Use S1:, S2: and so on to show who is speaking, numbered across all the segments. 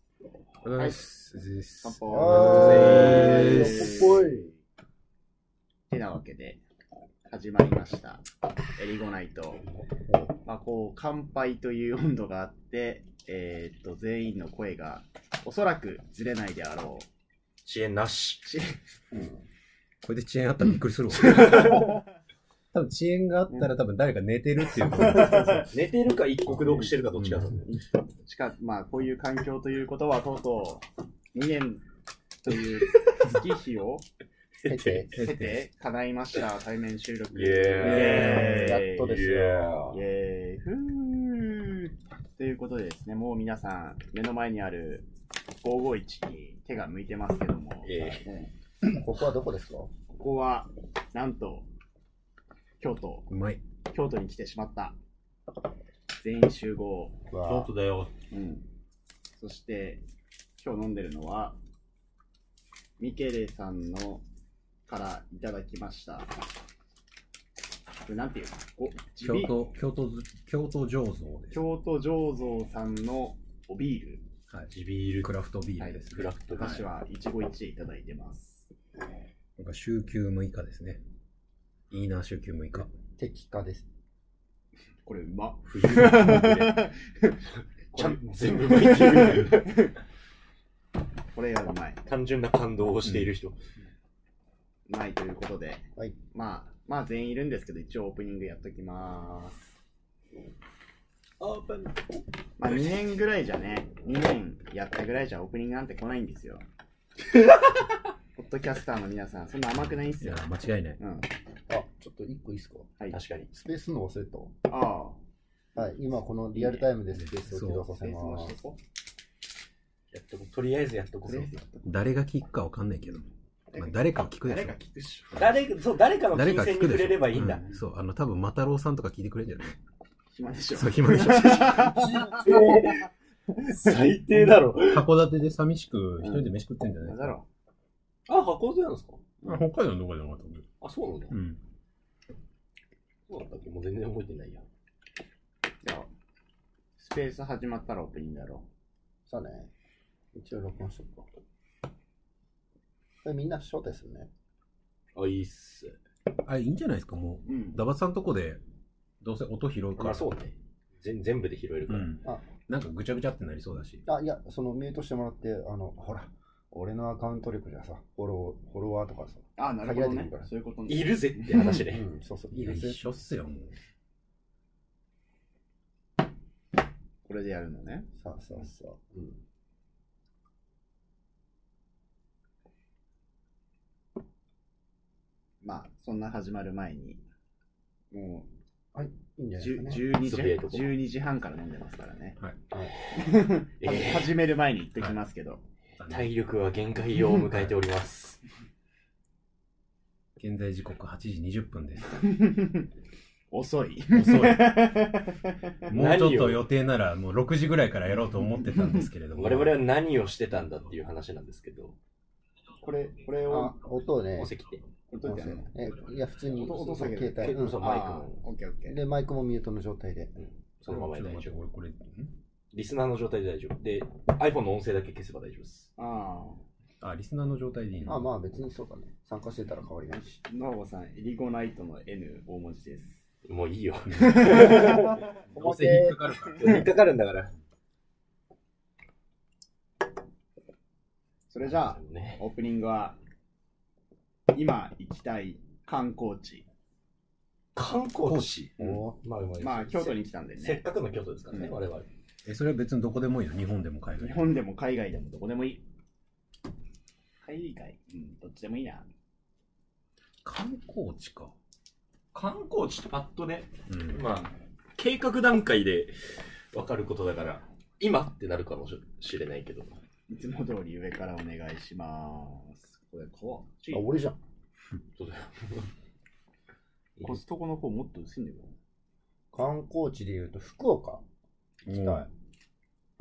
S1: おはようございます。お疲れ様ですおはよう
S2: 乾杯
S1: ございます
S3: おっぽい。
S2: てなわけで始まりましたエリゴナイト、まあ、こう乾杯という温度があって、えーっと全員の声がおそらくずれないであろう
S4: 遅延なし。
S2: し
S1: これで遅延あったらびっくりするわ。多分遅延があったら多分誰か寝てるって いうこと
S4: 寝てるか一刻読してるかどっちかなんだよね。
S2: しかまあこういう環境ということはとうとう2年という月日を
S3: 出て。
S2: 経て叶いました対面収録
S4: イエ
S3: ーイやっとですよ
S2: イエーイふーということでですね、もう皆さん、目の前にある551に手が向いてますけども、
S4: イエ
S3: ここはどこですか
S2: ここは、なんと、京都、
S1: う まい。
S2: 京都に来てしまった。全員集合。
S4: 京都だよ。
S2: うん。そして、今日飲んでるのは、ミケレさんのからいただきました。これなんていうのご地
S1: 京
S2: ビ
S1: 都、京都、京都醸造です。
S2: 京都醸造さんのおビール。
S1: はい。
S4: 地ビー ル
S1: クラフトビールです
S4: ク
S1: ね
S4: ラ。フトだ
S2: 私は一期一会いただいてます。
S1: なんか週休6日ですね。いいな、週休6日。
S3: 敵化です。
S2: これうまっ。
S4: 冬の京都でちゃん全部巻いてる。
S2: これがうまい。
S4: 単純な感動をしている人。
S2: うまいということで、
S3: はい
S2: まあ、まあ全員いるんですけど、一応オープニングやっときます。
S4: オープン。
S2: まあ2年ぐらいじゃね、2年やったぐらいじゃオープニングなんて来ないんです よ。ポッドキャスターの皆さん、そんな甘くないんす
S1: いや
S2: よ。、
S1: 間違いない。
S2: うん。
S3: あ、ちょっと一個いいですか
S2: はい。
S4: 確かに。
S3: スペースの忘れた。
S2: ああ、
S3: はい、今このリアルタイムでスペースを起動さ
S2: セ
S3: せ
S2: ンス
S3: ま
S2: もし
S3: す
S2: と。こ
S4: やっとこうとりあえずやっとこ
S2: う。
S4: う
S2: センスもしとこう
S1: 誰が聞くかわかんないけど。まあ、誰かは聞くでし
S2: 誰
S1: ょ
S2: が。聞くでしょ。
S4: 誰か、そう、誰かの
S1: 誰
S4: 金
S1: かは
S4: 銭
S1: 聞
S4: に
S1: くでし
S4: 触
S1: ょ。
S4: れればいいんだ。
S1: うそう、あの、多分マタロウさんとか聞いてくれるんじゃない
S2: 暇でしょ。
S1: そう、暇でしょ。
S4: 最低だろ。
S1: 函館で寂しく一人で飯食ってんじゃない
S2: だろ
S4: あ、箱でなんですか
S1: あ北海道のどこでもあったんだよ。
S4: あ、そうなんだ
S1: う。ん。
S4: そうだったっけもう全然覚えてないや。
S2: う。じゃあ、スペース始まったらオープニングだろ
S3: さあね。一応録音しとこう。これみんな招待するね。
S4: あ、いいっす。
S1: あ、いいんじゃないですか、も
S2: う。うん
S1: う。。ダバさんとこで、どうせ音拾うか
S4: ま
S1: ら。
S4: あそうね。全全部で拾える
S1: う
S4: から。
S1: ん
S3: あ。
S1: なんかぐちゃぐちゃってなりそうだし。
S3: あ、いや、そのミュートしてもらって、あの、ほら、俺のアカウント力じゃさ、フォロー、フォロワーとかさ。
S2: あ、なるほど
S3: 限られて
S2: ね
S3: くるから。
S2: そういうことね
S4: いるぜって話
S3: う
S4: ね。
S3: ん、そうそう、い
S1: い
S3: い
S1: や、
S3: です
S1: 一緒
S3: ね。
S1: っすよ、もう。
S2: これでやるのね。
S3: さあさあさあ。うん。
S2: まあ、そんな始まる前に、も
S3: いいん
S2: う、
S3: じゃない
S2: じゅ
S3: ですかね。
S2: 12時
S4: つぶやいとこう
S2: 12時半から飲んでますからね。
S4: えー
S2: 始める前に言ってきますけど、
S4: 体力は限界を迎えております。
S1: 現在時刻8時20分 です。
S2: 遅い。
S1: 遅い。もうちょっと予定なら、もう6時ぐらいからやろうと思ってたんですけれども。
S4: 我々は何をしてたんだっていう話なんですけど、
S2: これ、これ
S3: あ
S2: を、、
S3: 音をね
S4: お、席って。
S2: これといてやるの
S3: え、いや、普通に、
S2: 音音下げる
S3: 携帯、
S4: 結構そう
S3: う
S4: マイク
S2: あー
S4: も
S2: オッケーオッケ
S3: ん。
S2: ー。
S3: で、マイクもミュートの状態で。
S4: そのまま
S1: ち
S4: で
S1: ょっと
S4: 大
S1: 待
S4: 丈
S1: って、
S4: 夫。
S1: 俺これ、ん
S4: リスナーの状態で大丈夫。で、iPhone の音声だけ消せば大丈夫です。
S2: あ
S1: あ、リスナーの状態でいいの
S3: あ、まあ別にそうだね。参加してたら変わりないし。
S2: あ、ノーゴさん、エリゴナイトの N 大文字です。
S4: もういいよ。
S1: どうせ引っかかるから。
S4: 引っかかるんだから。
S2: それじゃあ、
S4: ね。
S2: オープニングは、今行きたい観光地。
S4: 観光地。
S2: うん
S3: お
S4: まあ、まあ
S2: まあ、京都に来たんで
S4: せっ
S2: ね。
S4: かくの京都ですからね、
S2: うん
S4: 我々。
S1: え、それは別にどこでもいいよ。日本でも海外で
S2: 日
S1: も。
S2: 本でも海外でもどこでもいい。海外うん、どっちでもいいな。
S1: 観光地か。
S4: 観光地ってパッとね、
S1: うん。
S4: まあ、計画段階で分かることだから、今ってなるかもしれないけど。
S2: いつも通り上からお願いします。これ、こっち
S3: あ、。俺じゃん。
S4: そうだよ。
S2: コストコの方もっと薄いんだよ。
S3: 観光地で言うと、福岡行きたい。
S1: うん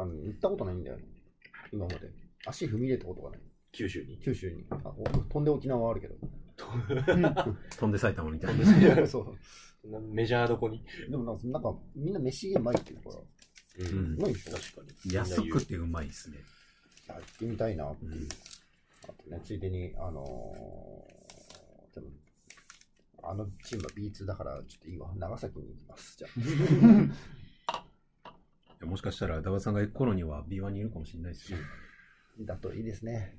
S3: あの、行ったことないんだよね。今まで。足踏み入れたことがない。
S4: 九州に。
S3: 九州に。あ、お飛んで沖縄はある けど。
S1: 飛んで埼玉みたいな。
S3: そう。
S4: メジャーどこに。
S3: でもなんか、なんかみんな飯うまいっていうから。
S4: う
S1: うん
S3: うまいでしょ
S4: 確かに。
S1: 安くてうまいですね。
S3: あ行ってみたいなっていう。あとね、ついでに、あのーでも、あのチームは B2 だから、ちょっと今、長崎に行きます。じゃあ、
S1: やもしかしたら、ダバさんが行く頃には B1 にいるかもしれないですよ。
S3: だといいですね。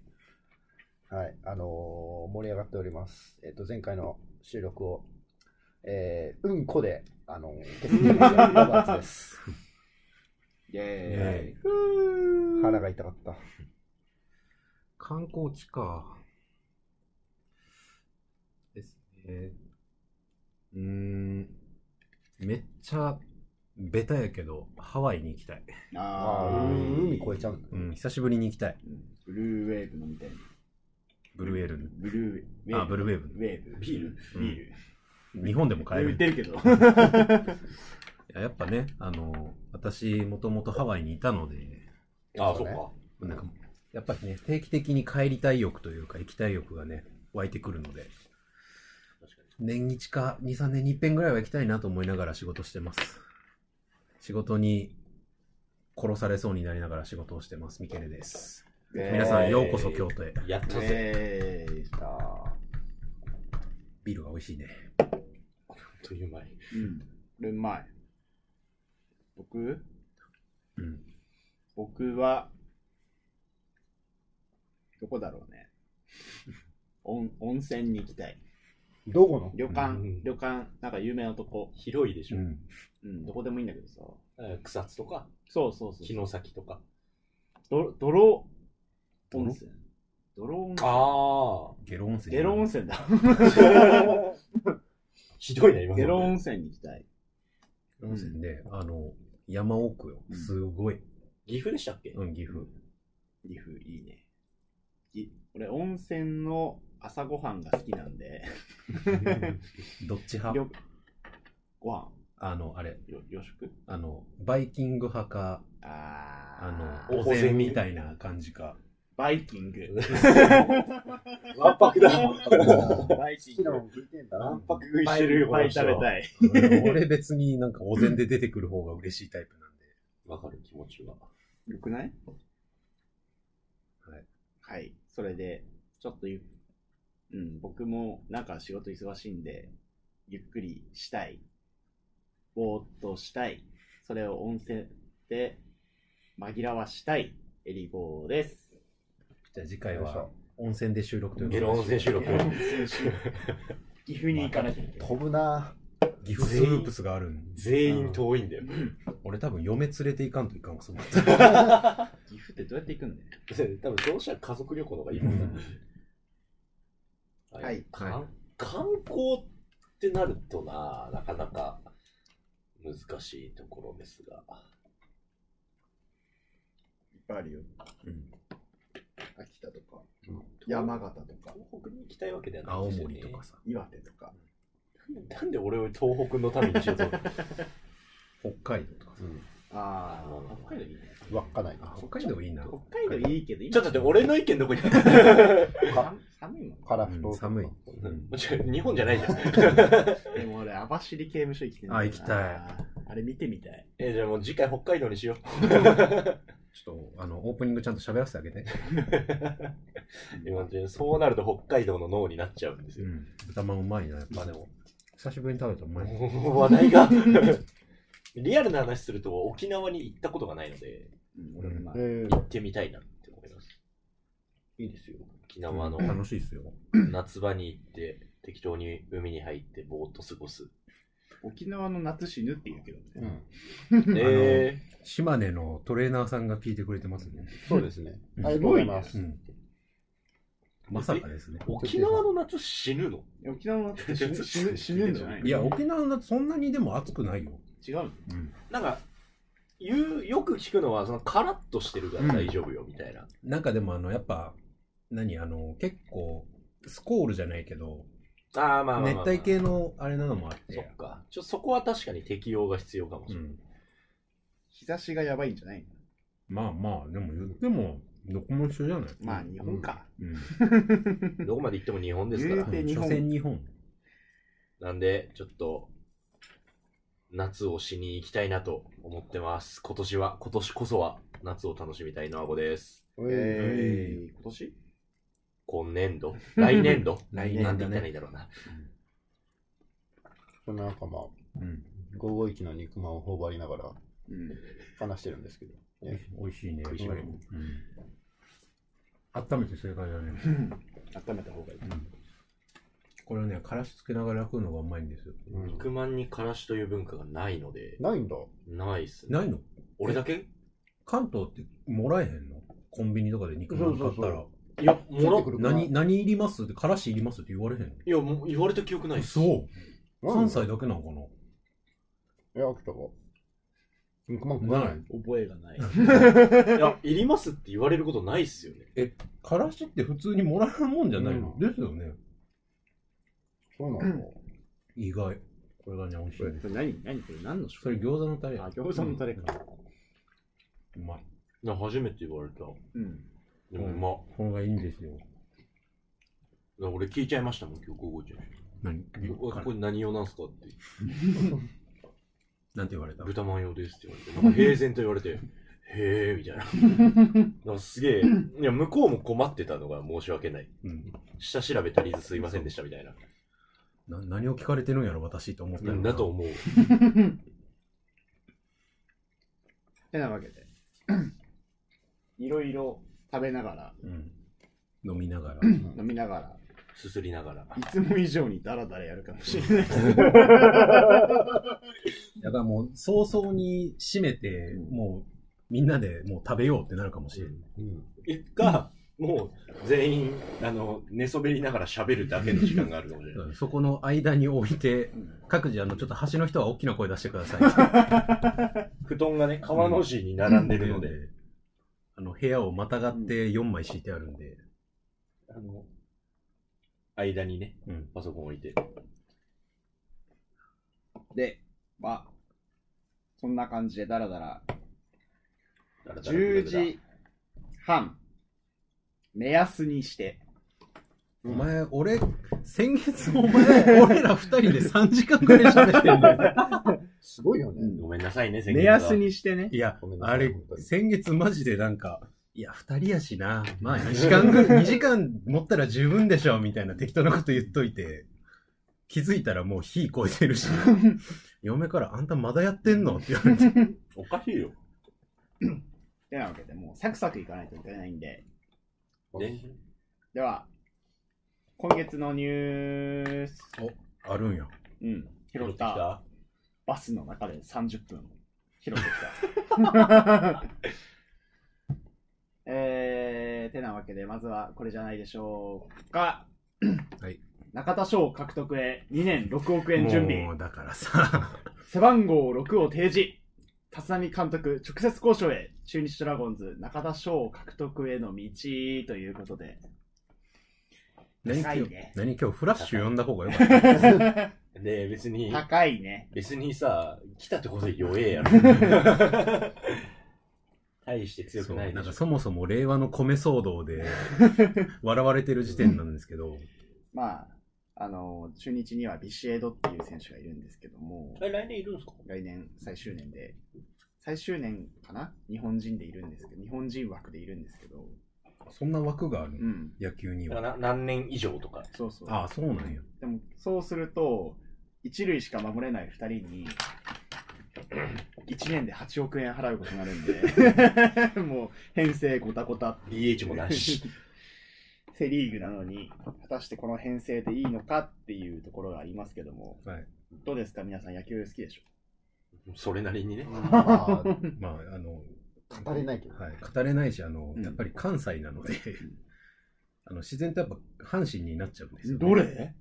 S3: はい、あのー盛り上がっております。えっ、と、前回の収録を、えー、うんこで、あのー、決定したロバーツです。
S2: イェーイ
S1: ええ
S3: 腹が痛かった。
S1: 観光地か。ですね。うーん。めっちゃ、ベタやけど、ハワイに行きたい。
S3: あ
S2: あ
S3: ー
S2: ー
S3: 海越えちゃうんだ
S1: う
S3: ね。
S1: ん、久しぶりに行きたい。
S2: うんブルーウェーブ飲みたいな。
S1: ブルーエール。
S2: ブルーウェーブ。
S1: あブルーウェーブ
S2: ウェーブ。
S4: ビール
S2: ビール。
S1: 日本でも買え
S2: 売
S1: る
S2: っ。てる けど。
S1: いややっぱね、あの、私、もともとハワイにいたので、
S4: ああ、
S3: そ
S4: そうっ
S3: ね
S4: か。
S1: なんか、やっぱりね、定期的に帰りたい欲というか、行きたい欲がね、湧いてくるので、年一か2、3年に一遍ぐらいは行きたいなと思いながら仕事してます。仕事に殺されそうになりながら仕事をしてます。ミケレです。皆さん、ようこそ京都へ。
S4: やったぜ。
S2: ええ
S3: あー
S1: ビールが美味しいね。
S4: という前。
S2: うん。これうまい。僕
S1: うん。
S2: 僕は、どこだろうね。温温泉に行きたい。
S3: どこの
S2: 旅館
S3: うん、
S2: 旅館、なんか有名なとこ。
S4: 広いでし
S1: う
S4: ょ。
S1: ん。
S2: うん、どこでもいいんだけどさ。
S4: えー草津とか、
S2: そうそうそう
S4: 木。の先とか。
S2: ど泥温泉。泥温泉。
S4: ああ。
S1: ゲロ温泉。
S2: ゲロ温泉だ。
S4: ひどいな、今の
S2: ゲロ温泉に行きたい。
S1: ゲロ温泉で、あの、山奥よ。すごい。
S4: 岐阜でしたっけ
S1: うん、岐阜。
S2: 岐阜、いいね。ぎ俺、温泉の朝ごはんが好きなんで、
S1: どっち派
S2: よご飯
S1: あの、あれ、
S2: よ洋食
S1: あの、バイキング派か、
S2: あー
S1: あの、
S4: お
S1: お膳みたいな感じか。
S2: バイキング。
S4: わんぱくだ。
S2: バイキン
S3: 好きな
S2: グ。
S3: もん聞いてんだな。
S4: 泊食
S2: いっぱいいっぱい食べ
S4: い。
S2: たい。
S1: 俺俺別になんかお膳で出てくる方が嬉しいタイプなんで。
S4: わかる気持ちは。
S2: よくない
S1: はい。
S2: はい。それで、ちょっとゆ、うん、僕もなんか仕事忙しいんで、ゆっくりしたい。ぼーっとしたい。それを温泉で紛らわしたい。エリゴーです。
S1: じゃあ次回
S3: よいし
S1: は
S3: ょ
S1: 温泉で収録というこ
S4: ゲ
S1: とで
S4: ロ温泉収録。
S2: 岐阜に行かなきゃいけない。
S3: 飛ぶな
S1: 岐阜スープスがあるんで
S4: 全員遠いんだよ。
S1: 俺多分嫁連れていかんといかんわ、その
S2: 岐阜ってどうやって行くんだよ。
S4: 多分どうしたら家族旅行の方がいいもんな。
S2: はい
S4: かん観光ってなるとな、なかなか難しいところですが。
S2: いっぱいあるよ。
S1: うん
S2: 秋田とか、
S4: 山
S2: 形とか、
S4: 東北に行きたいわけではない
S1: 青
S4: ですよ
S1: 森
S4: ね。
S1: とかさ、
S2: 岩手とか。
S4: なんで俺を東北のためにしようと思ったの
S1: 北海道とかさ。
S2: あ
S4: あ
S2: ー、北海道いいね。
S3: 稚内。
S1: あ北海道いいな。
S2: 北海道いいけど、今
S4: ちょっと待って、俺の意見どこに間
S3: か
S2: 寒いもん。
S3: カラフ
S1: う
S3: ト。
S1: ん寒い。
S4: 違う日本じゃないじゃん。
S2: でも俺、網走刑務所行きたいんだよな
S1: あ行きたい
S2: あれ見てみたい。
S4: えじゃあもう次回北海道にしよ
S1: ちょっと、あの、オープニングちゃんと喋らせてあげて。
S4: う。いやでそうなると北海道の脳になっちゃうんです
S1: う
S4: よ。
S1: ん。豚まんうまいな、やっ
S4: まあ
S1: ぱ。
S4: でも、
S1: 久しぶりに食べたらうまい。
S4: もう話題が。リアルな話すると沖縄に行ったことがないので、
S2: うん、俺もまあ、
S3: え
S4: 行ってみたいなって思います。
S3: いいですよ。
S4: 沖縄の
S1: 楽しいっすよ。
S4: 夏場に行って、適当に海に入ってぼーっと過ごす。
S2: 沖縄の夏死ぬって言うけど
S3: う
S2: ね。
S3: ん。
S4: えー、
S1: 島根のトレーナーさんが聞いてくれてますね。
S3: そうですね。
S1: うん
S3: ありがとうございます
S1: う。ん。まさかですね。
S4: 沖縄の夏死ぬの
S2: 沖縄の夏って死ぬ死ぬ死ぬんじゃないの
S1: いや、沖縄のそんなにでも暑くないよ。
S2: 違うの
S1: うん。
S4: なんか、言う、よく聞くのは、その、カラッとしてるから大丈夫よ、みたいな。
S1: なんかでもあの、やっぱ、何あの、結構、スコールじゃないけど、
S4: あーまあまあまあまあ
S1: 熱帯系のあれなのもあっ
S4: そ
S1: て
S4: っ、か。ちょ、そこは確かに適用が必要かもし
S1: う
S4: れない。
S1: ん。
S2: 日差しがやばいんじゃないの
S1: まあまあ、でも言っても、どこも一緒じゃない
S2: まあ、日本か。
S1: うん。
S4: どこまで行っても日本ですから
S2: 言。で
S1: うん
S2: 日本
S1: 所詮日本。
S4: なんで、ちょっと、夏をしに行きたいなと思ってます。今年は、今年こそは、夏を楽しみたいのあごです。
S2: えー、今年
S4: 今年度来年度
S1: 来年
S4: な
S1: だね
S4: んて言ったらいいんだろうな。
S3: こんな仲間、
S1: うん。
S3: 551の肉まんを頬張りながら
S2: うん。
S3: 話してるんですけど、ね
S1: 美味しいね。
S4: 食いしばり
S1: うん。温めて正解だね。
S2: 温めた方がいい。
S1: これはね、からしつけながら食うのがうまいんですよ。
S3: うん
S4: 肉まんにからしという文化がないので、
S3: ないんだ。
S4: ないっすね。
S1: ないの
S4: 俺だけ
S1: 関東ってもらえへんのコンビニとかで肉まん買ったら。
S3: そうそう
S4: いや、もら
S3: 出てくるそう
S1: 何、何いりますって、からしいりますって言われへん
S4: いや、もう言われた記憶ないっ
S1: の。
S4: す。
S1: そう。
S3: なん
S1: 関
S3: だ
S1: 西だけなのか
S3: いや、秋田が。肉まん食
S1: な
S3: わ
S1: な
S3: ないい。
S2: 覚えがない。
S4: いや、いりますって言われることないっすよね。
S1: からしって普通にもらうもんじゃないの、
S3: うん
S1: ですよね。
S3: そうなの。
S1: 意外。これがね、美味しい
S2: こ
S1: ん
S2: れ
S1: です。
S2: 何何これ何の食
S1: それ餃子のタレ
S2: あ、餃子のタレか。
S1: うんうまい。
S4: な初めて言われた。
S2: うん。
S4: でも、まあ
S1: これがいいんですよ。、
S4: だから俺聞いちゃいましたもん、今日午後ちゃんに。
S1: 何
S4: おこれ何用なんすかって。
S1: なんて言われた
S4: 豚まん用ですって言われて、なんか平然と言われて、へえ、みたいな。なんかすげえ、いや、向こうも困ってたのが申し訳ない。
S1: うん。
S4: 下調べ足りずすいませんでしたみたいな。
S1: な何を聞かれてるんやろ、私って思ったよ
S4: だと思う。
S2: てなわけで。いろいろ食べながら、
S1: うん。飲みながら。
S2: 飲みながら、
S4: すすりながら。
S2: いつも以上にダラダラやるかもしれないです。
S1: だからもう、早々に締めて、もう、みんなでもう食べようってなるかもしれない。
S3: うん。
S4: が、もう全員、あの、寝そべりながら喋るだけの時間があるかもしれない。
S1: うんそこの間に置いて、各自、あの、ちょっと端の人は大きな声出してくださいって
S4: 布団がね、川の字に並んでるので。
S1: あの、部屋をまたがって4枚敷いてあるんで、
S3: あの、
S4: 間にね、
S1: うん
S4: パソコン置いて。
S2: で、まあ、そんな感じでダラダラ。
S4: だらだら
S2: 10時半、目安にして。
S1: お前、俺、先月お前、俺ら2人で3時間ぐらい喋ってんだよ。
S3: すごいよね。
S4: ごめんなさいね、先
S2: 目安。にしてね。
S1: いや
S3: ごめん、なさい
S1: あれ
S3: 本当、に
S1: 先月マジでなんか、いや、2人やしな、 まあ2時間ぐらい、2時間持ったら十分でしょ、みたいな適当なこと言っといて、気づいたらもう火超えてるし、 嫁からあんたまだやってんのって言われて、
S4: おかしいよ。
S2: てなわけで、もうサクサクいかないといけないんで。
S4: ね、
S2: では、今月のニュース。
S1: あるん や。
S2: うん。拾
S4: 拾
S2: っ
S4: ってき
S2: た
S4: た。
S2: バスの中で30分拾って きた。えー、てなわけで、まずはこれじゃないでしょうか。
S1: はい
S2: 中田賞獲得へ2年6億円準備
S1: も。う、だから さ、
S2: 背番号6を提示。立浪監督、直接交渉へ。中日ドラゴンズ、中田翔獲得への道ということで。
S1: 何今
S2: 高い
S1: 日
S2: ね、
S1: 何今日フラッシュ読んだ方がよかった。
S4: で、別に、
S2: 高いね。
S4: 別にさ、来たってことで弱えやろ。 大して強
S1: そ
S4: く
S1: う
S4: ない
S1: なん
S4: でし
S1: か
S4: ょ。
S1: そもそも令和の米騒動で笑われてる時点なんですけど、
S2: まあ、あの、中日にはビシエドっていう選手がいるんですけども、
S4: え、来年いるんすか
S2: 来年最終年で、最終年かな日本人でいるんですけど、日本人枠でいるんですけど、
S1: そんな枠があるの、
S2: うん。
S1: 野球に
S4: だか
S1: は。
S4: らな何年以上とか。
S2: そうそう。
S1: ああ、そうなんや。
S2: でも、そうすると、一塁しか守れない二人に、1年で8億円払うことになる んで、もう、編成ごたごた。
S4: DH もなし。
S2: セリーグなのに、果たしてこの編成でいいのかっていうところがありますけども、
S1: はい。
S2: どうですか皆さん野球好きでしょ
S4: それなりにね。
S3: ま
S1: まあ、あの、
S3: あ、語れないけど。
S1: はい、語れないし、あの、
S2: うん
S1: やっぱり関西なので、あの自然とやっぱ阪神になっちゃうんですよ、ね。
S2: れ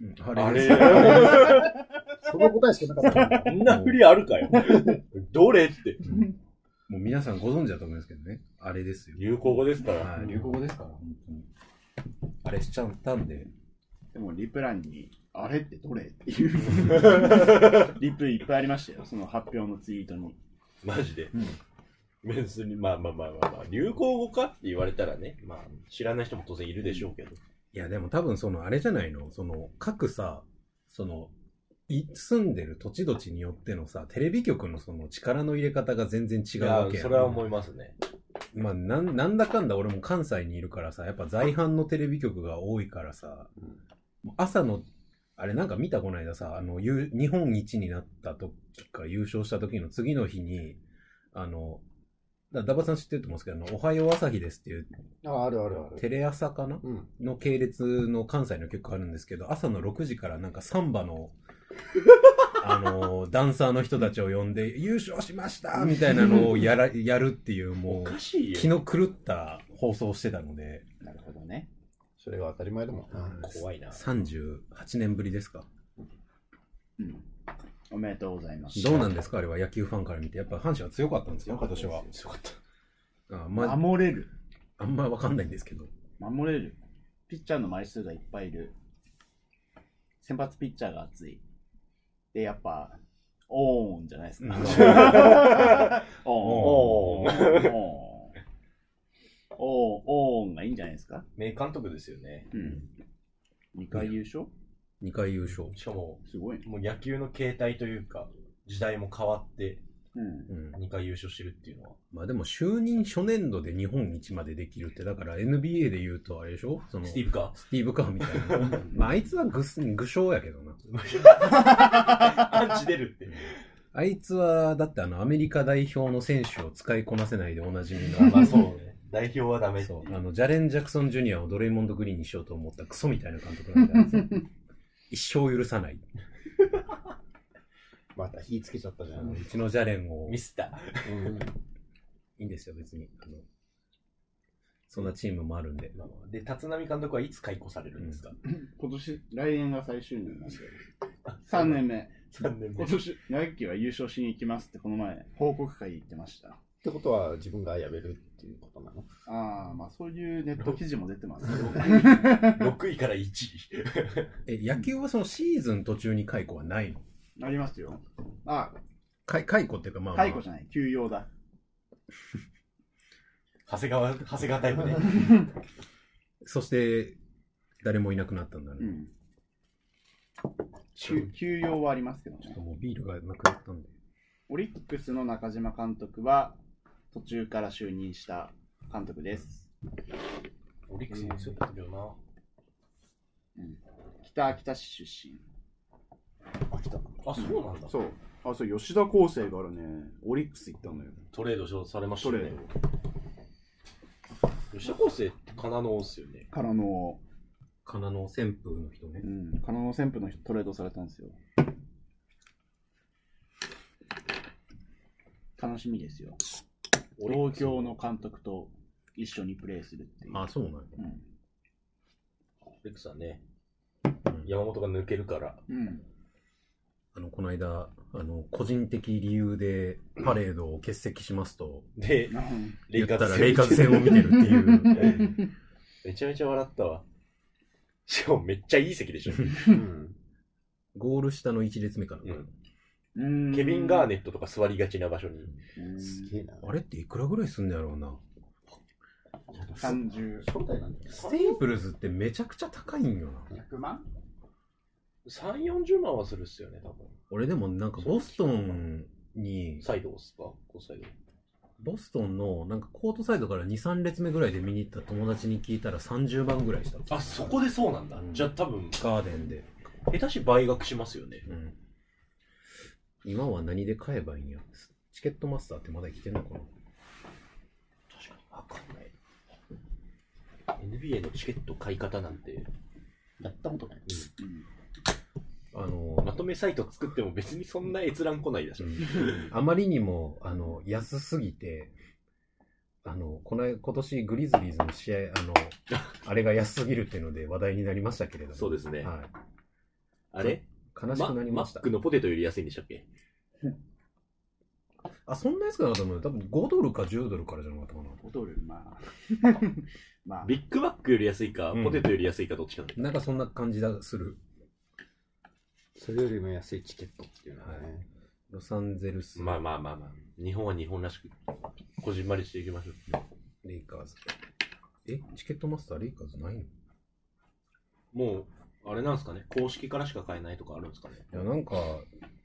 S1: うんあれ
S4: あれ
S3: その答えしかなかった。
S4: こんな振りあるかよ。どれって。
S1: もう皆さんご存知だと思いますけどね、あれですよ。
S4: 流行語ですから。
S1: はい、流行語ですから、本当に。あれしちゃったんで、
S2: でも、リプランに、あれってどれっていう リプいっぱいありましたよ、その発表のツイートに。
S4: マジで
S1: うん。
S4: 別に、まあまあまあまあまあ、流行語かって言われたらね、まあ、知らない人も当然いるでしょうけど。
S1: いや、でも多分その、あれじゃないのその、各さ、その、い住んでる土地土地によってのさ、テレビ局のその力の入れ方が全然違
S4: いう
S1: わけやん
S4: それは思いますね。
S1: まあなん、なんだかんだ俺も関西にいるからさ、やっぱ在阪のテレビ局が多いからさ、朝の、あれなんか見たこの間さ、あの、ゆ日本一になった時か優勝した時の次の日に、あの、だダバさん知ってると思うんですけど、あの、おはよう朝日ですっていう
S3: あ、あるあるあ
S1: テ
S3: る。
S1: レ朝かな
S3: うん。
S1: の系列の関西の曲あるんですけど、朝の6時からなんかサンバ の、あのーダンサーの人たちを呼んで、優勝しましたみたいなのを やら、やるっていう、
S4: お
S1: も
S4: か
S1: う、
S4: しいよ。
S1: 気の狂った放送をしてたので、
S2: なるほどね。
S3: それが当たり前だもんな。
S4: 怖いな。
S1: 38年ぶりですか。
S2: うん。おめでとうございます。
S1: どうなんですかあれは野球ファンから見て。やっぱ阪神は強かったんですよ、今年は。
S4: 強かった。
S1: あま
S2: 守れる。
S1: あんまわかんないんですけど。
S2: 守れる。ピッチャーの枚数がいっぱいいる。先発ピッチャーが熱い。で、やっぱ、オーンじゃない ですか。オーン。オーン。オ
S4: おー
S2: ーン。オーンがいいんじゃないですか。
S4: 名監督ですよね。
S2: うん。2回優勝
S1: 2回優勝。
S4: しかも、
S2: すごいね。
S4: もう野球の形態というか、時代も変わって、
S2: うん。
S1: うん。
S4: 2回優勝してるっていうのは。
S1: まあでも就任初年度で日本一までできるって、だから NBA で言うとあれでしょその
S4: スティーブか。
S1: スティーブ・カーみたい な。まあ、あいつはぐすん、具象やけどな。
S4: アンチ出るって。
S1: あいつは、だってあの、アメリカ代表の選手を使いこなせないでおなじみの、
S4: まあそうね。 代表 はダメってい
S1: そうう、あの、ジャレン・ジャクソン・ジュニアをドレイモンド・グリーンにしようと思ったクソみたいな監督なんだよ一生許さない。
S3: また火つけちゃったじゃん。
S1: うちのジャレンを、い
S4: ミスった。
S3: うん
S1: いんですよ、別に。あの、そんなチームもあるんで。
S4: で、立浪監督はいつ解雇されるんですか、
S2: 今年、来年が最終年なんで。3年目。
S4: ?3 年
S2: 今年、長木は優勝しに行きますって、この前、報告会で言ってました。
S3: ってことは自分がやめるっていうことなの
S2: ああ、まあそういうネット記事も出てますけど。
S4: 6位から1位。
S1: え、野球はそのシーズン途中に解雇はないの
S2: ありますよ。あ、
S1: 解解雇っていうか、まあ、まあ、
S2: 解雇じゃない、休養だ。
S4: 長谷川、長谷川タイプね。
S1: そして、誰もいなくなったんだね。
S2: うん。休休養はありますけど
S1: ちょっ
S2: ね
S1: と。もうビールがなくなったんで。
S2: オリックスの中島監督は、途中から就任した監督です。
S4: オリックスに強かったけどな。
S2: 北秋田市出身。
S3: 秋田
S4: あ、そうなんだ。
S2: そう。あ、そう、吉田康生からね、オリックス行ったのよ。
S4: トレードされました
S2: ト
S4: よ
S2: レ
S4: ね
S2: ー。
S4: 吉田康生って神奈野っすよね。
S2: からの、
S1: かなの旋風の人ね
S2: う。ん、カナノ旋風の人トレードされたんですよ。楽しみですよ。東京の監督と一緒にプレーするっていう。
S1: あ、そうなんや。
S2: うん。
S4: オリックスは
S1: う
S4: ね、
S1: ん
S4: 山本が抜けるから。
S2: うん。
S1: あの、この間、あの、個人的理由でパレードを欠席しますと、
S4: で、
S1: 言ったらレイカーズ戦を見てるって いう。
S4: うん めちゃめちゃ笑ったわ。しかもめっちゃいい席でしょ。
S3: うん。
S1: ゴール下の1列目かな。
S4: うん
S2: うん
S4: ケビン・ガーネットとか座りがちな場所に。
S2: うん
S3: すげえな。
S1: あれっていくらぐらいすんのやろうな。
S2: 30。
S3: 招待なんだよ。
S1: ステープルズってめちゃくちゃ高いんよな。
S2: 100万
S4: 3、40万はするっすよね、多分。
S1: 俺でもなんかボストンに、
S4: サイドっすかコーサイド。
S1: ボストンのなんかコートサイドから2、3列目ぐらいで見に行った友達に聞いたら30万ぐらいしたって
S4: あ、そこでそうなんだ。
S1: うん
S4: じゃあ多分、
S1: ガーデンで。
S4: 下手し倍額しますよね。
S1: うん。今は何で買えばいいんや。チケットマスターってまだ生きてんのかな
S4: 確かに、わかんない。NBA のチケット買い方なんて、
S3: やったことない。
S1: あの、
S4: まとめサイト作っても別にそんな閲覧来ないだし。
S1: あまりにも、あの、安すぎて、あの、この、今年グリズリーズの試合、あ の、あれが安すぎるっていうので話題になりましたけれども。
S4: そうですね。
S1: はい。
S4: あれ
S1: 悲しくなりました
S4: マッ。クのポテトより安いんでしたっけ
S1: あ、そんな安くなかったと思うよ。多分5ドルか10ドルからじゃなかったか
S2: 5ドル、まあ。 まあ、
S4: ビッグマックより安いか、
S1: うん
S4: ポテトより安いかどっちかなんだ
S1: な。なんかそんな感じだ、する。
S3: それよりも安いチケットっていうのはね。
S1: ロサンゼルス、
S4: まあまあまあまあ。日本は日本らしく、こじんまりしていきましょう。
S1: レイカーズ。え、チケットマスターレイカーズないのい
S4: もう、あれなんですかね。公式からしか買えないとかあるんですかね。
S1: や、なんか、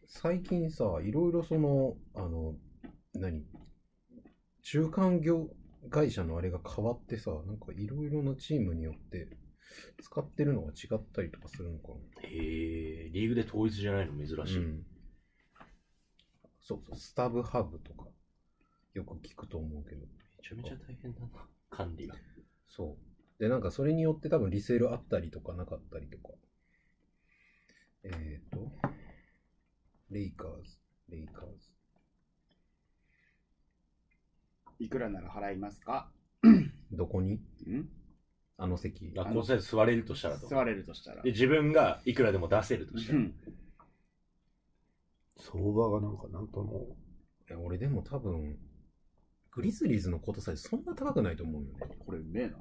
S1: 最近さ、いろいろその、あの、何中間業会社のあれが変わってさ、なんかいろいろなチームによって使ってるのが違ったりとかするのか
S4: へえ、リーグで統一じゃないの珍
S1: な。
S4: しい。
S1: うんそうそう、スタブハブとか、よく聞くと思うけど。
S4: めちゃめちゃ大変だな、管理が。
S1: そう。で、なんかそれによって多分リセールあったりとかなかったりとか。えっ、ー、と、レイカーズ、レイカーズ。
S2: いくらなら払いますか
S1: どこに
S2: ん
S1: あの席。
S4: あ、この際座れるとしたらと。
S2: 座れるとしたら
S4: で、。自分がいくらでも出せるとした
S2: う
S4: ら。
S2: ん
S3: 相場がなんか、なんとも。
S1: え俺でも多分、グリズリーズのことさえそんな高くないと思うよね。
S2: これうめえ な。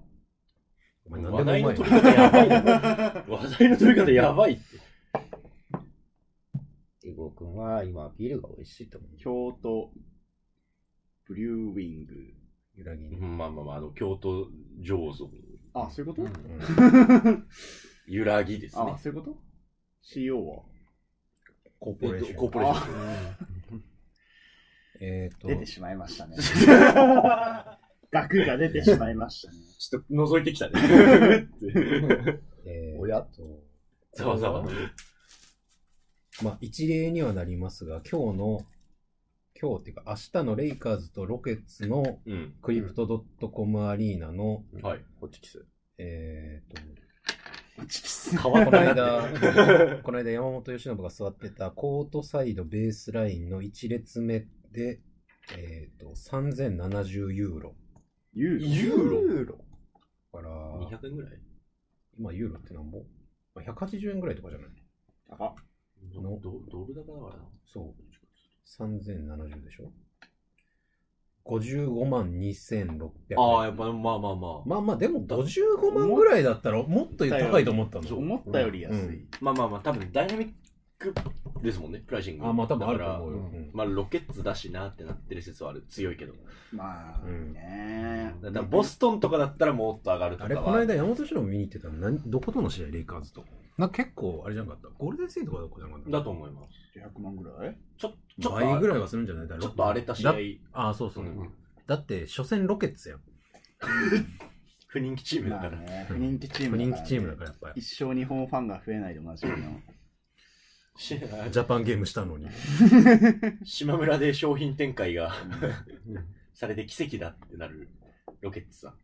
S1: お前何でも
S4: 話
S1: うま
S4: 題
S1: い
S4: の
S1: な
S4: 取り方やばいな。 話題の取り方やばいって。
S3: エゴ君は今、ビールが美味しいと思う。
S2: 京都ブリューウィング。
S1: 揺らぎに。
S4: まあまあまあ、あの、京都醸造。
S2: あ、そういうこと、
S3: うん
S1: うん
S4: 揺らぎです
S2: あ
S4: ね、。
S2: そういうこと ?CO は
S1: コーポレ
S4: え
S1: ー
S4: っ
S1: シ
S4: と、
S1: ョ
S4: コー
S1: ン。
S4: ポレーション。
S1: えっ、
S2: 出て
S1: と、
S2: しまいましたね。 額が出てしまいましたね。
S4: ちょっと覗いて きたね。
S1: えー
S3: おや
S1: と、
S4: ざわざわ。
S1: まあ一例にはなりますが、今日の、今日っていうか明日のレイカーズとロケッツの
S4: うん。
S1: クリプトドットコムアリーナの、
S4: はい。
S3: ホッチキス。
S1: えっ、と、
S4: 変わっ
S1: こ
S4: た
S1: の
S4: な
S1: 間、この間山本由伸が座ってたコートサイドベースラインの1列目で、えっ、と、3070ユーロ。
S2: ユー
S4: ユーロ
S3: ーロ
S1: だから、
S4: ?200 円ぐらい
S1: 今ユーロってなんぼまあ ?180 円ぐらいとかじゃない
S2: ロ高っ
S1: の
S4: ドドル高だからな。
S1: そう。3070でしょ ?55 万2600円。
S4: ああ、やっぱ、まあまあまあ。
S1: まあまあ、でも55万ぐらいだったらもっと高いと思ったの。
S2: 思ったより安い。
S1: うん
S4: まあまあまあ、多分ダイナミックですもんね、プライシング。
S1: あまあ多分あると思うよ。
S3: だか
S1: うん
S4: まあ、ロケッツだしなってなってる説はある。強いけど。
S2: まあ
S1: うん
S2: ね、
S4: だからボストンとかだったらもっと上がると
S1: あれ、
S4: かは。
S1: この間山本忍見に行ってたの何、どことの試合、レイカーズと。なんか結構、あれじゃなかった。ゴールデンステートかどこじゃなかった。
S4: だと思います。
S2: 100万ぐらい
S4: ちょっと、ちょっ
S1: 倍ぐ
S4: と、
S1: らいはするんじゃないだろ
S4: ちょっと荒れた試合
S1: だ。ああ、そうそう。
S4: うん
S1: だって、初戦ロケッツやん。
S4: 不人気チームだ
S2: ま
S4: か
S2: あ
S4: ら。
S2: ね、
S1: うん
S2: 人気チームだからね、
S1: 人気チームだから、やっぱり。
S2: 一生日本ファンが増えないで同じような。
S4: し
S1: ジャパンゲームしたのに。
S4: 島村で商品展開がされて奇跡だってなるロケッツさん。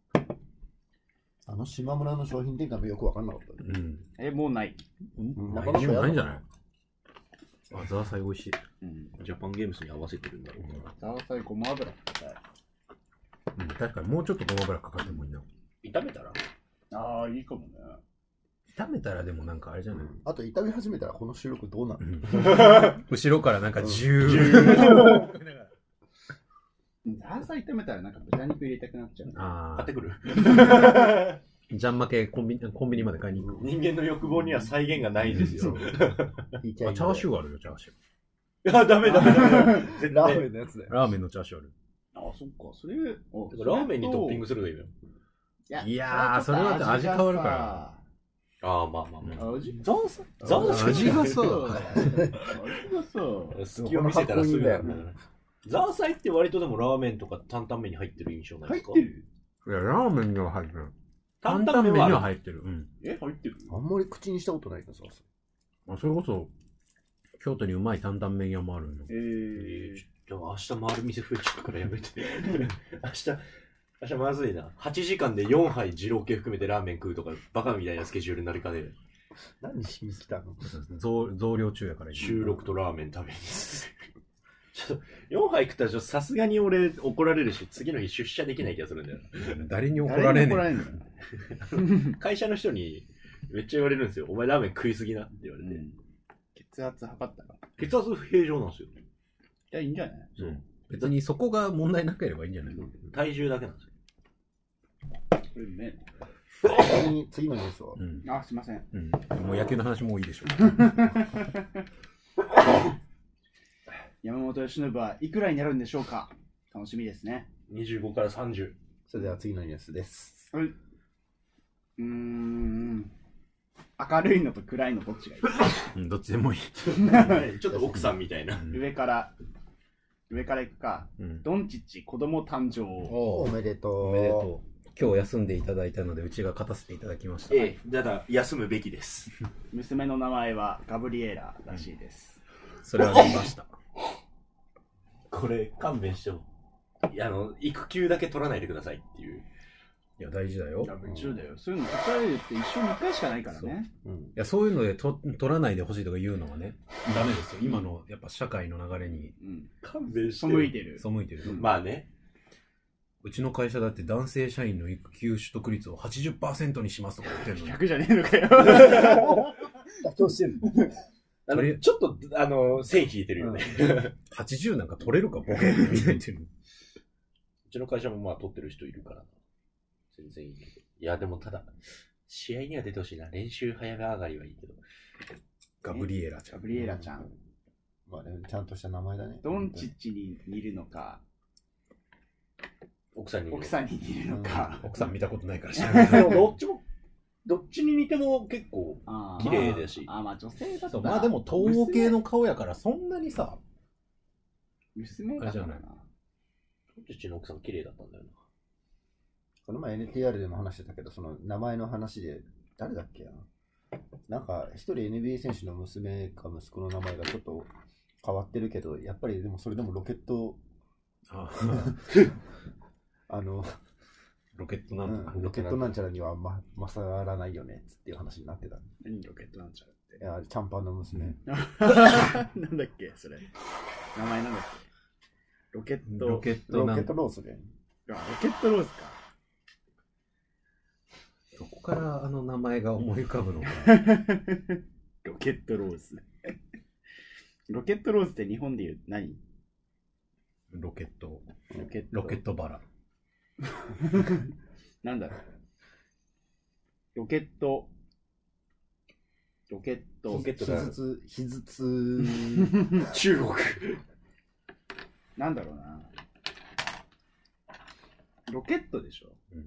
S3: あの島村の商品展開もよくわかんなかったね。
S1: うん。
S2: え、もうない。
S3: ん
S1: まあいいもないんじゃないあ、ザーサイ美味しい。
S2: うん。
S4: ジャパンゲームスに合わせてるんだろうな。
S2: ザーサイごま油かけたい。
S1: うん、確かにもうちょっとごま油かかってもいいな。
S4: 炒めたら
S2: ああ、いいかも ね。
S1: 炒めたらでもなんかあれじゃない、
S3: あと、炒め始めたらこの収録どうなる
S1: 後ろからなんかジュー。
S2: ザーサイ炒めたらなんか豚肉入れたくなっちゃう。
S1: ああ
S4: 買って、 くる
S1: ジャン負けコンビニコンビニまで買いに行く。
S4: 人間の欲望には再現がないですよ。
S3: いいキャ
S1: あ
S3: リ
S1: チャーシ
S3: ー
S1: ューあるよ、チャーシュー。
S4: いや、ダメダメ ダメ。
S3: でラーメンのやつだよ。
S1: ラーメンのチャーシューある。
S2: ああ、そっか、それ、ラ
S4: ラーメンにトッピングするのいいのよ。
S1: いやーそれはだって味変わるから
S4: ああ、まあまあまあ。
S2: ら。味
S4: ザーサザーサ
S1: 味が
S2: そ
S1: そうう
S2: 味がそう。
S4: 隙を見せたらすぐだ
S3: この
S4: ね。ザーサイって割とでもラーメンとか担々麺に入ってる印象ないで
S2: 入
S4: すか
S2: ってる
S1: いや、ラーメンには入ってる。
S4: 担
S1: 担
S4: 々
S1: 々
S4: 麺
S1: 麺には
S4: はある
S1: 入ってる。うん。
S2: え、入ってる
S3: あんまり口にしたことないけどさ。
S1: まあ、それこそ、京都にうまい担々麺屋もあるの。
S2: え
S4: えー
S2: ー
S4: ちょっと明日回る店増えちゃうからやめて。 明日、明日まずいな。8時間で4杯二郎系含めてラーメン食うとか、バカみたいなスケジュールになりかねる。
S3: 何しに来たの
S1: 増増量中やから今
S4: 収録とラーメン食べに。ちょっと4杯食ったらちょっとさすがに俺怒られるし、次の日出社できない気がするんだよな。
S1: 誰に怒られ
S2: 誰に
S1: ね
S2: 怒
S1: え
S2: られんの
S4: 会社の人にめっちゃ言われるんですよ。お前ラーメン食いすぎなって言われて。
S2: 血圧測ったら。い
S4: 血圧平常なんですよ。
S2: や、いいんじゃない
S4: そう
S1: うん別にそこが問題なければいいんじゃないの
S4: 体重だけなんですよ。
S2: これうめえ
S3: 次に次のニュースは
S1: う。ん。
S2: なあ、すいません。
S1: うん。もう野球の話もういいでしょ。
S2: 山本由伸はいくらになるんでしょうか楽しみですね。
S4: 25から30。
S3: それでは次のニュースです。
S2: はい。うーん。明るいのと暗いのどっちがいい
S1: うん、どっちでもいい。
S4: ちょっと奥さんみたいな。
S1: うん
S2: 上から上から行くか。
S1: うん。
S2: ドンチッチ子供誕生。
S1: お
S3: お
S1: う
S3: めでとう。
S1: おめでとう。今日休んでいただいたので、うちが勝たせていただきました。
S4: ええ、ただ、休むべきです。
S2: 娘の名前はガブリエラらしいです。
S1: それは見ました。
S4: これ、勘弁しても。いや、あの、育休だけ取らないでくださいっていう。
S1: いや、大事だよ。い
S2: やべ、10だよ。そういうの、怒られるって一生に1回しかないからね。
S3: うん。
S1: や、そういうのでと取らないでほしいとか言うのはね、ダメですよ。今の、やっぱ社会の流れに
S2: うん。
S4: 勘弁して
S2: 背
S4: よ
S2: いてる。
S1: 背いてる。
S4: まあね。
S1: うちの会社だって男性社員の育休取得率を80%にしますとか言ってるのに。
S2: 100じゃねえのかよ。
S3: 妥協してる。
S4: あ
S1: とりあえ
S4: の、
S1: ず
S4: ちょっと、あの、線引いてるよね。
S1: 80なんか取れるかボケって言ってる。
S4: うちの会社もまあ取ってる人いるから。全然いいけど。いや、でもただ、試合には出てほしいな。練習早め上がりはいいけど。
S1: ガブリエラちゃ
S2: ガ
S1: ん。
S2: ブリエラちゃん。
S3: まあね、ちゃんとした名前だね。
S2: ドンチッチに似るのか、
S4: 奥さんに。
S2: 奥さんに似るのか。
S1: 奥さん見たことないから知ら
S4: で
S1: ない。
S4: もどっちも、どっちに似ても結構
S2: あー
S4: 綺麗だし。
S2: あー、まあ女性だった
S1: そう
S2: ら。
S1: まあでも東欧系の顔やからそんなにさ、
S2: 娘。娘だからな。
S4: うちの奥さん綺麗だったんだよな。
S3: この前 NTR でも話してたけど、その名前の話で、誰だっけななんか、一人 NBA 選手の娘か息子の名前がちょっと変わってるけど、やっぱりでもそれでもロケット、
S1: あ
S3: あの、
S1: ロケットな
S3: うん
S1: だ。
S3: んロケットなんちゃらにはま勝らないよねっつっていう話になってた。い
S2: 何ロケットなんちゃらって。
S3: や、チャンパンの娘。
S2: なんだっけそれ。名前なんだっけロケット。
S1: ロケット
S3: ロ
S1: な
S3: ケ
S1: ん
S3: ットロースで。
S2: あロケットローズか。
S1: どこからあの名前が思い浮かぶのか。
S2: ロケットローズ。ロケットローズって日本で言う何
S1: ロケット、
S2: ロケット。
S1: ロケットバラ。
S2: なんだろう。ロケット。ロケット
S4: ロ。ケット
S3: 手
S4: が
S3: 術、手術、
S4: 中国。
S2: なんだろうな。ロケットでしょ
S1: うん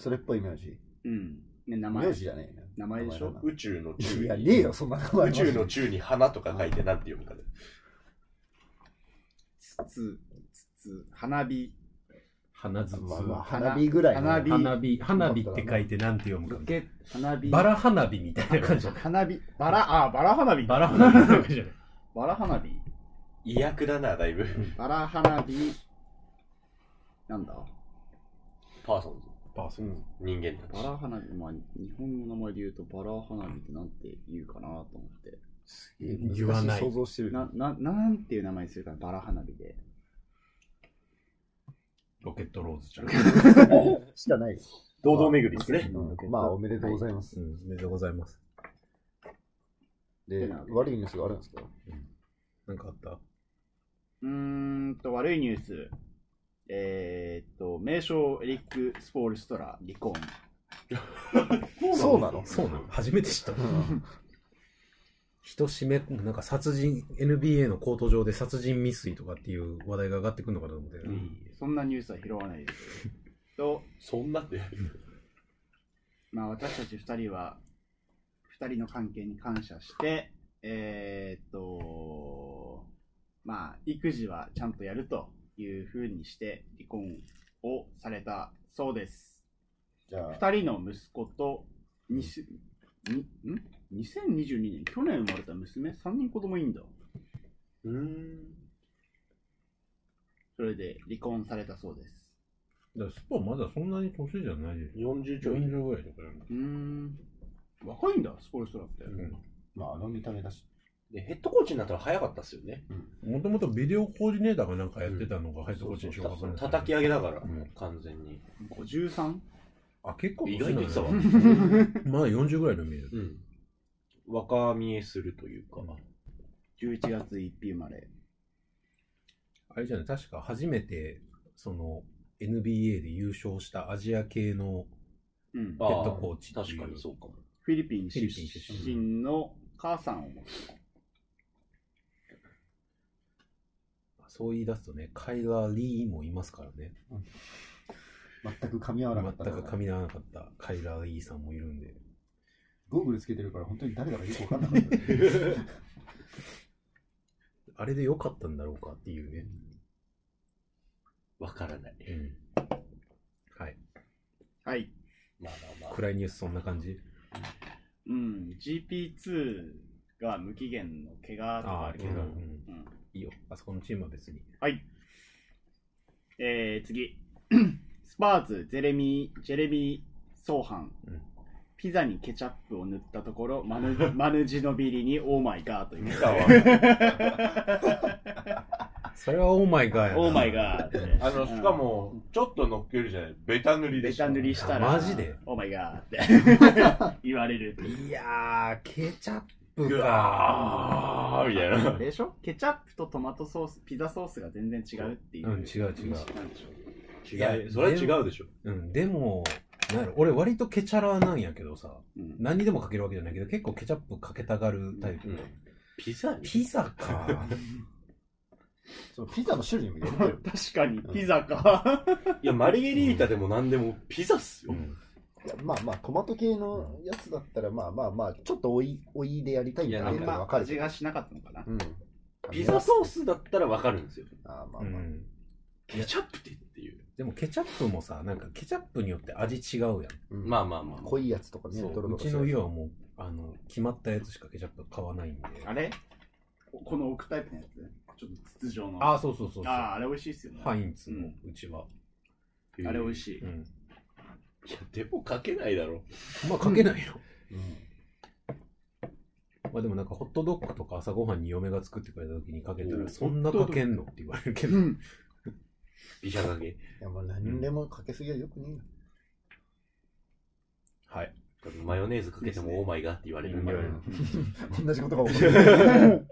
S3: それっぽい名字。
S2: うん。ね、名前
S3: 名。字じゃないね。
S2: 名前でしょ
S3: 名
S4: 宇宙の
S3: 前
S4: 宙
S3: いや、ね
S4: に。
S3: えよ、そんな名前。
S4: 宇宙の宙に花とか書いてなんて読むかで。
S2: つつ、つつ、花火。
S1: 花筒。
S3: まあまあ、
S1: 花
S3: 花火ぐらいの。
S2: 花火
S1: 火、花火って書いてなんて読む
S2: ロ
S1: か。
S2: ケット、花火。
S1: バラ花火みたいな感じ。
S2: 花火。バラ、ああ、バラ花火。
S1: バラ花火なわけじゃない。
S2: バラ花火。
S4: 威訳だな、だいぶ。
S2: バラ花火。なんだ
S4: パーソンズ。
S1: パーソンズ。
S4: 人間た
S2: バ
S4: ち。
S2: ラ花火。まあ、日本の名前で言うと、バラ花火ってなんて言うかなと思って。
S1: 言わない
S3: 想像してる。
S2: な、な、なんていう名前にするかな、バラ花火で。
S1: ロケットローズちゃん。
S3: しかない。
S4: 堂々巡りですね。
S3: うんまあ、おめでとうございます。
S1: うん、おめでとうございます。
S3: で、悪いニュースがあるんですか
S1: なんかあった
S2: うーんと、悪いニュース。えー、っと、名将エリック・スポールストラ、離婚。
S3: そうなの
S1: そうなの初めて知った。人締め、なんか殺人、NBA のコート上で殺人未遂とかっていう話題が上がってくるのかと思って。
S4: うん
S2: そんなニュースは拾わないです。と、
S4: そんなって。
S2: まあ、私たち二人は、二人の関係に感謝して、えー、っと、まあ、育児はちゃんとやるというふうにして離婚をされたそうです。
S3: じゃあ、
S2: 二人の息子と、にしにん2022年、去年生まれた娘、三人子供いんだ。
S4: うーん。
S2: それで離婚されたそうです。
S1: だからスポまだそんなに年じゃないでし
S4: 40
S1: ょ。
S4: 兆円。
S1: 40ぐらいとかや
S2: うーん。若いんだ、スポルストラって。
S3: まあ、あの見た目だし。
S4: で、ヘッドコーチになったら早かったっすよね。
S1: うん。もともとビデオコーディネーターがなんかやってたのがヘッドコーチに昇格
S4: そ
S1: され
S4: う
S1: た
S4: 叩き上げだから
S1: うん、
S4: 完全に。
S2: 53?
S1: あ、結構
S4: 意外と言ってたわ。
S1: まだ40ぐらいの見える。
S4: うん。若見えするというか。
S2: 11月1日生まれ。
S1: あれじゃない、確か初めて、その、NBA で優勝したアジア系の
S2: うん。
S1: ヘ
S4: あ
S1: ッドコーチってい
S4: 確
S1: う
S4: かにそうかも。
S2: フィリピン出
S1: フィリピン出
S2: 身の母さんを持つ。
S1: そう言い出すとね、カイラ・リーもいますからね。
S3: 全く噛み合わなか
S1: 全
S3: っ
S1: く
S3: たな。
S1: 噛み合わなかったカイラ・リーさんもいるんで。
S3: ゴーグルつけてるから、本当に誰だかよくわかんなかった。
S1: あれで良かったんだろうかっていうね。
S4: わからない。
S1: うん。はい。
S2: はい。
S4: まあまあまあ。
S1: 暗いニュースそんな感じ
S2: うん、GP2 が無期限の怪我とかあるけ
S1: う
S2: ど、
S4: あー怪
S1: ん。
S2: う
S4: 我
S2: ん
S1: いいよ。あそこのチームは別に。
S2: はい。えー、次。 スパーズ、ゼレミー、ジェレミー・ソーハン。
S1: うん
S2: ピザにケチャップを塗ったところ、マヌ マヌジのビリにオーマイガーという。
S4: たわ。
S1: それはオーマイガーやな。
S2: オーマイガー。
S4: あの、しかも、ちょっと乗っけるじゃない。ベタ塗りで
S2: ベ
S4: しょ
S2: タ塗りしたら、
S1: マジで
S2: オーマイガーって言われる。
S1: いやー、ケチャップ
S4: う
S1: か。
S4: わーみたいな。
S2: でしょケチャップとトマトソース、ピザソースが全然違うっていう。
S1: うん、違う違う。
S2: なんでしょう
S1: いや
S4: 違う。それは違うでしょ。
S1: うん、でも、なんやろ俺割とケチャラなんやけどさ、
S2: うん
S1: 何にでもかけるわけじゃないけど、結構ケチャップかけたがるタイプ。
S4: うんピザに
S1: ピザか。
S3: そのピザの種類も入れるよ。
S2: 確かに、ピザか。
S4: いや、マルゲリータでも何でもピザっす
S1: う
S4: よ。
S1: ん、
S3: いや まあまあ、トマト系のやつだったら、まあまあまあ、ちょっとおい、おいでやりたいんだなってのはわ
S2: まあ、
S3: かる
S2: 味がしなかったのかな。
S3: うん。
S4: ピザソースだったらわかるんですよ。
S3: あーまあ
S1: う
S3: まあ。
S1: ん。
S4: ケチャップってっていう。
S1: でもケチャップもさ、なんかケチャップによって味違うやん。
S3: うん
S4: まあまあまあ。
S3: 濃いやつとかね、
S1: そう
S3: ドロド
S1: う
S3: ロす
S1: ち
S3: る
S1: の家はもう、あの、決まったやつしかケチャップ買わないんで。
S2: あれこの置くタイプのやつちょっと筒状の。
S1: あ、そうそうそうそう。
S2: あーあれ美味しいっすよね。
S1: ハインツのうちは。
S2: あれ美味
S4: い。
S2: しい。
S1: うん。
S4: いや、でもかけないだろ。
S1: まあかけないよ。
S3: うん
S1: まあでもなんかホットドッグとか朝ごはんに嫁が作ってくれた時にかけた
S4: お
S1: ら、
S4: う
S1: そんなかけんのって言われるけど
S2: う。ん。
S4: ピザかけ。
S3: いやもう何でもかけすぎはよくねえよ
S1: はい。
S4: マヨネーズかけてもオーマイガーって言われるんだよ
S1: うん
S3: 同じことが起こ る。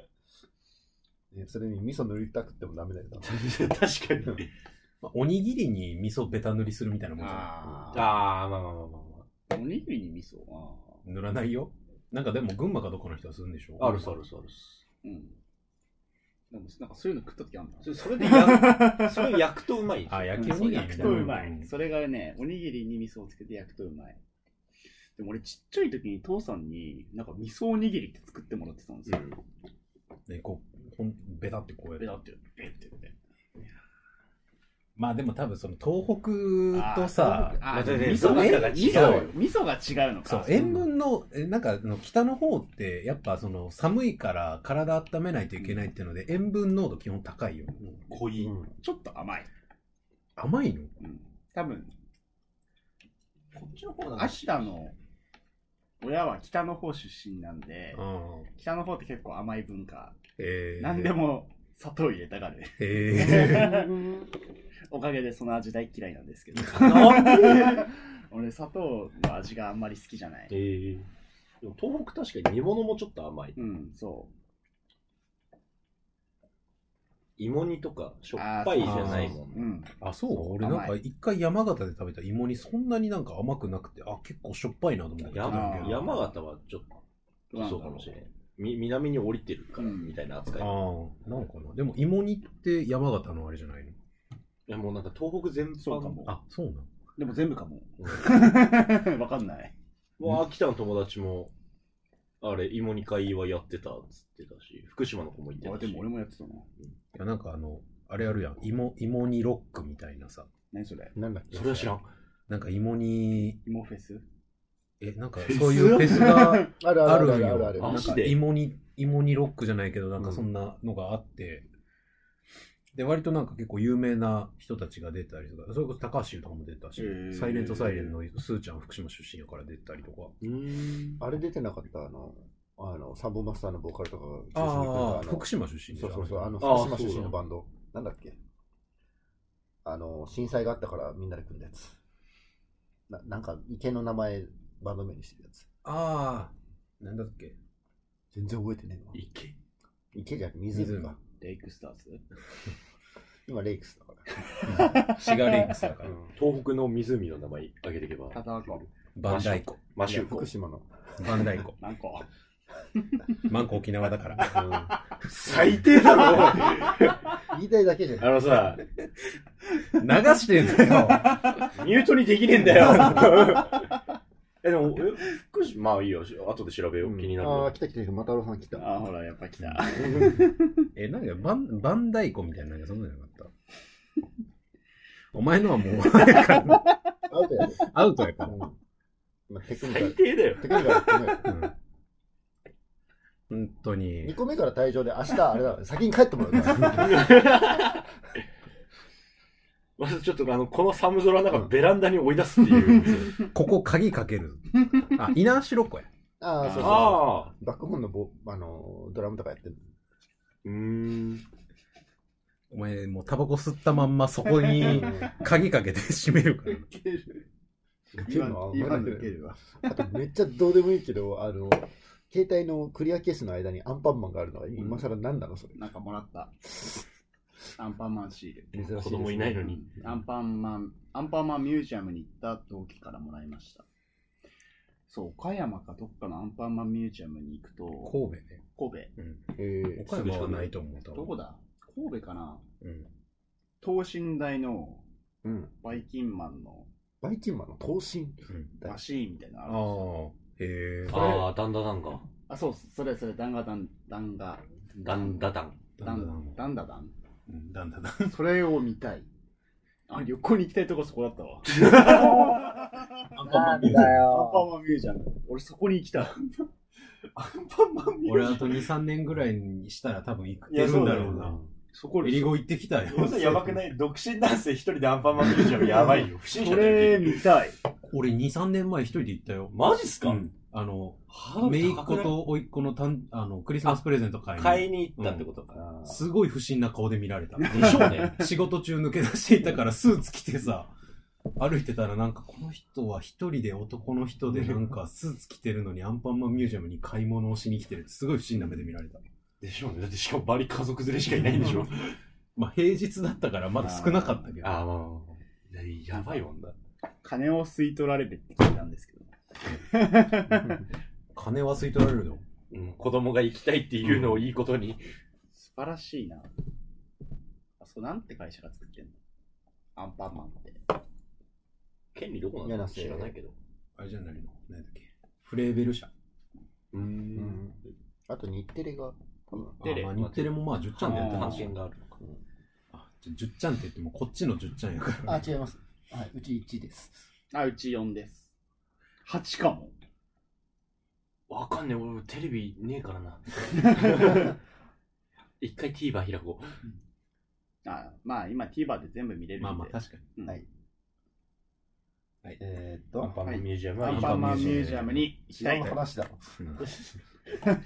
S3: ねそれに味噌塗りたくってもダメだよな。
S4: 確かに。
S1: まあ、おにぎりに味噌ベタ塗りするみたいなもんじゃない
S2: あ
S4: あー、まあまあまあま
S2: あ。おにぎりに味噌ああ。
S1: 塗らないよ。なんかでも群馬かどこの人はするんでしょ
S4: あまあ。あるっすあるっすあるっす。
S2: うん。でも、なんかそういうの食った時あるんだ。
S4: それそれでや、それ焼くとうまいんですよ
S1: あ、焼きお
S2: そう
S1: にぎり
S2: 焼
S1: み
S2: く
S1: た
S2: と
S1: いうな
S2: まい。それがね、おにぎりに味噌をつけて焼くとうまい。でも俺ちっちゃい時に父さんになんか味噌おにぎりって作ってもらってたんですよ。
S1: で、こう、ほん、ベタってこうやっ
S2: ベ
S1: て。
S2: タって、ベってって。
S1: まあでも多分その東北とさ、
S2: あー、
S4: またね
S2: 味噌が
S1: そ
S2: 違
S1: の
S2: う。味
S1: そ
S2: 噌
S1: う
S2: 味噌が違うのか。
S1: そう、塩分の、えなんかあの北の方って、やっぱその寒いから体温めないといけないっていうので、塩分濃度基本高いよ。
S4: 濃い。
S2: ちょっと甘い。
S1: 甘いの
S2: うん。多分、
S4: こっちの方なんだ
S2: 秋田の親は北の方出身なんで、
S1: あ
S2: 北の方って結構甘い文化、
S1: えー、
S2: 何で。も砂糖入れたがる
S1: え
S2: おかげでその味大嫌いなんですけど俺砂糖の味があんまり好きじゃない
S4: えーでも東北確かに煮物もちょっと甘い。
S2: うんそ
S4: 芋煮とかしょっぱいじゃないもん
S2: うう
S4: ね。
S2: ん
S1: ー、あ、そう俺なんか
S2: 甘
S1: 一回山形で食べた芋にそんなになんか甘くなくて、あ、結構しょっぱいなと思って。
S4: 山
S2: あー
S4: 山形はちょっとそうかもしれない。み南に降りてるから
S2: うん
S4: みたいな扱い。
S1: ああ、なのかな。でも、芋煮って山形のあれじゃないの
S4: いやもうなんか東北全
S2: そうか
S4: 般
S2: も
S1: あ、そうなの
S2: でも全部かもわかんない
S4: もう秋田の友達も、あれ、芋煮会はやってたっつってたし、福島の子も言って
S2: あ
S4: たし。
S2: でも俺もやってたない
S1: や、なんかあの、あれあるやん。芋、芋煮ロックみたいなさ。
S2: 何それ
S3: なんだっけ
S4: それは知らん。
S1: なんか芋煮、
S2: 芋フェス
S1: え、なんか
S4: フェス
S1: そういうフェスが
S3: ある
S1: あ
S3: あ
S1: る
S3: る
S1: ん
S3: あるあ
S1: よ。
S3: る
S1: な
S3: あ
S1: ん
S3: る。
S4: マ
S1: か
S4: ジで
S1: 芋煮、芋煮ロックじゃないけど、なんかそんなのがあって、で、割となんか結構有名な人たちが出たりとか、それこそ高橋優とかも出たし
S2: へ、ー
S1: サイレントサイレンのスーちゃん福島出身やから出たりとか。
S4: うーん。
S3: あれ出てなかった、あの、あのサンボマスターのボーカルとかが中心に来る
S1: ああ、
S3: の
S1: 福島出身でし
S3: そ
S1: ょ
S3: うそうそう、あの、
S4: あー
S3: 福島出
S4: そう
S3: 身
S4: だ
S3: のバンド。なんだっけあの、震災があったからみんなで組んだやつ。ななんか、池の名前、バンド名にしてるやつ。
S1: ああ、なんだっけ。
S3: 全然覚えてねえの。
S4: いけ。
S3: 池じゃなくて湖
S1: 湖
S3: か。
S2: レイクスターズ
S3: 今、レイクスだか。
S1: シガレイクスだからら。
S4: 東北の湖の名前あげていけば。
S2: 田沢湖
S1: バンダイコ。
S4: マ
S3: い
S4: シ
S3: や
S4: ューコ
S3: 福。島の。
S1: バンダイコ。
S2: 何個
S1: マンコ沖縄だから。
S4: 最低だろ
S3: 言いたいだけじゃ
S4: あ
S3: ん。
S4: のさ、
S1: 流してんだよ。
S4: ミュートにできねえんだよ。え、でも、え福島、まあいいよ、後で調べよ
S1: う
S4: う。
S1: ん
S4: 気になる
S3: ああ、
S4: わ。
S3: 来た来た来た、またろうさん来た。
S2: あー、ほら、やっぱ来た。
S1: え、なんかバン、バンダイコみたいな、なんかそんなのなかった。お前のはもう、あれや から
S3: アウトやで。
S1: アウトやか
S3: う
S1: ら。
S3: んまあ、テクニカ
S4: 最
S3: ル。
S4: 低だよ。
S3: テクニカルやってね。
S1: うん本当に
S3: 2。個目から退場で、明日あれだ、先に帰ってもらうから。
S4: まずちょっとあの、この寒空の中、ベランダに追い出すっていう。
S1: ここ鍵かける。あ、稲ナーシロコや。
S3: ああ、そうそうそ
S4: ああ。
S3: う。バックホーンのボあのドラムとかやってる。
S4: うーん。
S1: お前、もうタバコ吸ったまんまそこに鍵かけて閉めるから。
S2: 今、今
S3: 今
S2: 抜けるわ。
S3: あとめっちゃどうでもいいけど、あの、携帯のクリアケースの間にアンパンマンがあるのは今更なんだろう、それ。
S2: なんかもら った。アンパンマンシール。
S3: 珍しいですね
S4: 子供いないのに。
S2: アンパンマン、アンパンマンミュージアムに行った同期からもらいました。そう、岡山かどっかのアンパンマンミュージアムに行くと、
S1: 神戸ね。
S2: 神
S1: うん。
S3: えー
S1: 岡山はないと思う。多
S2: 戸、
S1: 分
S2: どこだ神戸かな
S1: うん。
S2: 等身大の
S3: うん。
S2: バイキンマンの
S3: バイキンマンの刀身。
S1: うん、
S2: マシーンみたいなのあ
S1: あ
S2: るんですよ
S1: あ。へえ。
S4: ああ、だんだなんか。
S2: あ、そうっす、それそれ、ダンガダン、ダンガ、
S4: だんだだん。
S2: ダ
S1: だんだ
S2: ン、ダンダダン。
S1: うんだんだだ。
S2: それを見たい。あ、旅行に行きたいとこそこだったわ。
S5: な
S1: アン
S5: んだ
S2: アンパン
S5: よ。
S2: マンミュージアム。俺そこに行きたい。アンパンマンミュー
S1: 俺
S2: ジアム。
S1: あと2、3年ぐらいにしたら多分行けるんだろうな。
S2: そこ
S1: エリゴ行ってきたよ。い。
S4: い独身男性一人でアンパンマンミュージアムやばいよ。不審
S2: それ見たい。
S1: 俺2、3年前一人で行ったよ。
S4: マジっすか
S1: うんあの、
S4: ハードル
S1: 姪っ子
S4: 高くない
S1: と甥っ子のたんあのクリスマスプレゼント買いに。
S4: 買いに行ったってことか。
S1: すごい不審な顔で見られた。
S4: でしょうね。
S1: 仕事中抜け出していたからスーツ着てさ、歩いてたらなんかこの人は一人で男の人でなんかスーツ着てるのにアンパンマンミュージアムに買い物をしに来てる。すごい不審な目で見られた。
S4: でしょうね。だってしかもバリ家族連れしかいないんでしょ。
S1: まあ平日だったからまだ少なかったけど。
S4: ああ、まあまあまあ。いややばいもんだ。
S2: 金を吸い取られるって聞いたんですけど。
S1: 金は吸い取られるよ。
S4: うん、子供が行きたいっていうのをいいことに。
S2: 素晴らしいな。あ、そう、なんて会社が作ってんのアンパンマンって。
S4: 権利どこなのか知らないけど。
S1: あれじゃないの何だっけフレーベル社。
S4: うー。
S3: うんん。あと日テレが、多分。
S4: テレ
S1: あまあ日テレもまあ10チャンネルやって
S4: 半
S1: ま
S2: あ
S1: す
S4: 券があるのか。
S1: あ、じゃあ10チャンって言ってもこっちの10チャンやから。
S3: あ、違います。はい、うち1です。
S2: あ、うち4です。8か も。
S4: わかんねえ、俺テレビねえからな。一回 TVer 開こう。
S2: あ、まあ今 TVer で全部見れるんで。
S1: まあまあ確かに。
S2: うん
S3: はいえーっ
S4: アン
S3: と、
S4: パンマンミュージアムは
S2: ア
S4: いい
S2: ン
S4: よ
S2: パンマンミュージアムに行きた
S3: 違
S2: いうと。
S3: 話だろ。
S4: 離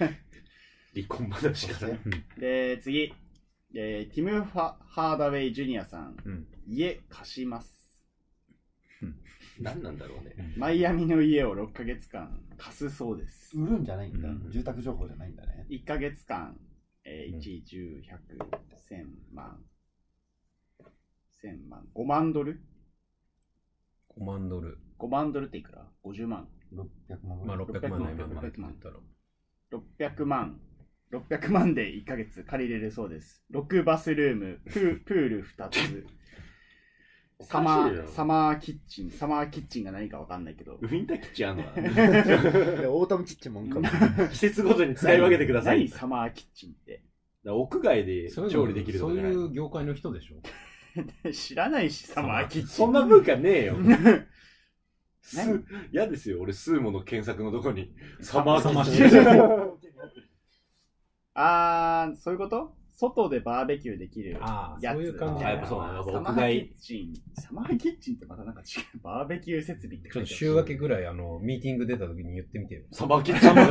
S4: 婚話から。
S2: で、次。えーティム・ファハーダウェイ・ジュニアさん。
S1: うん
S2: 家貸します。
S4: 何なんだろうね。
S2: マイアミの家を6ヶ月間貸すそうです。
S3: 売るんじゃないんだ、
S1: うん
S3: 住宅情報じゃないんだね。
S2: 1ヶ月間、え
S1: う
S2: ー、
S1: ん
S2: 1、10、100、1000万。1000万。5万ドル
S1: 5万ドル。
S2: ?5 万ドルっていくら ?50 万。
S3: 600万ぐ
S1: ま
S3: ら
S1: あ
S3: い。
S1: 600万の今
S2: 600
S1: まで
S2: 万
S1: って言ったら。
S2: 600万。600万で1ヶ月借りれるそうです。6バスルーム、プープール2つ。サマ
S4: おかしいよ
S2: ー、サマーキッチン。サマーキッチンが何かわかんないけど
S4: ウ。ィンターキッチンあんの か
S3: いやオータムキッチンもんかも。
S4: な季節ごとに使い分けてください。
S2: 何
S4: だか
S2: サマーキッチンって。
S4: ら屋外で
S1: そういうの
S4: 調理できると
S1: そう
S4: かじゃないいう
S1: 業界の人でしょ
S2: 知らないし、サマーキッチン。
S4: そん な文化ねえよ。す
S2: 何
S4: 嫌ですよ、俺、スーモの検索のとこに。サマーキ
S1: サマ
S4: ッ
S1: ー
S4: チ
S1: キ
S4: ン。
S2: あー、そういうこと外でバーベキューできる。
S1: ああ、
S2: やつ
S1: そういう感じ
S4: あやっぱそうなんだやっ
S2: サ
S4: ぱ
S2: マ
S4: 屋
S2: ー
S4: 外
S2: キッチン。サマーキッチンってまたなんか違う。バーベキュー設備って
S1: ち
S2: 書
S1: ょっ
S2: い
S1: と
S2: て
S1: 週明けぐらい、あの、ミーティング出た時に言ってみてよ。
S4: サマーキッチ
S1: サマ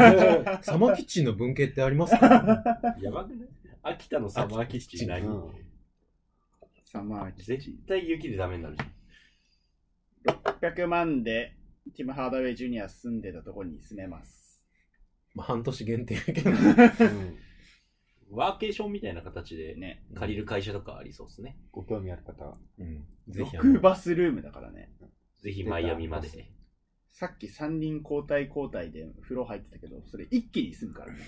S1: ーキッチンの文系ってありますか
S4: ン。やばくない秋田のサマーキッチン
S3: う
S4: 何
S3: ん
S2: あるサマーキッチ
S4: 絶
S2: ン。
S4: 対雪でダメになるじゃん。
S2: 600万で、ティム・ハーダウェイ・ジュニア住んでたところに住めます。
S1: まあ、半年限定やけど。
S3: うん
S4: ワーケーションみたいな形でね、
S2: ね。
S4: 借りる会社とかありそうですね。
S3: ご興味ある方は。
S1: うん。ぜひ、あ
S2: 6
S1: の、
S2: バスルームだからね。
S4: ぜひマイアミまで。
S2: さっき3人交代交代で風呂入ってたけど、それ一気に住むからね。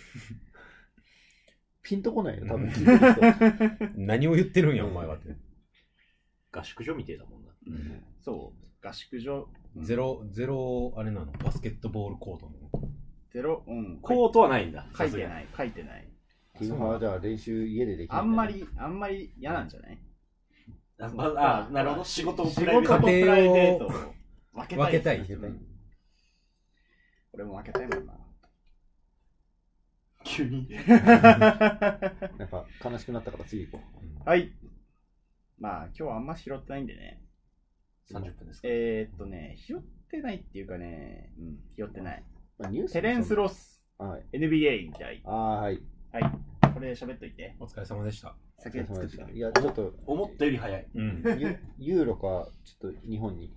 S3: ピンとこないよ、多
S1: う
S3: 分
S1: ん
S3: 聞いてる人。
S1: 何を言ってるんや、お前はって。
S4: 合宿所みてえだもんな。
S2: そう。合宿所。
S1: ゼロ、ゼロ、あれなの、バスケットボールコート
S2: ゼロ、うん。
S4: コートはないんだ。。
S2: 書いてないい、書いてない。
S3: 昨日はじゃあ練習家でできるね
S2: あんま。り、あんまり嫌なんじゃない
S4: あ、まああなるほど。仕事を
S2: 仕事
S4: プライ
S2: とプ
S4: ベート
S1: 家庭を
S2: ライベートを分けたい。
S1: 分けたい
S2: うん俺も分けたいもんな。
S4: 急に。
S3: なんか悲しくなったから次行こ
S2: はい。まあ、今日はあんま拾ってないんでね。
S4: 30分ですか。
S2: えー、っとね、拾ってないっていうかね、うん、拾ってない。
S3: う。まあ、ニュース
S2: テレンス・ロス、
S3: はい。
S2: NBA 引退。
S3: ああ、はい。
S2: はい。これ喋っといて。
S1: お疲れ様でした。
S3: お疲れ
S2: 先
S3: 様
S2: 作っ
S3: で
S2: て
S3: し
S2: く
S3: た
S2: れ
S3: いや、ちょっと、
S4: 思ったより早い。
S1: うん。
S3: ユ ユーロか、ちょっと日本に。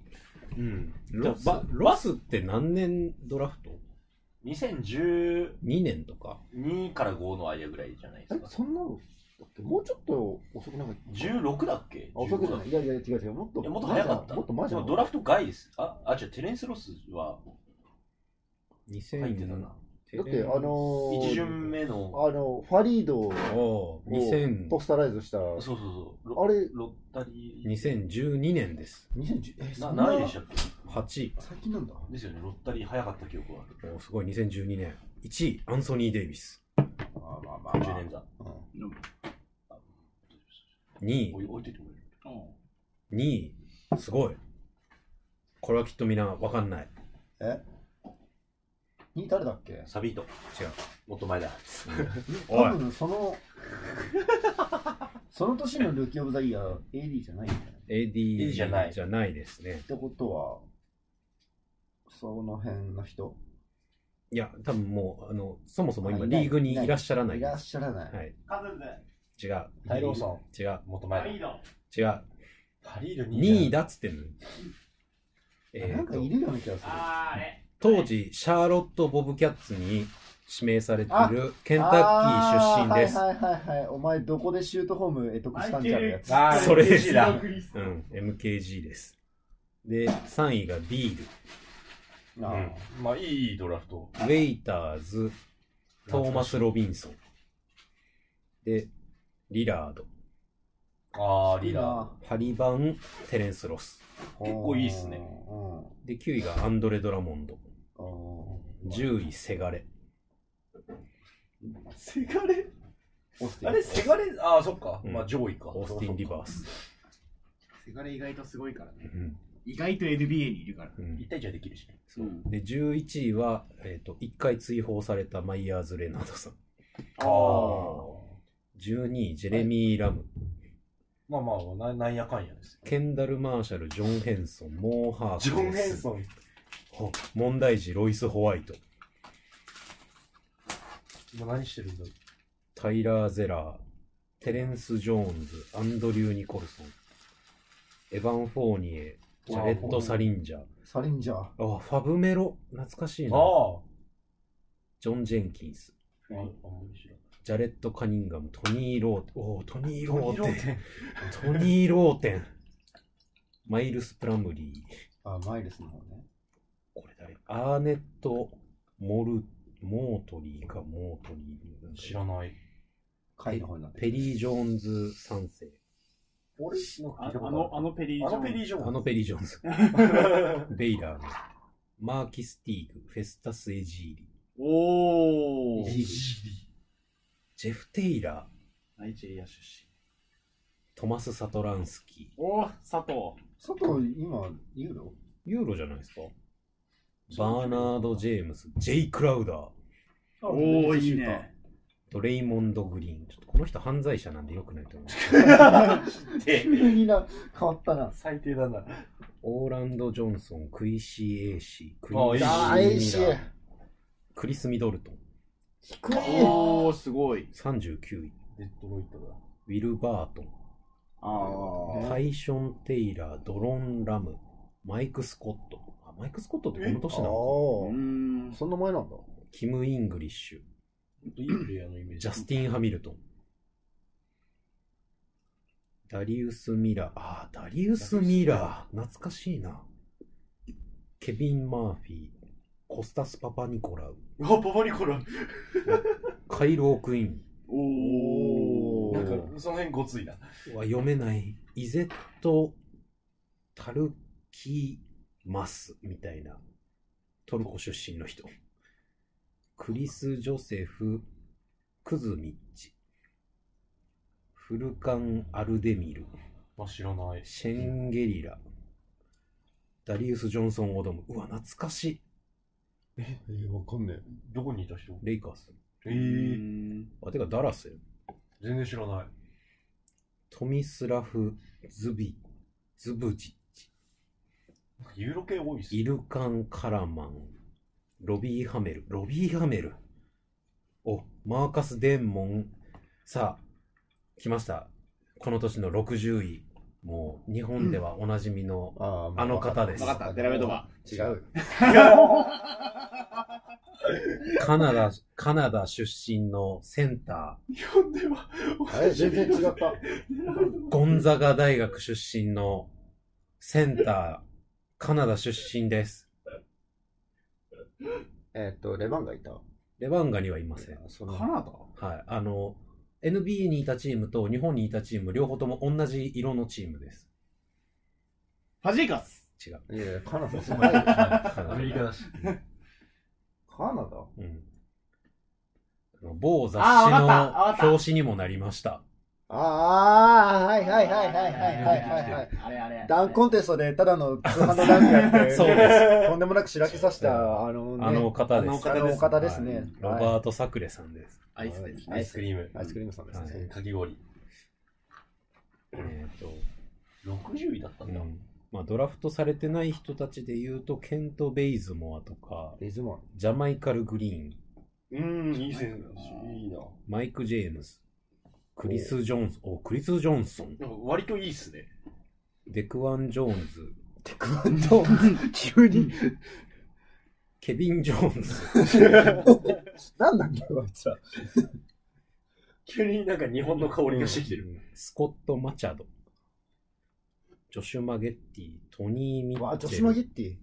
S4: うん。
S1: ロス
S4: じゃあば
S1: ロスって何年ドラフト
S4: 2012
S1: ?2 年とか。
S4: から5の間ぐらいじゃないで
S3: え
S4: す、か。
S3: そんなのだっけもうちょっと遅くなかった
S4: 16だっけ
S3: あ遅くじゃない。
S4: い
S3: いやいや、違う違う。もっと、
S4: や、もっと早かった。
S3: もっと前じゃ
S4: で
S3: ん。
S4: もドラフト外です。あ、あ、違う、テレンス・ロスは
S1: 2000
S4: 入ってたな。
S3: だって、あのー、
S4: 一巡目の、
S3: あの、ファリード
S1: お
S3: を
S1: う2000
S3: ポスタライズした、
S4: そう
S3: あ
S4: そうそう。ロ
S3: れ、
S4: ロッタリー。
S1: 2012年です。
S3: 2010、え、
S4: な
S3: そん
S4: 何位でしたっけ
S1: 8位。
S3: 最近なんだ。
S4: ですよね、ロッタリー早かった記憶はある。
S1: おうすごい、2012年。1位、アンソニー・デイビス。
S3: まあまあま
S4: 10年座。
S3: あ。
S1: 2位
S4: 置、い置いといてもらえる
S2: う
S1: 2位、すごい。これはきっとみんなわかんない。
S3: えに誰だっけ
S4: サビート。
S1: 違う。
S4: もっと前だ。
S1: おい
S3: 多分その、 その年のルーキーオブザイヤー AD じゃないんだよね。
S1: AD
S4: じゃない
S1: じゃないですね
S3: っ。てことは、その辺の人
S1: いや、多分もう、あの、そもそも今
S3: あいない
S1: リーグにいらっしゃらない
S3: い
S1: で
S3: らっ
S1: す。
S3: しゃらない。
S1: はい。
S2: カズル
S1: 違う。
S3: タイローソン。
S1: 違う。
S4: もっと前だ。
S2: ド。
S1: 違う。
S4: パリール
S1: 2位
S4: だ。
S1: だっつってんのよ。え
S3: な
S1: ー
S3: ん
S1: と
S3: かいるような気がする。
S2: あー、あれ。
S1: 当時、シャーロット・ボブキャッツに指名されてるケンタッキー出身です。
S3: あーはいはいはいはい。お前どこでシュートホーム得得したんじゃるやつ。
S4: あ
S1: それです
S4: 1位だ。
S1: うん、MKG です。で、3位がビール、
S3: なあ
S4: まあ、いいドラフト。
S1: ウェイターズ、トーマス・ロビンソン。で、リラード、
S4: ああ、リー
S3: いい
S4: ダー
S3: な。
S1: ハリバン、テレンス・ロス。
S4: 結構いいっすね
S3: うんうん
S1: で、9位がアンドレ・ドラモンド。
S3: うん
S1: 10位、セガレ。
S4: セガレ
S3: オスティン
S4: あれ、セガレああ、そっか。
S1: うん
S4: まあ、上位か。
S1: オースティン・リバース。
S2: セガレ意外とすごいから
S1: う
S2: ね。
S1: ん
S2: 意外と NBA にいるから。
S1: うん
S4: 1対1はできるし。
S1: そうで、11位は、えっと1回追放されたマイヤーズ・レナードさん。
S4: あ
S1: 12位、ジェレミー・ラム。
S4: まあまあ、ななんやかんやですよ。
S1: ケンダル・マーシャル、ジョン・ヘンソン、モー・ハーク
S4: ジョン・ヘンソン。
S1: ン。問題児、ロイス・ホワイト。
S4: 今何してるんだろう。
S1: タイラー・ゼラー、テレンス・ジョーンズ、アンドリュー・ニコルソン、エヴァン・フォーニエ、ジャレット・サリンジャー、
S3: サリンジャー。
S1: あファブメロ、懐かしいな、
S4: あ
S1: ジョン・ジェンキンス、
S4: あ。あ面白い
S1: ジャレット・カニンガム、トニー・ローテン、おートニー・ロ
S4: トニーロ
S1: ー
S4: ー
S1: テン、
S4: テン
S1: トニー・ローテン、マイルス・プラムリー、
S3: あ、マイルスの方ね。
S1: これ誰アーネット・モル、モートリーか、モートリー。
S4: 知らない。
S3: 会の方になって
S1: ペリー・ジョーンズ3世。
S4: 俺
S2: ああの、あのペリー・ジョーンズ
S4: リー・ジョ
S1: あのペリー・ジョーンズ。
S4: ン。
S1: ベイラーの、マーキスティーグ、フェスタス・エジーリ、
S2: おー。
S1: ジェフ・テイラー、
S2: ナイジェリア出身。
S1: トマス・サトランスキー。
S2: おー、佐藤。
S3: 外、今、ユーロ
S1: ユーロじゃないですかバーナード・ジェームス、ジェイ・クラウダー、
S2: おー、いいね。
S1: ドレイモンド・グリーン。ちょっとこの人犯罪者なんで良くないと思う。
S4: で
S3: 急にな、変わったな。
S4: 最低だな。
S1: オーランド・ジョンソン、クイシー・エイシー、ク
S4: あいい
S1: リ
S4: ね
S1: ス・
S4: あ
S3: あ
S1: ミ
S3: ー、
S1: ラ
S3: えいし。
S1: ークリス・ミドルトン、
S3: 低い。
S2: おー、すごい。
S1: 39位、
S4: デッドロイトだ。
S1: ウィル・バートン、
S2: あー。
S1: タイション・テイラー、ドロン・ラム、マイク・スコット。あ、マイク・スコットってこの年なの
S2: うー
S3: あ
S2: ん
S3: あ、。そんな前なんだ。
S1: キム・イングリッシュ、
S4: いいプレイヤーのイメージ。
S1: ジャスティン・ハミルトン。ダリウス・ミラー。ああ、ダリウス・ミラー。懐かしいな。ケビン・マーフィー。コスタス・パパニコラウ。
S4: うわ、パパニコラ。
S1: カイロー・クイーン。
S2: おー。
S4: なんか、その辺ごついな。
S1: うわ、読めない。イゼット・タルキー・マス。みたいな。トルコ出身の人。クリス・ジョセフ・クズミッチ、フルカン・アルデミル、
S4: まあ、知らない。
S1: シェンゲリラ、ダリウス・ジョンソン・オドム。うわ、懐かしい。
S4: え、わかんねえ。どこにいた人
S1: レイカーズ。
S4: え
S2: うー
S4: ー、
S2: ん
S1: あ、てかダラスよ。
S4: 全然知らない。
S1: トミスラフ・ズビ、ズブジッチ、
S4: ユーロ系多いっす
S1: イルカン・カラマン、ロビー・ハメル、ロビー・ハメル。お、マーカス・デンモン。さあ、来ました。この年の60位。もう、日本ではおなじみの、
S3: あーま
S1: あの方です
S2: わかった、デラメドバ。
S3: 違う。
S1: カナダ、カナダ出身のセンタ
S4: 日本では、
S3: あれ全然違った。
S1: ー、ゴンザガ大学出身のセンター、カナダ出身です。
S3: えっと、レバンがいた。
S1: レバンガにはいません。
S3: そ
S2: カ
S3: の
S2: ナダ
S1: はい。あの、NBA にいたチームと日本にいたチーム、両方とも同じ色のチームです。
S2: ハジーカス
S1: 違う。
S3: いやいや、カナダ住まないよ。
S1: アメリカ
S4: だし。
S3: カナダ
S1: うん。あの某雑誌
S2: あーわかったわかった
S1: の表紙にもなりました。
S3: ああ、はいはいはいはいはいはいはいはい。
S2: あれあれ。
S3: ダンコンテストでただの通販のダンクやっ て、
S1: そうです。
S3: とんでもなくしらけさした、あのね、
S1: あの方です。
S3: あの方ですあの方ですね
S1: はいロ
S3: はい
S1: バート・サクレさんです。
S2: アイスです
S4: アイ
S2: ね。
S4: スクリーム。
S3: アイスクリームさんです
S1: は
S3: ね。
S4: かき氷。
S1: えっ、と、
S4: 60位だった
S1: うん
S4: だ。
S1: ん。まあ、ドラフトされてない人たちで言うと、ケント・ベイズモアとか、
S3: リズモン。
S1: ジャマイカル・グリーン、
S4: うん、いい選手。いいな。
S1: マイク・ジェームズ、クリス・ジョンソン、おクリス・ジョンソン、
S4: なんか割といいっす ね。
S1: デクワン・ジョーンズ、
S3: テクワンドーン、急に。
S1: ケビン・ジョー ンズ、
S3: なんなんだよ、あいつら。
S4: 急になんか日本の香りがしてきてる。
S1: スコット・マチャド、ジョシュ・マゲッティ、トニー・ミ
S3: わあ、
S1: ッチ
S3: ジョ
S1: ェル
S3: シュマギッティ。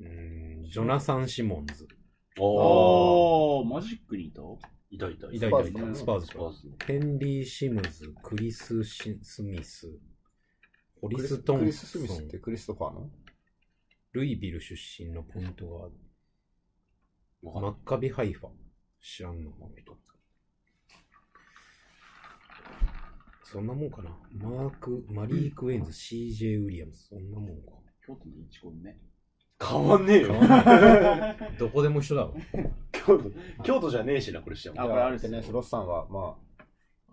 S1: うんジョナサン・シモンズ、
S4: おー。
S2: おー、マジックにいた
S4: いたいた。
S1: いたい
S3: スパ
S1: た
S3: ーズ
S1: い
S3: だ
S1: た、
S3: ね
S1: スパーズ
S4: ス
S1: と
S4: パ
S1: か
S4: ーズ
S1: ヘンリー・シムズ、クリス・シスミス、ホリス・ト
S3: ク
S1: ン
S3: リ
S1: プ
S3: ス・スミス
S1: ソ
S3: っ
S1: ン、
S3: てクリストファーの
S1: ルイビル出身のポイントガード、
S4: わか
S1: マ
S4: んない
S1: ッカビ・ハイファ、知らんの、この人。そんなもんかな。マーク、マリー・クウェインズ、CJ ・ウィリアムズ、そんな もんか。
S2: 京都の一コンね。
S4: 変わんねえよ。
S1: どこでも一緒だわ。
S4: 京都、京都じゃねえしな、これしちゃう。
S2: あこれあるっす
S3: ね。フロスさんは、ま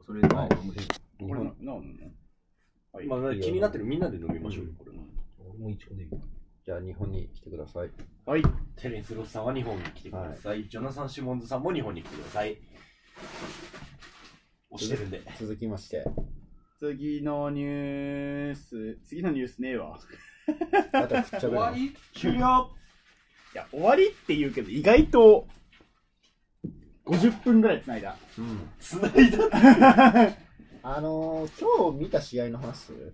S1: それで、
S3: はいあ、日
S2: これな
S3: 本、、
S2: ななんなんはい。
S4: まあ、気になってるみんなで飲みましょうよ、これは。
S1: 俺も一応でいい。
S3: じゃあ日本に来てください。
S2: はい。
S4: テレンス・ロスさんは日本に来てください。ジョナサン・シモンズさんも日本に来てください。押してるんで。
S3: 続きまして、
S2: 次のニュース、次のニュースねえわ。
S3: またくっちゃ
S4: 終
S3: べる
S4: わ
S3: の。
S4: り終了
S2: いや、終わりって言うけど、意外と、50分ぐらい繋いだ。
S3: うん
S4: 繋いだ
S3: あのー、今日見た試合の話する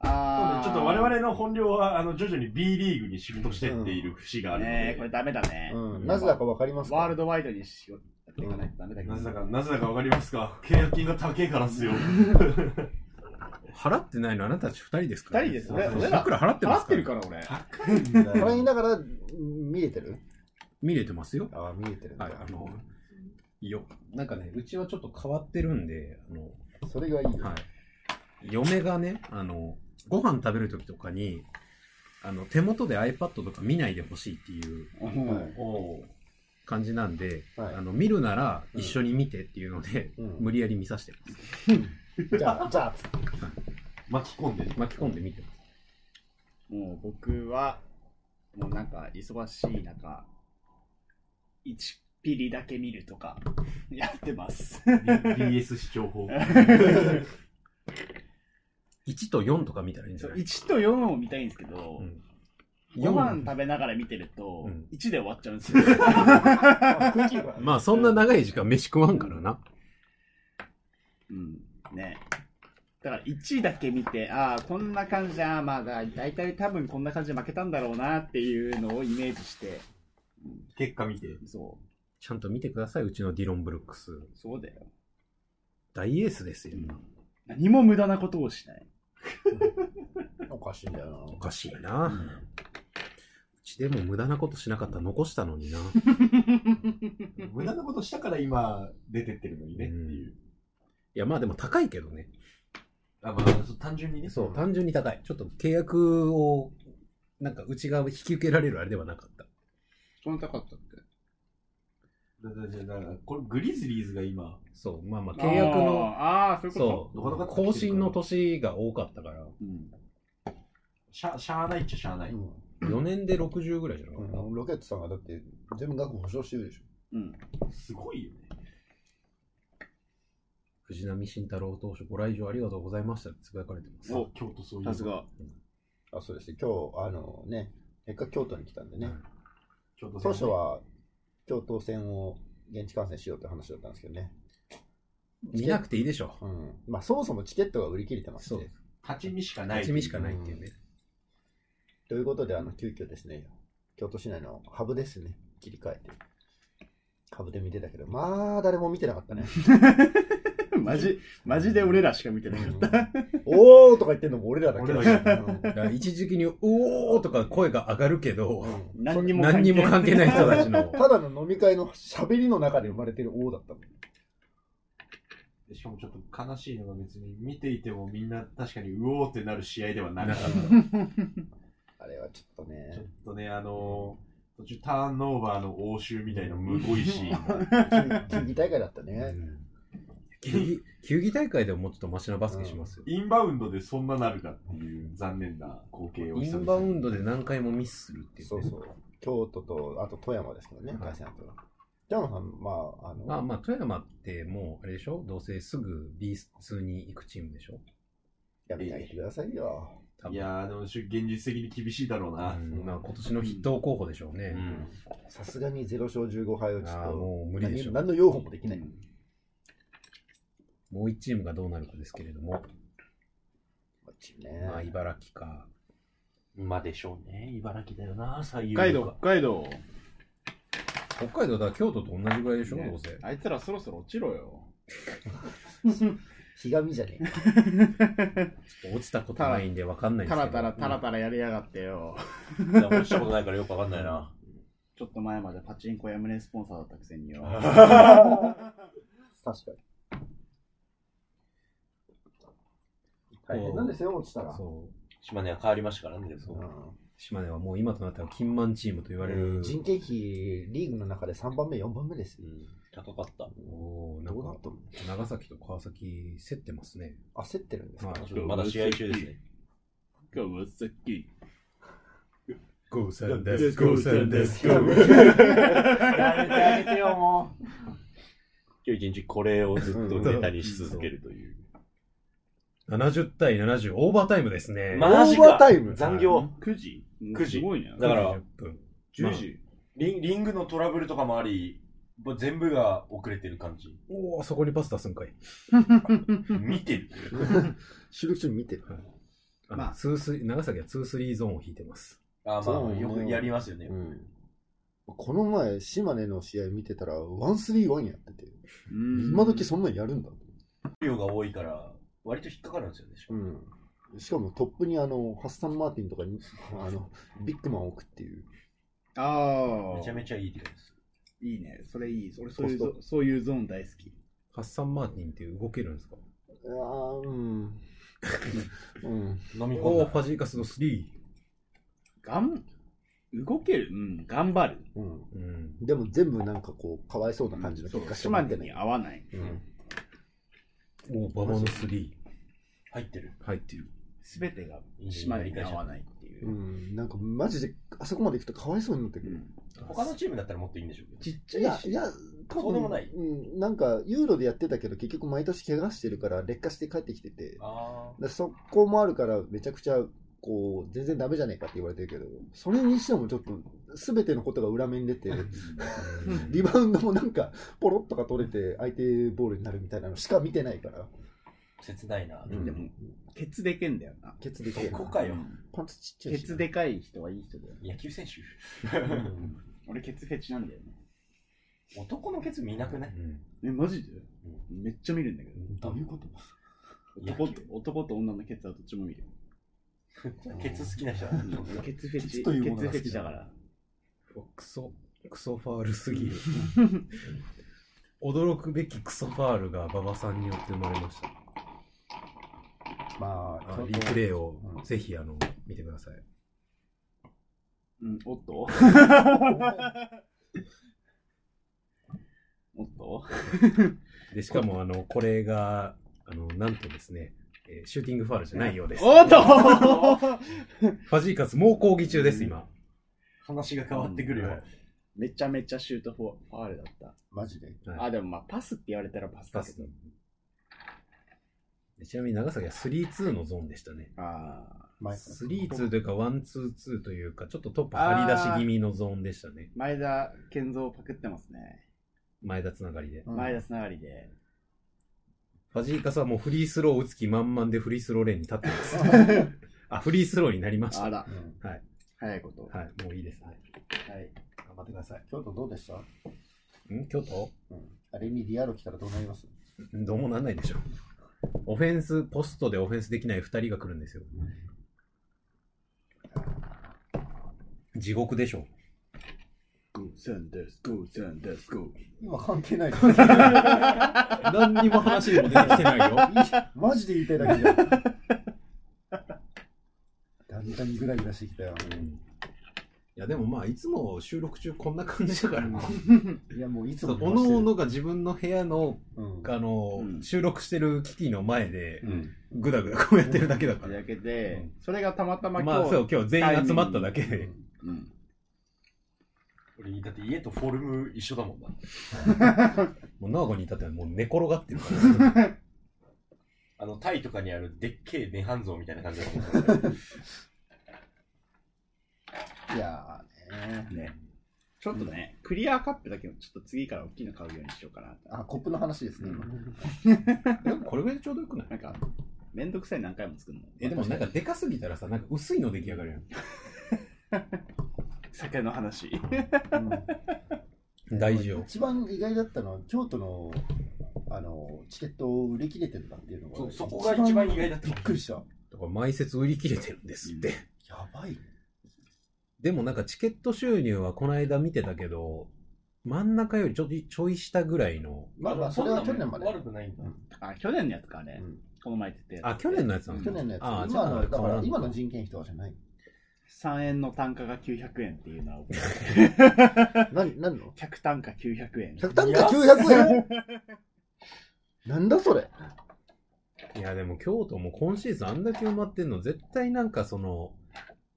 S2: あー。
S4: ちょっと我々の本領はあの徐々に B リーグにシフトしてっている節があるの
S2: ねえ
S4: で、
S2: これダメだね。
S3: うん。なぜだかわかりますか
S2: ワールドワイドにしよう。やっていかないとダメだけど。
S4: なぜだか、なぜだかわかりますか契約金が高いからっすよ。
S1: 払ってないのあなたたち二人ですか
S2: 二
S1: ら
S2: 人
S1: ね、
S2: ですね。俺
S1: い
S2: ら
S1: くら払って
S2: 払
S1: ます
S2: ってるから俺。
S3: これだから、見れてる
S1: 見れてますよ。
S3: ああ、見れてるんだ。
S1: はい、あの、よ、なんかね、うちはちょっと変わってるんで、あの、
S3: それがいいよ。
S1: はい。嫁がね、あの、ご飯食べるときとかに、あの、手元で iPad とか見ないでほしいっていう
S2: うん
S3: はい
S4: おう
S1: 感じなんで、
S3: はい
S1: あの、見るなら
S3: うん
S1: 一緒に見てっていうので、
S3: うん
S1: 無理やり見させてます。
S3: じ ゃあ、じゃあ、
S4: 巻き込んでる。
S1: 巻き込んで見てます。
S2: もう僕は、もうなんか忙しい中、1ピリだけ見るとか、 やって ます。
S4: BS 視聴法。
S1: 1と4とか見たらいいんじ
S2: そ
S1: ゃ
S2: う
S1: ない
S2: 1と4を見たいんですけど、
S1: うん
S2: ご飯
S1: 四
S2: 食べながら見てると
S1: うん、
S2: 1で終わっちゃうんです よ。
S3: 空気が。
S1: まあ、そんな長い時間飯食わんからな。
S2: うん。ね。だから1だけ見て、ああ、こんな感じで、ああ、まあ、だいたい多分こんな感じで負けたんだろうなっていうのをイメージして、
S4: 結果見て。
S2: そ
S1: ちゃんと見てください、うちのディロン・ブルックス。
S2: う、そうだよ。
S1: 大エースですよ、
S2: 何も無駄なことをしない。
S3: おかしいんだよ
S1: おかしいな。うち1でも無駄なことしなかったら残したのにな。
S5: 無駄なことしたから今出てってるのにねって
S1: うん
S5: いう。
S1: いや、まあでも高いけどね。
S5: あまあ、そう単純にね。
S1: そう、単純に高い。ちょっと契約を、なんかうちが引き受けられるあれではなかった。
S2: そんな高かったっけ
S5: だだだだからこれグリズリーズが今、
S1: そう、まあまあ契約の、
S2: あーあー、そういうこ
S1: そう
S5: どこどこ、
S1: 更新の年が多かったから、
S2: と。うん
S5: しゃしゃあないっちゃしゃあない。
S3: うん
S1: 4年で60ぐらいじゃなかった。
S3: うんロケットさんがだって全部額保証してるでしょ。
S2: うん。
S5: すごいよね。
S1: 藤浪晋太郎投手ご来場ありがとうございましたってつぶやかれてます。
S2: お
S5: 京都そういう。
S2: さす。が。
S3: あ、そうですね。今日、あのね、せっかく京都に来たんでね、
S5: 京都
S3: 当初。は京都戦を現地観戦しようって話だったんですけどね。
S1: 見なくていいでしょ。
S3: うん。まあ、そもそもチケットが売り切れてます
S1: そう
S3: ね。。
S5: 立ち見しかない。
S1: 立ち見しかないっていうね。
S3: ということで、あの、急遽ですね、京都市内のハブですね、切り替えて。ハブで見てたけど、まあ、誰も見てな かったね。
S2: マジ、マジで俺らしか見てないよ。
S3: おーとか言ってんのも俺らだけだし。
S5: 俺
S1: だから一時期に、うおーとか声が上がるけど
S3: う、ん
S2: 何にも
S1: 何にも
S2: 関
S1: 関係ない人たちの。
S3: ただの飲み会の喋りの中で生まれてる王だったもん。
S5: でしかもちょっと悲しいのが別に見ていてもみんな確かにうおーってなる試合ではなかった。
S3: あれはちょ
S5: ちょ
S3: っと
S5: っ
S3: ね、
S5: とね、あのー、途中ターンオーバーの応酬みたいなむごいシーンが。
S3: 近畿大会だったね。
S1: 球技、球技大会でももうちょっとマシなバスケしますよ。
S5: インバウンドでそんななるかっていう残念な光景を
S1: イ
S5: 久々に
S1: ンバウンドで何回もミスするっていう、ね。
S3: そうそう。京都と、あと富山ですけどね、
S1: はい
S3: 対戦あったのは。ジャマさん、まあ、あの、
S1: まあまあ、富山ってもう、あれでしょどうせすぐ B2 に行くチームでしょ
S3: やめてあげてくださいよ。
S1: 多分
S5: いやー、でも現実的に厳しいだろうな
S1: う。んまあ今年の筆頭候補でしょう
S5: う
S1: ね。
S5: ん。
S3: さすがに0勝15敗をちょっ
S1: ああ、
S3: と、
S1: もう無理でしょ
S3: 何
S1: う。
S3: 何の擁護もできない。
S1: もう1チームがどうなるかですけれども、
S3: こっちね
S1: まあ茨城か、
S4: まあでしょうね。茨城だよな、最
S2: 北海道、北海道。
S1: 北海道だから京都と同じぐらいでしょ、
S2: ね
S1: どうせ。
S2: あいつらそろそろ落ちろよ。
S3: ひがみじ ゃねえ。
S1: 落ちたことないんで分かんないんで
S2: タ
S1: すけ
S2: ラ
S1: ど。
S2: タラタラタラやりやがってよ。
S4: いや俺したことないからよくわかんないな。
S2: ちょっと前までパチンコや胸スポンサーだったくせ によ。
S3: 確かに。
S1: はい
S3: 大変なんですよ、落ちたら。
S1: そう。
S4: 島根は変わりましたからね、でも
S3: う
S1: 島根はもう今となっては金満チームと言われ
S3: ん
S1: る。
S3: 人件費、リーグの中で3番目、4番目です
S4: う
S3: よ。
S4: ん、高かった。
S1: おーな
S3: ど
S1: ん
S3: うなっ
S1: か
S3: とる
S1: 長崎と川崎競ってますね。
S3: の焦ってるんですか、
S1: はい
S4: ちょっとまだ試合中ですね。
S2: 川崎。
S1: ゴーサン
S2: ですゴーサンです ゴ
S4: やめてあげてよ、もう。今日一日これをずっとネタにし続けるという。
S1: 70対70、オーバータイムですね。
S4: マジか
S3: オーバータイム
S4: 残業。
S2: 9時
S4: 9時
S2: すごいね。
S4: だから
S1: 90分
S2: 10時。
S4: リンリングのトラブルとかもあり、ぼ全部が遅れてる感じ。
S1: おお、そこにパス出すんかい。
S4: 見てる。
S3: 収録中に見てる。
S1: あ
S2: ま
S1: の
S2: あ
S1: ツースリー長崎は2、3ゾーンを引いてます。
S4: あ
S3: そ
S4: ま
S3: う
S4: あ、
S3: ね
S4: よくやりますよね。
S3: うんこの前、島根の試合見てたら、ワンスリーワンやってて、
S2: うん
S3: 今時そんなんやるんだ。
S4: 量が多いから、割と引っかかるんですよね。しか
S3: う
S4: も
S3: ん。しかもトップにあの、ハッサン・マーティンとかに、 あの、ビッグマンを置くっていう。
S2: ああ。
S4: めちゃめちゃいいディフェンス。
S2: いいね。それいい。俺そういう
S3: ポ
S2: ゾ、そういうゾーン大好き。
S1: ハッサン・マーティンっていう動けるんですか
S3: ああ、うん。うん。
S4: 飲み込
S1: お
S4: ん
S1: お、
S4: だ
S1: ファジーカスの3。
S2: がん、動ける。うん、頑張る。
S3: うん。
S1: うん。
S3: でも全部なんかこう、かわいそうな感じの
S2: そ
S3: 結
S2: う
S3: 果しか
S2: 島
S3: 見て
S2: 根
S3: ない
S2: に。合わない。
S3: うん。
S1: おお、馬場の3。
S4: 入ってる。
S1: 入ってる。
S2: すべてが島根に合わないっていうう。
S3: ん。なんかマジで、あそこまで行くとかわいそうになってく
S2: う
S3: る。
S2: ん
S4: 他のチームだったらもっといいんでしょうけど。
S2: ちっち
S3: い
S2: ゃ
S3: や
S2: い、し。
S3: いや、多分
S4: そうでもない
S3: うん。なんか、ユーロでやってたけど、結局毎年怪我してるから、劣化して帰ってきてて。
S4: あ
S3: でそこもあるから、めちゃくちゃ、こう、全然ダメじゃねえかって言われてるけど、それにしてもちょっと、すべてのことが裏目に出て、
S1: うん
S3: リバウンドもなんか、ポロッとか取れて、相手ボールになるみたいなのしか見てないから、
S4: あ、切ないな。
S3: うん
S2: でも、ケツでけんだよな。
S3: ケツでか
S4: そ
S3: いな
S4: こかよ。
S3: パンツちっちゃい
S2: ケ
S3: しな
S2: ツでかい人はいい人だよ。
S4: 野球選手。
S3: うん
S2: 俺ケツフェチなんだよね。
S4: 男のケツ見なくない
S1: うん
S2: え、マジでめっちゃ見るんだけど。
S3: どういうこと
S2: 男と男と女のケツはどっちも見る。
S4: ケツ好きな人は。
S2: ケツフ
S5: ケツ
S2: ェチ、ケツ
S5: と
S2: フ
S5: いうものが好きだ
S2: ェチだから。
S1: うわクソ、クソファールすぎる。驚くべきクソファールが馬場さんによって生まれました。
S3: まあ、
S1: あ
S3: ちょっ
S1: リ
S3: と
S1: プレイを
S3: うん
S1: ぜひあの見てください。
S2: うん、おっとおっと
S1: で、しかもあの、これが、あの、なんとですね、えーシューティングファールじゃないようです。
S2: おっと
S1: ファジーカス猛抗議中です、今。
S5: 話が変わってくるよ。
S1: うん
S2: めちゃめちゃシュートフォファールだった。
S3: マジで。
S1: はい
S2: あ、でもまあパスって言われたらパスだ
S1: パ
S2: け
S1: ス
S2: ど。
S1: でちなみに長崎は3-2のゾーンでしたね。
S2: ああ。
S3: 前から
S1: 3-2というか、1-2-2というか、ちょっとトップ張り出し気味のゾーンでしたね。
S2: 前田健三パクってますね。
S1: 前田つながりで。
S3: うん
S2: 前田つながりで。
S1: ファジーカスはもうフリースローを打つ気満々でフリースローレーンに立ってます。あ、フリースローになりました。
S2: あ
S1: は、
S2: ら、
S3: うん
S2: 早いこと。はい
S1: もういいですね。
S2: い。
S3: 頑張ってください。京都どうでした
S1: ん京都
S3: うん。あれにリアル来たらどうなります
S1: どうもなんないでしょ。オフェンス、ポストでオフェンスできない2人が来るんですよ。地獄でしょ。
S2: ゴーセンです、ゴーセンです、ゴー。
S3: 今関係ない。
S1: 何にも話にも出てきてないよ。
S3: マジで言いたいだけじゃん。だんだんぐらぐらしてきたよ。
S1: うんいやでもまあいつも収録中こんな感じだからな。
S3: いや、もういつ
S1: そ
S3: も
S1: うおのおのが自分の部屋の
S3: うん
S1: あの、
S2: うん
S1: 収録してる機器の前で
S4: うん。
S1: ぐだぐだこうやってるだけだか
S2: という
S1: ら
S2: わ。けで、
S1: う
S2: それがたまたま今
S1: まあ
S2: 日、
S1: そう今日全員集まっただけで。
S2: うん、
S4: 俺、だって家とフォルム一緒だもんな。
S1: もう長子に至ってはもう寝転がってるから。
S4: あの、タイとかにあるでっけえ涅槃像みたいな感じだと思うんだけど
S3: いやーね
S2: ね。ちょっとね、クリアカップだけちょっと次から大きいの買うようにしようかなと。
S3: あ、コップの話ですね。
S1: うんでもこれぐらいでちょうどよくない
S2: なんか、めんどくさい何回も作るの。
S1: え、でもなんかでかすぎたらさ、なんか薄いの出来上がるや
S2: 酒の話。
S1: ん。大事よ。
S3: 一番意外だったのは、京都のあのチケットを売り切れてるなっていうのが
S4: そうそこが一番意外だった
S3: びっくりした。や
S1: だから毎節売り切れてるんですって。
S3: ばい。
S1: でもなんかチケット収入はこの間見てたけど、真ん中よりちょっとちょい下ぐらいの、
S3: まあまあ、それは去年まで。
S4: 悪くないんだ。
S2: あ、去年のやつかね。
S3: うん
S2: この前言ってたや
S1: あ、
S2: つ。
S1: 去年のやつなん
S3: 去
S1: だ。
S3: 年のやつ。
S1: あじゃ
S3: 今
S1: あ
S3: の、だ
S1: 変
S3: か
S1: わら
S3: ら
S1: ん
S3: 今の人件費とかじゃない。
S2: 3円の単価が900円ってい うのは、
S3: 何、何の
S2: 客単価900円。
S3: ?100 単価900円なんだそれ。
S1: いやでも京都も今シーズンあんだけ埋まってんの、絶対なんかその、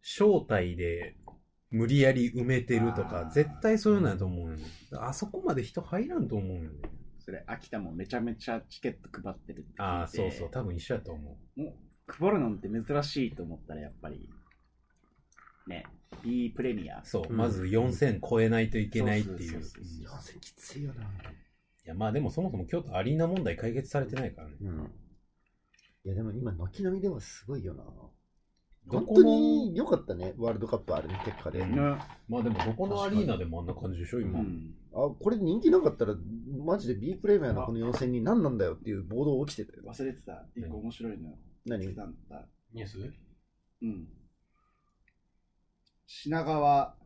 S1: 招待で無理やり埋めてると
S2: あ
S1: か
S2: ー、
S1: 絶対そういうのやと思うよね。あそこまで人入らんと思うよね。
S2: それ、秋田もめちゃめちゃチケット配ってるって聞いて
S1: ああ、そうそう、多分一緒やと思う。
S2: もう、配るなんて珍しいと思ったら、やっぱり、ね、B プレミア。
S1: そう、
S4: うん
S1: まず4000超えないといけないっていう。う
S2: そ
S1: ん
S2: うそうそうそう
S1: い
S3: 4千きついよな。
S1: や、まあでもそもそも京都アリーナ問題解決されてないからね。
S3: うん。いや、でも今、軒並みでもすごいよな。
S1: ど
S3: 本
S1: こ
S3: 当
S1: の
S3: に、良かったね、ワールドカップあれの結果で。
S1: う
S3: あ、
S1: んまあでもどこのアリーナでもあんな感じでしょ、
S2: う
S1: 今。
S2: ん。
S3: これ人気なかったら、マジで B プレミアのこの4000人何なんだよっていう暴動起きてたよ。
S2: 忘れてた。一個面白いの
S3: 何
S2: 言ってたんだ。
S4: ニュース
S2: うん。品川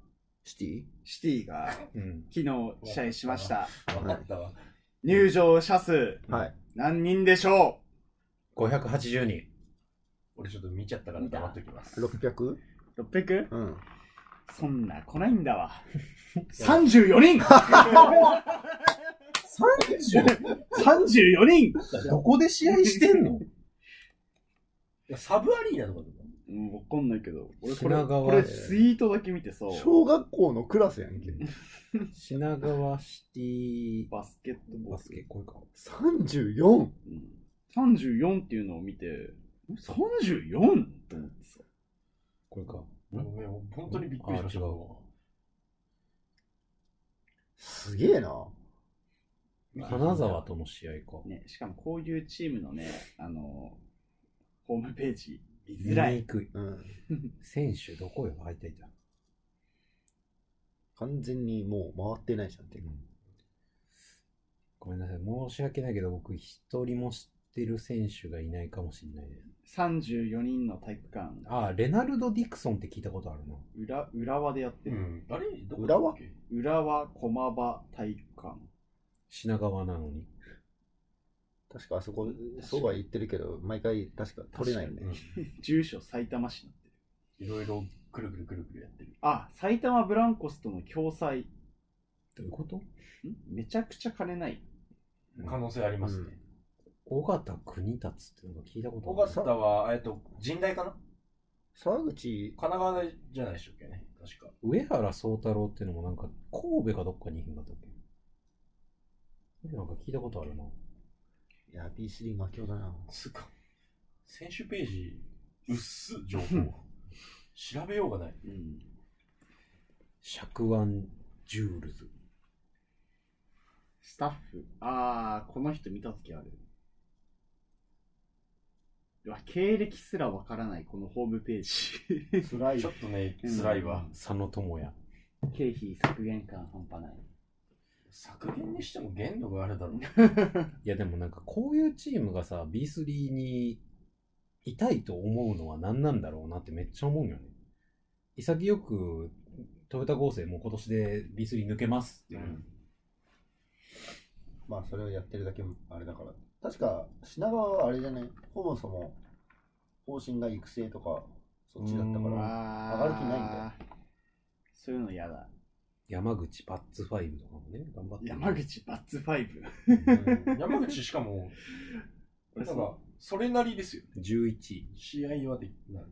S3: シティ
S2: シティが
S1: うん。
S2: 昨日試合しました。
S4: 分かったわ。
S2: 入場者数
S3: はい。
S2: 何人でしょ
S1: 580人。
S4: 俺ちょっと見ちゃったから黙っときます。
S3: 600?
S2: う ?600?
S3: うん。
S2: そんな来ない んだわ。34人 !34 人
S1: どこで試合してんの
S4: サブアリーナとかだと
S2: うん、わかんないけど。俺これ、
S1: 品川
S2: これツイートだけ見てそう。
S3: 小学校のクラスやんけ。
S1: 品川シティ
S2: バスケットボー
S1: バ
S2: ル
S1: ス。ケ、これか。
S3: 34!
S2: うん、34っていうのを見て、34? と思ってさ。
S1: これか。
S4: ごめん、本当にびっくりしました
S1: あ違う。
S3: すげえな。
S1: 金沢との試合か。
S2: ね、しかもこういうチームのね、あのホームページ見
S1: 見
S2: づら
S1: に
S2: い。
S1: くい。
S3: うん。
S1: 選手どこよ、入っていた。
S3: 完全にもう回ってないじゃんって。
S1: ごめんなさい、申し訳ないけど、僕一人もしってる選手がいないかもしれないです。
S2: 34人の体育館、
S1: ああ、レナルド・ディクソンって聞いたことあるな。
S2: 浦浦和でやって
S4: う
S2: る。
S4: ん。
S5: あれど
S3: 浦和
S5: だっけ
S2: 浦和駒場体育館。
S1: 品川なのに。
S3: 確かあそこ、そうは言ってるけど、毎回確か取れないよね。
S2: 住所埼玉市になってる。
S4: いろいろくるくるくるくるやってる。
S2: あ、埼玉ブランコスとの共催。ん
S1: どういうこと
S2: めちゃくちゃ金ない。
S5: 可能性ありますね。
S1: 尾形国立っていうのが聞いたこと
S5: 尾
S1: ある。
S5: 形は、えっと、神大かな
S3: 沢口、
S5: 神奈川大じゃないでしょうけね。確か。
S1: 上原宗太郎っていうのもなんか、神戸かどっかにいへんかったっけなんか聞いたことあるな。
S3: いや、B3 が強だな。
S4: つうか、選手ページ、うっす、情報。調べようがない。
S2: うん。
S1: 釈腕ジュールズ。
S2: スタッフ。あー、この人見たときある。うわ、経歴すらわからない、このホームページ。辛
S4: ちょっとね、辛いわ。
S1: 佐野智也。
S2: 経費削減感半端ない。
S4: 削減にしても限度があるだろう。
S1: いやでもなんかこういうチームがさ、B3 にいたいと思うのは何なんだろうなってめっちゃ思うよね。潔くトヨタ合成もう今年で B3 抜けますっていう。
S3: まあ、それをやってるだけあれだから。確か、品川はあれじゃない、そもそも、方針が育成とか、そっちだったか
S1: うん
S3: ら、
S2: あ
S3: 上がる気ないんだよ
S2: そういうの嫌だ。
S1: 山口パッツ5とかもね、頑張ってる。
S2: 山口バッツ5。
S4: うん山口しかも、
S2: 俺
S4: なん
S2: そ
S4: か、それなりですよ。
S1: 11。
S4: 試合はできない。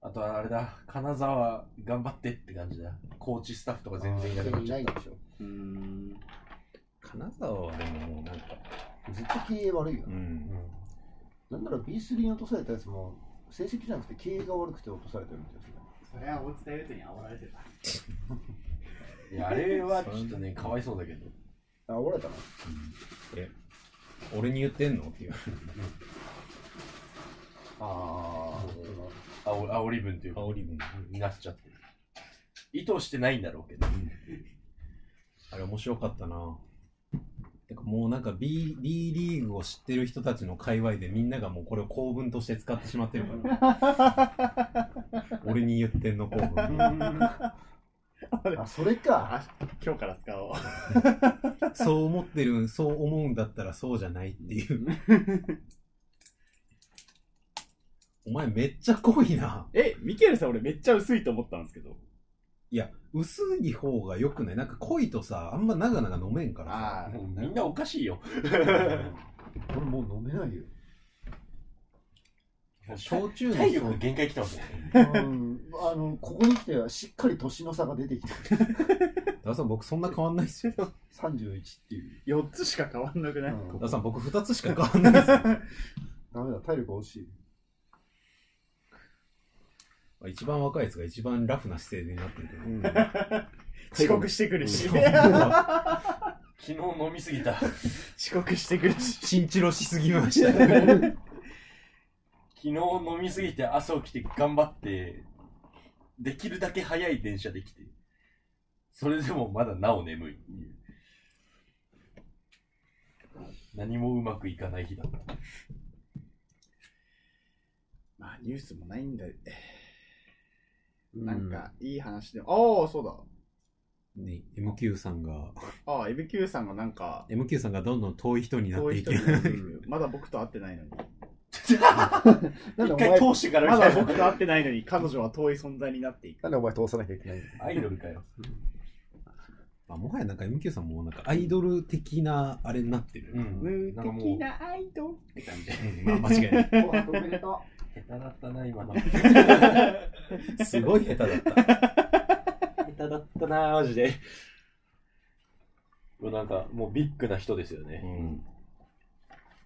S4: あとはあれだ、金沢頑張ってって感じだ。コーチスタッフとか全然いなくなっ
S3: い
S4: ちゃ
S3: な
S4: っ
S3: い
S4: た
S3: で。しょ。
S2: う。うーん。
S1: 金沢はでももうなんか、
S3: ずっと経営悪いよ
S1: う
S3: ね。
S1: ん。
S3: なんなら B3 に落とされたやつも、成績じゃなくて経営が悪くて落とされてるみたいですね。
S2: それは大津大ルトに煽られてた。
S4: いや、あれはちょっとね、かわいそうだけど。
S3: あ、折れたな。
S1: え、俺に言ってんのっていう。
S4: あ
S3: そうだな
S4: あ、煽煽り文というか、
S1: 煽り分。
S4: になっちゃってる。意図してないんだろうけど。
S1: あれ面白かったな。てかもうなんか B, B リーグを知ってる人たちの界隈でみんながもうこれを構文として使ってしまってるから。俺に言ってんの構文。
S3: あ、それか。
S2: あ、今日から使おう。
S1: そう思ってる、そう思うんだったらそうじゃないって いう。お前めっちゃ濃いな。
S2: え、ミケルさん俺めっちゃ薄いと思ったんですけど。
S1: いや、薄い方が良くないなんか濃いとさ、あんま長々飲めんからさ。
S2: あ
S4: もう みんなおかしいよ。
S3: 俺もう飲めないよ。
S1: 焼酎の
S4: 体力の限界来たもんね。
S3: うん、あの、ここに来てはしっかり年の差が出てきてる。
S1: ダさん僕そんな変わんないっすよ。ダ
S3: 31っていう。
S2: 4つしか変わんなくない、
S3: うん
S1: さん僕2つしか変わんないっ すよ。
S3: ダメだ、体力落ちる。
S1: 一番若いやつが一番ラフな姿勢になってるけど。
S2: 遅刻してくるし。
S4: 昨日飲みすぎた。昨
S2: 遅刻してくる し。
S1: チンチロしすぎましたね。
S4: 日飲みすぎて朝起きて頑張って、できるだけ早い電車で来て、それでもまだなお眠いっていう。何もうまくいかない日だった。
S2: まあニュースもないんだよ。なんか、いい話でも。ああ、そうだ。
S1: ね MQ さんが、
S2: ああ、エビキューさんがなんか、
S1: MQ さんがどんどん遠い人になっ
S2: 遠
S1: て
S2: い
S1: い
S2: 人
S1: け
S2: に
S1: る。
S2: なっていくまだ僕と会ってないのに。
S3: なんで
S4: 一
S3: お
S4: 回
S3: 前、
S4: 通してから
S2: ま
S4: みた
S2: だ
S4: いな
S2: 僕と会ってないのに、彼女は遠い存在になっていく。
S3: なんでお前通さなきゃいけないんだよ
S4: アイドルかよ。
S1: あもはやなんか MQ さんもなんかアイドル的なあれになってる。
S4: んなんかもう、下
S2: なアイ ドルって感じ。
S1: うんまあ間違いない。
S3: 紅白おめでと
S4: 手だったな、今の。
S1: すごい下手だった。
S4: 下手だったな、マジで。もう なんか、もうビッグな人ですよ
S1: う
S4: ね。
S1: ん、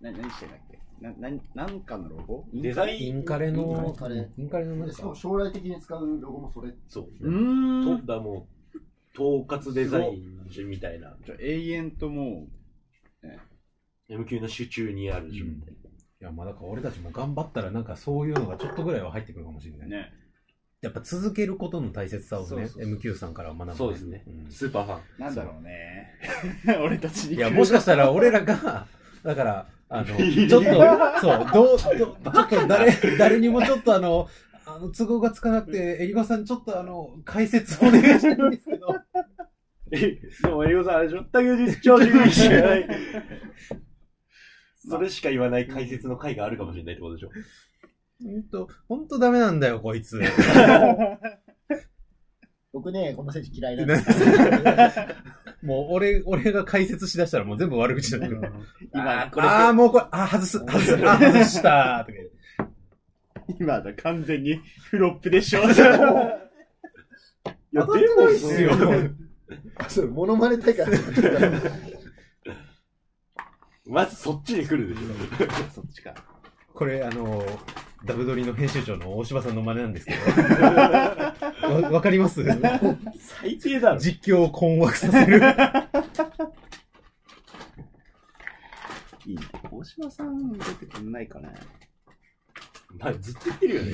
S2: な何してんだっけな、な、なんかのロゴ
S4: デザイ
S1: イ
S4: ン、
S1: ンカレ
S3: イ
S1: の
S3: ンカレ、
S1: インカレの
S3: う
S1: なん
S3: でしかも
S1: か、
S3: 将来的に使うロゴもそれ。
S4: そう。
S2: う
S4: と
S2: ーん。
S4: だもう、統括デザインみたいな。
S2: じゃあ永遠とも
S4: M 級の手中にある
S1: う
S4: じ
S1: んいやまあだから俺たちも頑張ったらなんかそういうのがちょっとぐらいは入ってくるかもしれな
S2: う、
S1: い。
S2: ね。
S1: やっぱ続けることの大切さをね、
S2: そうそうそう
S1: MQ さんから学ぶ、
S4: そうですね、
S1: ん
S4: スーパーファン。
S2: なんだろうね。俺たちに。
S1: いや、もしか
S2: し
S1: したら俺らが、だから、あの、ちょっと、そう、どう、どちょっと誰、誰にもちょっとあの、あの、都合がつかなくて、えりごさんにちょっとあの、解説お願いしたいんですけど。
S2: えでも、エリゴさん、あれでしょ竹内超人にしかない。
S4: それしか言わない解説の回があるかもしれないってことでしょ。
S1: ほんと、ほんとダメなんだよ、こい つ。
S6: 僕ね、この選手嫌いなんです
S1: もう、俺、俺が解説しだしたらもう全部悪口になってくる。
S2: 今、これ、
S1: ああ、もうこれ、あー、外す、外 す、あー、外したーとか言って
S2: 今だ、完全にフロップでしょ。
S1: 当たってないっすよ。
S3: あそれ、モノマネ大会始まってるから
S4: まずそっちに来るでしょ。
S2: そっちか。
S1: これ、あのー、ダブドリの編集長の大柴さんの真似なんですけど。わわかります
S2: 最低だろ。
S1: 実況を困惑さ せる。
S2: いいね。大島さん出てくんないかね。
S4: まあ、ずっと言ってるよね。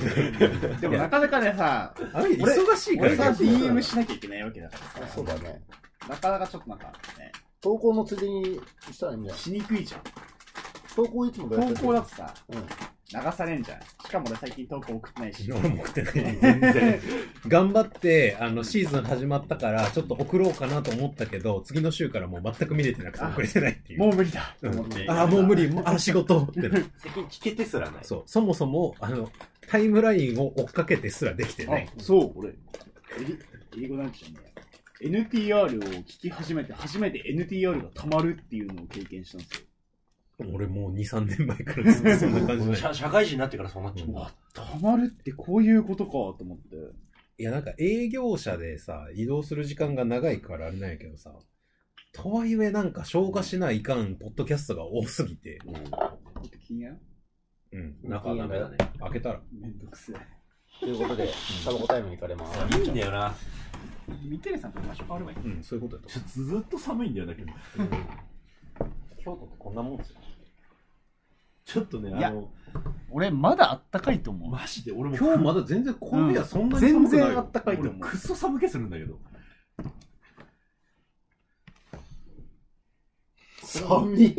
S2: でもなかなかねさ、
S1: あれ、
S2: 俺
S1: 忙しいか
S2: 俺
S1: ら
S2: さ、
S1: ね。
S2: DM しなきゃいけないわけだか
S3: あそうだね。
S2: ら、なかなかちょっとなんかね、
S3: 投稿のついでにしたらいいんじゃない
S2: しにくいじゃん。
S3: 投稿いつもどうやって
S2: 投
S3: やってる
S2: 稿だとさ、
S3: うん
S2: 流されんじゃん。しかも俺最近投稿送ってないし。
S1: 俺も食ってない。全然。頑張って、あの、シーズン始まったから、ちょっと送ろうかなと思ったけど、次の週からもう全く見れてなくて
S2: あ
S1: 送れてないっていう。
S2: もう無理だと思って。
S1: ああ、もう無理、もうあー、仕事ってな。
S4: 最近聞けてすらない。
S1: そう。そもそも、あの、タイムラインを追っかけてすらできて
S2: あ
S1: ない。
S2: そう、俺、英語なんちゃね、NTR を聞き始めて、初めて NTR が溜まるっていうのを経験したんですよ。
S1: 俺もう2、3年前からずっとそんな感じだよ
S4: 社社会人になってからそうなっちゃうんだ。
S2: 溜まるってこういうことかと思って。
S1: いや、なんか営業者でさ、移動する時間が長いからあれなんやけどさ、とはいえなんか消化しないかん、ポッドキャストが多すぎて、
S2: ちょっと禁煙
S1: うん。
S4: なんかダメだね。
S1: 開けたら、
S2: めんどくせえ。
S3: ということで、サボコタイムに行かれます。
S4: いいんだよな。
S2: ミッテレさんと場所変わればいい。
S1: うん、そういうことやと
S4: ちょっとずっと寒いんだよだけど。京都ってこんなもんですよ。
S5: ちょっとね、
S2: いや
S5: あの、
S2: 俺、まだあったかいと思う。
S5: マジで俺も
S1: 今
S5: 今
S1: 日
S5: 日
S1: ま
S5: まだ全然この部屋そんなに
S2: 全
S5: 寒くないよ、
S2: 然あったかいと思う
S5: 俺くっそ寒気するんだけど。
S3: 寒い。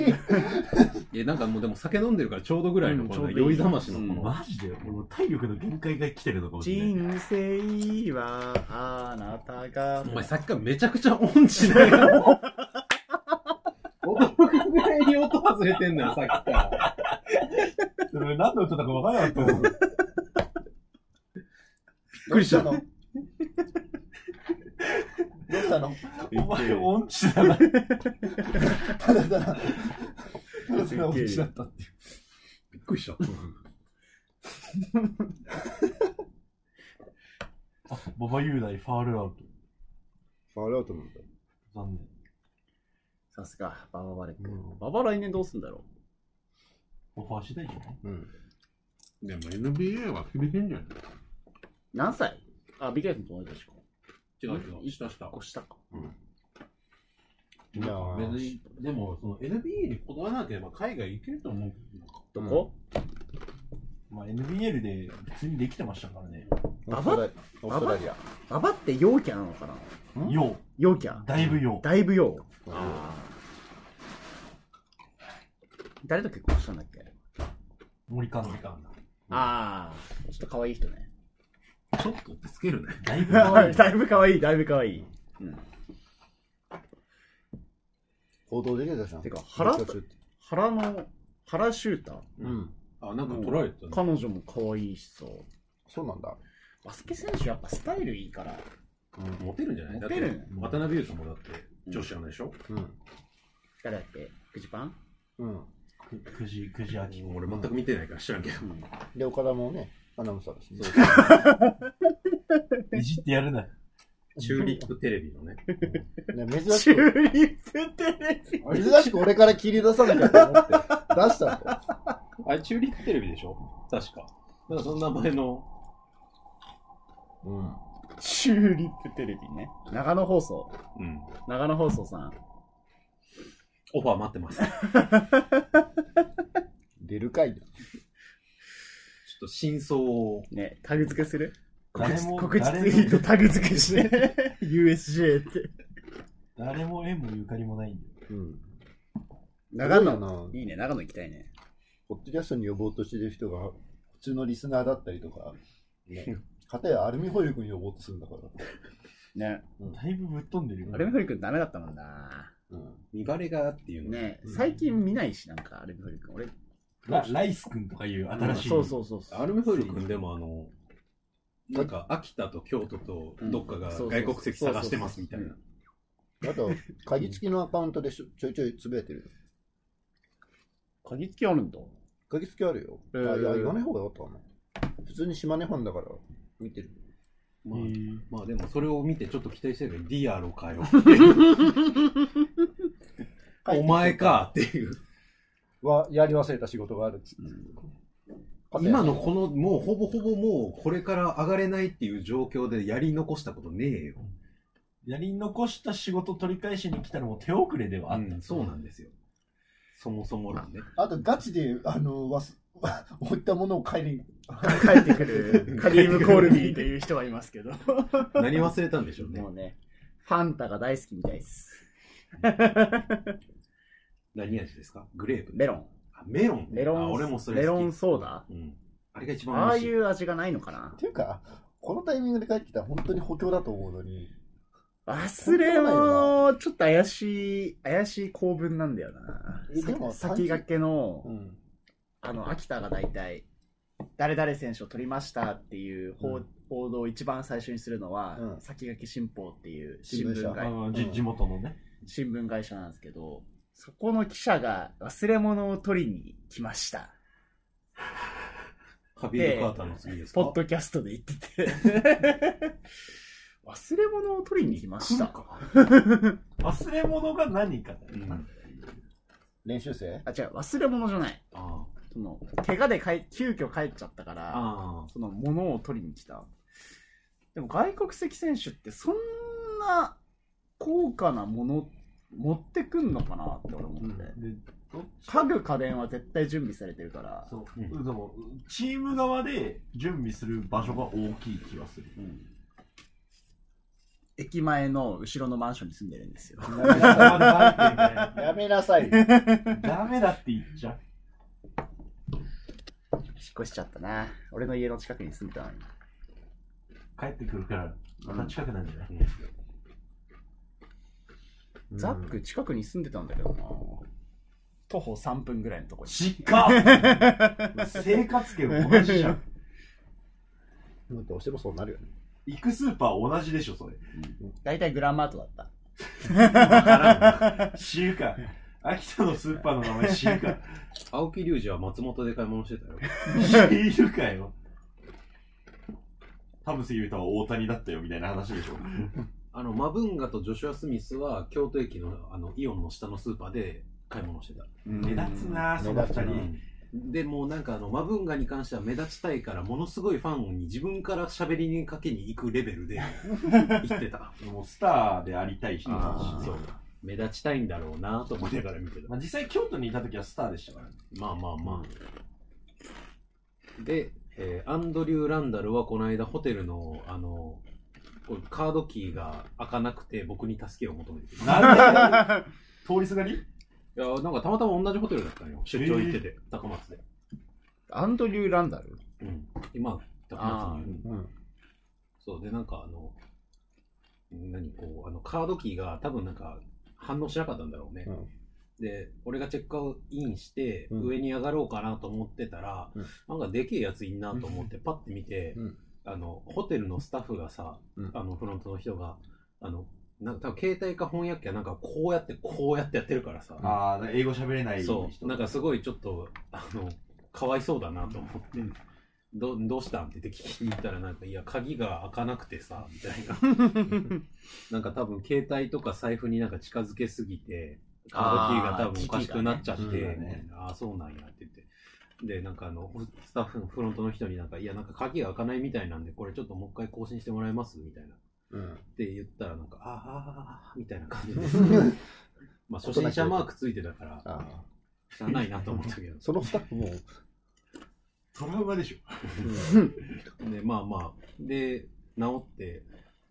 S1: いや、なんかもうでも酒飲んでるからちょうどぐらいの、
S2: うん
S1: この
S2: ちょうどい
S1: 酔い
S2: い
S1: 覚ましのこの、
S5: マジで俺もう体力の限界が来てるのかもしれない。
S2: 人生はあなたが
S1: お前さっきからめちゃくちゃ音痴だよ。驚くぐらいに音外れてんのよ、さっきから。
S5: 俺何の歌だか分からなかったもん。
S3: どうしたのどうしたの
S5: お前音痴だな。
S3: ただただ、
S5: ただただ音痴だった。
S1: びっくりした。
S5: あババ雄大ファールアウト。
S3: ファウルアウトなんだ。
S5: 残念。
S2: さすが、バババレック
S5: うん。
S2: ババ来年どうすんだろ
S5: オファーしてないじゃない
S3: うん。
S1: でも NBA は厳しいんじゃないう
S2: 何歳あ、ビッグライフと同じ年か。
S1: 違う違う、下下。
S2: 越したか。
S3: いやー
S1: 別に、でも、その NBA に断らなければ海外行けると思うけどな。
S2: どこ、
S5: まあ NBL で普通にできてましたからね。
S3: オーストラリア。オーストラリア。
S2: ババって陽キャなのかな
S5: よ
S2: 陽キャ
S5: う、だいぶよう。
S2: だいぶよ誰と結婚したんだっけ
S5: 森監督か
S2: ああ、ちょっと可愛い人ね。
S1: ちょっとってつけるね。
S5: だいぶ可愛い。
S2: だいぶ可愛い、だいぶ可愛い。
S3: 行動できるじゃん。
S2: てか腹
S3: どっちかって
S2: 原の、原修太、
S3: うん。
S1: あ、なんか取られたね。
S2: 彼女も可愛いしさ。
S3: そうなんだ。
S2: バスケ選手やっぱスタイルいいから。
S1: モテるんじゃない
S2: モテる
S1: だって渡辺優斗もだって女子なんでしょ、
S3: うん。
S2: 誰だっけフジパン
S3: うん。
S5: くくじ、くじあき。
S1: 俺全く見てないから知らんけど。
S3: で、岡田もね、アナウンサーだしね。
S5: いじってやるな。
S1: チューリップテレビのね。
S3: ね珍
S2: チ
S3: し
S2: ュ
S3: く、
S2: ーリップテレビ
S3: 珍しく俺から切り出さなきゃと思って、出したと。
S1: あれ、チューリップテレビでしょ確か。なんかその名前の。
S3: うん。
S2: チューリップテレビね。長野放送。
S1: うん。
S2: 長野放送さん。
S1: オファー待ってます。 ちょっ
S3: 出るかいな。
S1: と真相を。
S2: ね、タグ付けする
S5: 誰も
S2: 告知ツイートタグ付けして。USJ って。
S5: 誰も縁もゆかりもないんだよ。
S3: うん。
S2: 長
S3: すごい
S2: 野。
S3: よない
S2: いね、長野行きたいね。
S3: ポッドキャストに呼ぼうとしてる人が、普通のリスナーだったりとか、ね、片やアルミホイル君呼ぼうとするんだから。
S2: ね。
S4: だいぶぶっ飛んでるよね
S2: アルミホイル君ダメだったもんな。
S3: うん。
S1: 見バレがっていうのが
S2: ね最近見ないし、なんかアルミホイル君。俺、
S4: ラライス君とかいう新しい、
S2: そうそうそうそう。
S1: アルミホイル君でもあの、なんか秋田と京都とどっかが外国籍探してますみたいな。
S3: あと、鍵付きのアカウントでしょちょいちょいつぶやいてるよ。
S2: 鍵付きあるんだ。
S3: 鍵付きあるよ。
S2: えー
S3: あいや、言わない方がよかったかな。普通に島根ファンだから、見てる。
S1: まあ、まあでもそれを見てちょっと期待してるけど、DRO かよ。お前かっていう。
S3: は、やり忘れた仕事があるっつって。
S1: 今のこの、もうほぼほぼもうこれから上がれないっていう状況でやり残したことねえよ。
S4: やり残した仕事取り返しに来たのも手遅れではあった、
S1: うんそうなんですよ。そもそも論ね。
S7: あとガチで、あの、わ す置いたものを帰り、
S2: 帰ってくるカリーム・コールビーという人がいますけど。
S1: 何忘れたんでしょうね
S2: も。うね、ファンタが大好きみたいです。
S1: 何味ですかグレープ。
S2: メロン。
S1: あメロン。
S2: メロン、
S1: あ俺もそれ
S2: メ
S1: 好
S2: ロ
S1: き。
S2: ンソーダ
S1: うん。あれが一番
S2: ああ
S1: 美味し
S2: い
S1: い。
S2: う味がないのかな
S3: っていうか、このタイミングで帰ってきたら本当に補強だと思うのに、
S2: 忘れも、ちょっと怪しい、怪しい構文なんだよ
S7: えで
S2: な。
S7: も
S2: さ先駆けの
S3: う、ん。
S2: あの、秋田が大体、誰々選手を取りましたっていう報,、報道を一番最初にするのは、
S3: うん
S2: 先駆け新報っていう新
S3: 新聞社
S2: 聞
S4: あ
S2: 会
S4: のじ地元のね
S2: 新聞会社なんですけど、そこの記者が忘れ物を取りに来ました。
S1: カビル・カーターの次ですか
S2: ポッドキャストで言ってて。忘れ物を取りに来ました。
S4: 忘れ物が何かだよな、
S1: うん
S3: 練習生
S2: あ、違う、忘れ物じゃない。
S1: あ
S2: その、怪我でかい急遽帰っちゃったか
S1: あ。
S2: ら、
S1: あ
S2: その物を取りに来た。でも外国籍選手ってそんな高価なもの持ってくんのかなって俺思って。
S4: でどっち
S2: 家具家電は絶対準備されてるから。
S4: そうう、でもチーム側で準備する場所が大きい気がする
S2: うん駅前の後ろのマンションに住んでるんですよ。
S7: やめなさい。
S4: ダメだって言っちゃ
S2: 引っ越しちゃったな。俺の家の近くに住んでたのに。
S4: う帰ってくるからまた近くなんじゃない、
S2: ザック近くに住んでたんだけどな。徒歩3分ぐらいのとこに。
S4: しっか生活圏同じじゃん
S3: うんどうしてもそうなるよね。
S4: 行くスーパー同じでしょそれ
S2: 大体グランマートだった。
S4: 知るか秋田のスーパーの名前知るか
S1: あ。青木隆二は松本で買い物してたよ。
S4: 知るかよ田臥勇太は大谷だったよみたいな話でしょ
S1: あの、マブンガとジョシュア・スミスは京都駅のあのイオンの下のスーパーで買い物してた。
S4: 目立つなその
S3: 目立
S4: 二
S3: つ
S4: 人
S1: でもうなんかあのマブンガに関しては目立ちたいからものすごいファンに自分から喋りにかけに行くレベルで行ってた
S4: もうスターでありたい人だ
S1: あー
S4: し
S1: そう目立ちたいんだろうなと思いながら見てた
S4: まあ、実際京都にいた時はスターでしたからね
S1: まあまあまあ。で、えーアンドリュー・ランダルはこの間ホテルの、あの、こうカードキーが開かなくて僕に助けを求めてきた。い
S4: なんで通りすがり
S1: や、なんかたまたま同じホテルだったのよ。出張行ってて、高松で。
S2: アンドリュー・ランダ ル
S1: うん。今、高松にいる。
S3: うん。
S1: そう、で、なんかあの、何こう、あの、カードキーが多分なんか反応しなかったんだろうね。
S3: うん
S1: で、俺がチェックアインして、
S3: うん
S1: 上に上がろうかなと思ってたら、
S3: うん
S1: なんかでけえやついんなと思って、パッて見て、
S3: うん
S1: あの、ホテルのスタッフがさ、
S3: うん
S1: あの、フロントの人が、あの、なんか多分携帯か翻訳機はなんかこうやってこうやってやってるからさ、
S4: ああ英語喋れない人
S1: そう、なんかすごいちょっと、あの、かわいそうだなと思って、どどうしたんって言って聞きに行ったら、なんか、いや、鍵が開かなくてさ、みたい な。なんか多分、携帯とか財布になんか近づけすぎて、カードキーが多分おかしくなっちゃって、
S4: あーキーがねうん
S1: みたいなああ、そうなんやって言って。で、なんかあの、スタッフのフロントの人になんか、いや、なんか鍵が開かないみたいなんで、これちょっともう一回更新してもらえますみたいな。
S3: うん。
S1: って言ったら、なんか、あーあー、あーあーみたいな感じで。 まあ、初心者マークついてたから、
S3: ああ。
S1: 知らないなと思ったけど。
S3: そのスタッフも、
S4: トラウマでしょ
S1: で、まあまあ、で、治って、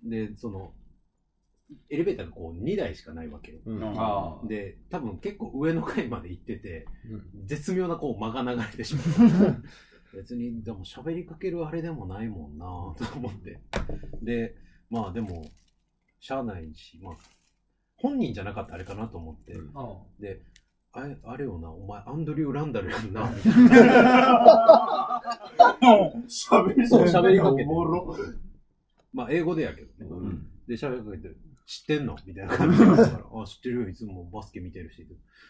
S1: で、その、エレベーターがこう2台しかないわけよ。
S3: うん
S8: ああ。
S1: で、多分結構上の階まで行ってて、
S3: うん
S1: 絶妙なこう間が流れてしま う。別に、でも喋りかけるあれでもないもんなぁと思って。で、まあでも、しゃあないし、まあ、本人じゃなかったらあれかなと思って、
S3: うん
S4: ああ
S1: で、あれ、あれよな、お前アンドリュー・ランダルやんな、みたいな
S4: 喋り
S1: そう喋りかけ て
S4: おもろ。
S1: まあ、英語でやけどね。
S8: ん
S1: で、喋りかけて、知ってんのみたいな感じだから、あ、知ってるよ、いつもバスケ見てるし。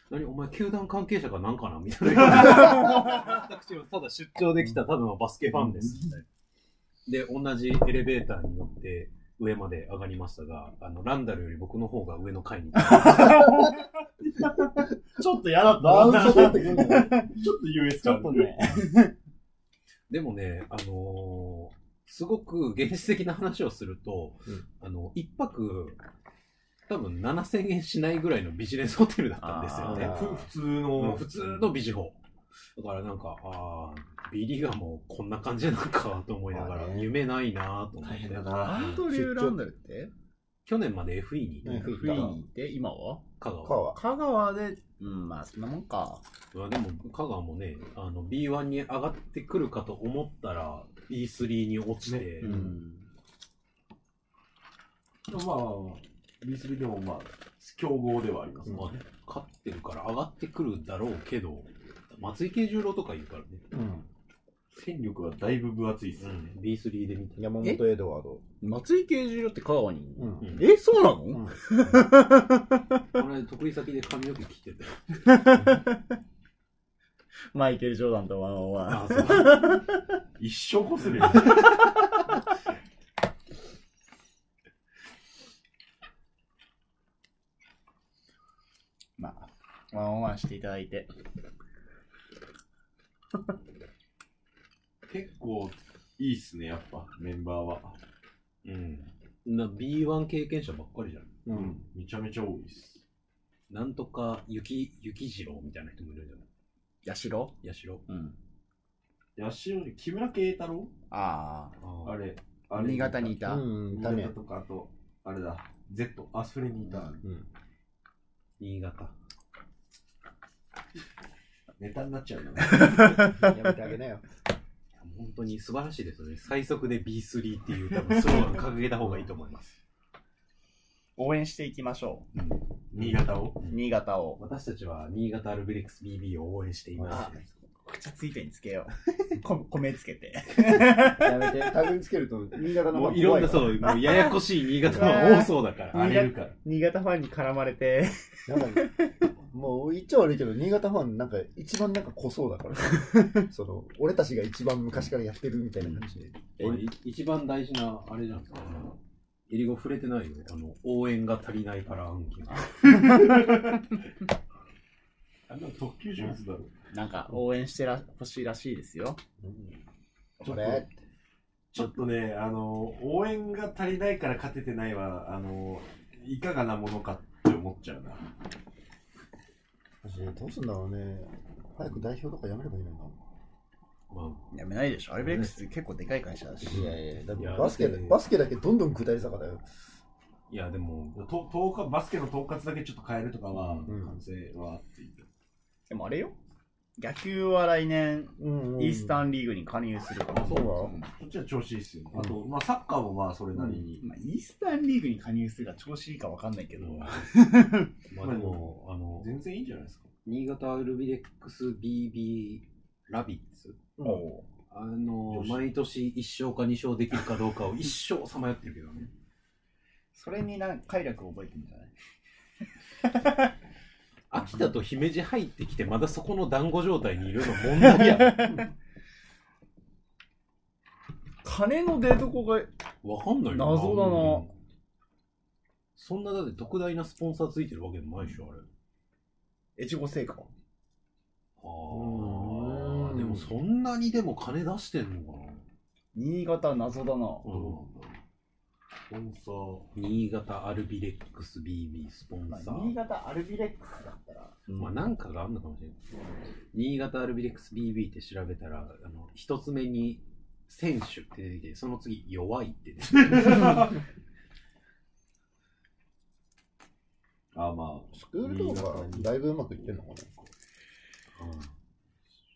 S1: 何、お前、球団関係者かなんかなみたいな。私はただ出張できた、ただのバスケファンです。で、同じエレベーターに乗って、上まで上がりましたが、あの、ランダルより僕の方が上の階に。
S2: ちょっと嫌だった。
S9: バウンド取ってくるんだよ。
S2: ちょっと US
S4: ちょっとね。
S1: でもね、あのーすごく現実的な話をすると、
S3: うん
S1: あの、一泊、多分7000円しないぐらいのビジネスホテルだったんですよね。
S3: あー
S4: ふ普通
S1: も
S4: の
S1: う。普通のビジホ。だからなんか、ああ、ビリがもうこんな感じなんかと思いながら、
S3: まあね
S1: 夢ないなと思って。
S4: な。
S10: アンドリュー・ランダルって
S1: 去年まで FE にいた
S3: うん
S10: ?FE に行って、今は
S1: 香
S3: か
S1: 川。
S3: は。
S10: 香川で、うん、まあそんなもんか。
S1: うわでも香川もね、あの B1 に上がってくるかと思ったら、B3 に落ちて、
S4: ね
S10: うん。
S4: まあ、B3 でもまあ、強豪ではありますね。
S1: まあね、勝ってるから上がってくるだろうけど、松井慶十郎とかいるからね、
S3: うん
S4: 戦力はだいぶ分厚いです
S1: う
S4: よね
S1: ん、。B3 で見た。
S3: 山本エドワード。
S10: 松井慶次郎って香川にいる
S3: う
S10: の、
S3: ん
S10: え、そうなの、
S3: ん
S1: この間得意先で髪の毛切ってたよ。
S10: マイケル・ジョーダンとワンオンワン。
S1: あ、そう。
S4: 一生こするよ。
S10: まあ、
S2: ワンオンワンしていただいて。
S4: 結構、いいっすね、やっぱ、メンバーは。
S1: うん。な B1 経験者ばっかりじゃん。
S4: うん。めちゃめちゃ多いです。
S1: なんとか、雪、雪次郎みたいな人もいるじゃん。
S10: ヤシロ
S1: やしろ。
S10: うん。
S4: ヤシオ木村慶太郎
S10: ああ。
S4: あ
S1: あれ
S4: れ、あれ。
S10: 新潟にいた。
S3: うん、
S4: 新
S3: だ
S4: 潟
S3: ね。
S4: とか、あと、あれだ、Z、あ、それにいた。
S3: うん。
S1: 新潟。
S4: ネタになっちゃうよね。
S3: やめてあげなよ。
S1: 本当に素晴らしいですよね。最速で B3 っていう、多分、スローガン掲げた方がいいと思います。
S2: 応援していきましょ
S4: 新潟を。
S2: う。新潟を。
S1: 私たちは、新潟アルビレックス BB を応援しています。
S2: 口ついてにつけ よう。こ米つけて。
S3: やめて。タグにつけると、新潟の
S1: もう
S3: 方が怖
S1: いろんな、
S3: か
S1: そう、もうややこしい新潟は多そうだから。
S4: 荒れるから。
S2: 新潟ファンに絡まれて。
S3: ら。なんか、もう言っちゃ悪いけど、新潟ファンなんか一番なんか濃そうだ から。その、俺たちが一番昔からやってるみたいな感じで。
S1: えい一番大事な、あれじゃん。えりご触れてないよ。あの、応援が足りないから案件。
S4: あれは特急上手だろ。
S2: なんか、応援してらほしいらしいですよ。
S4: ち
S3: こ
S4: ょっ
S3: れ
S4: と、ちょっとね、あの、応援が足りないから勝ててないは、あの、いかがなものかって思っちゃうな。
S3: 私どうすんだろうね。早く代表とかやめればいいのに
S1: ま
S2: やめないでしょ。アルベレックス結構でかい会社だし。
S3: な。いやいや、だって
S1: いや
S3: バスケ
S1: だって
S3: バスケだけどんどん下り坂だよ。
S1: あ、いや、でも、
S4: と統括バスケの統括だけちょっと変えるとかは、
S3: ん
S4: 完成はっていう。
S2: でもあれよ。野球は来年、
S3: うん
S2: イースタ
S3: ン。
S2: ンリーグに加入するから。
S3: そうなの
S4: そっちは調子いいっすよ、ね。あと、まあ、サッカーもまあ、それなりに。
S2: まあ、イースタンリーグに加入するか調子いいかわかんないけど。
S1: まあでも、あの、
S4: 全然いいんじゃないですか。
S1: 新潟アルビレックス BB ラビッツ。
S2: お
S1: あの
S4: 女、子
S1: 毎年1勝か2勝できるかどうかを一生さまよってるけどね。
S2: それになん快楽を覚えてんじゃない
S1: 秋田と姫路入ってきて、まだそこの団子状態にいるの問題や。
S10: 金の出所が、
S1: わかんないよ
S10: 謎だな
S1: うんそんなだって特大なスポンサーついてるわけでもないでしょ、あれ。
S2: 越後製菓
S1: あ
S3: う
S1: あ、
S3: ん
S1: でもそんなにでも金出してんのかな。
S2: 新潟謎だな。
S4: スポンサー。
S1: 新潟アルビレックス BB スポン
S2: まあ、
S1: サ
S2: 新
S1: ー。
S2: 潟アルビレックスだったら、
S1: まあなんかがあんのかもしれない。新潟アルビレックス BB って調べたら、あの、一つ目に選手って出てきて、その次弱いって出てきて。
S4: あ、ま
S3: スクールとかだいぶうまくいってんのかな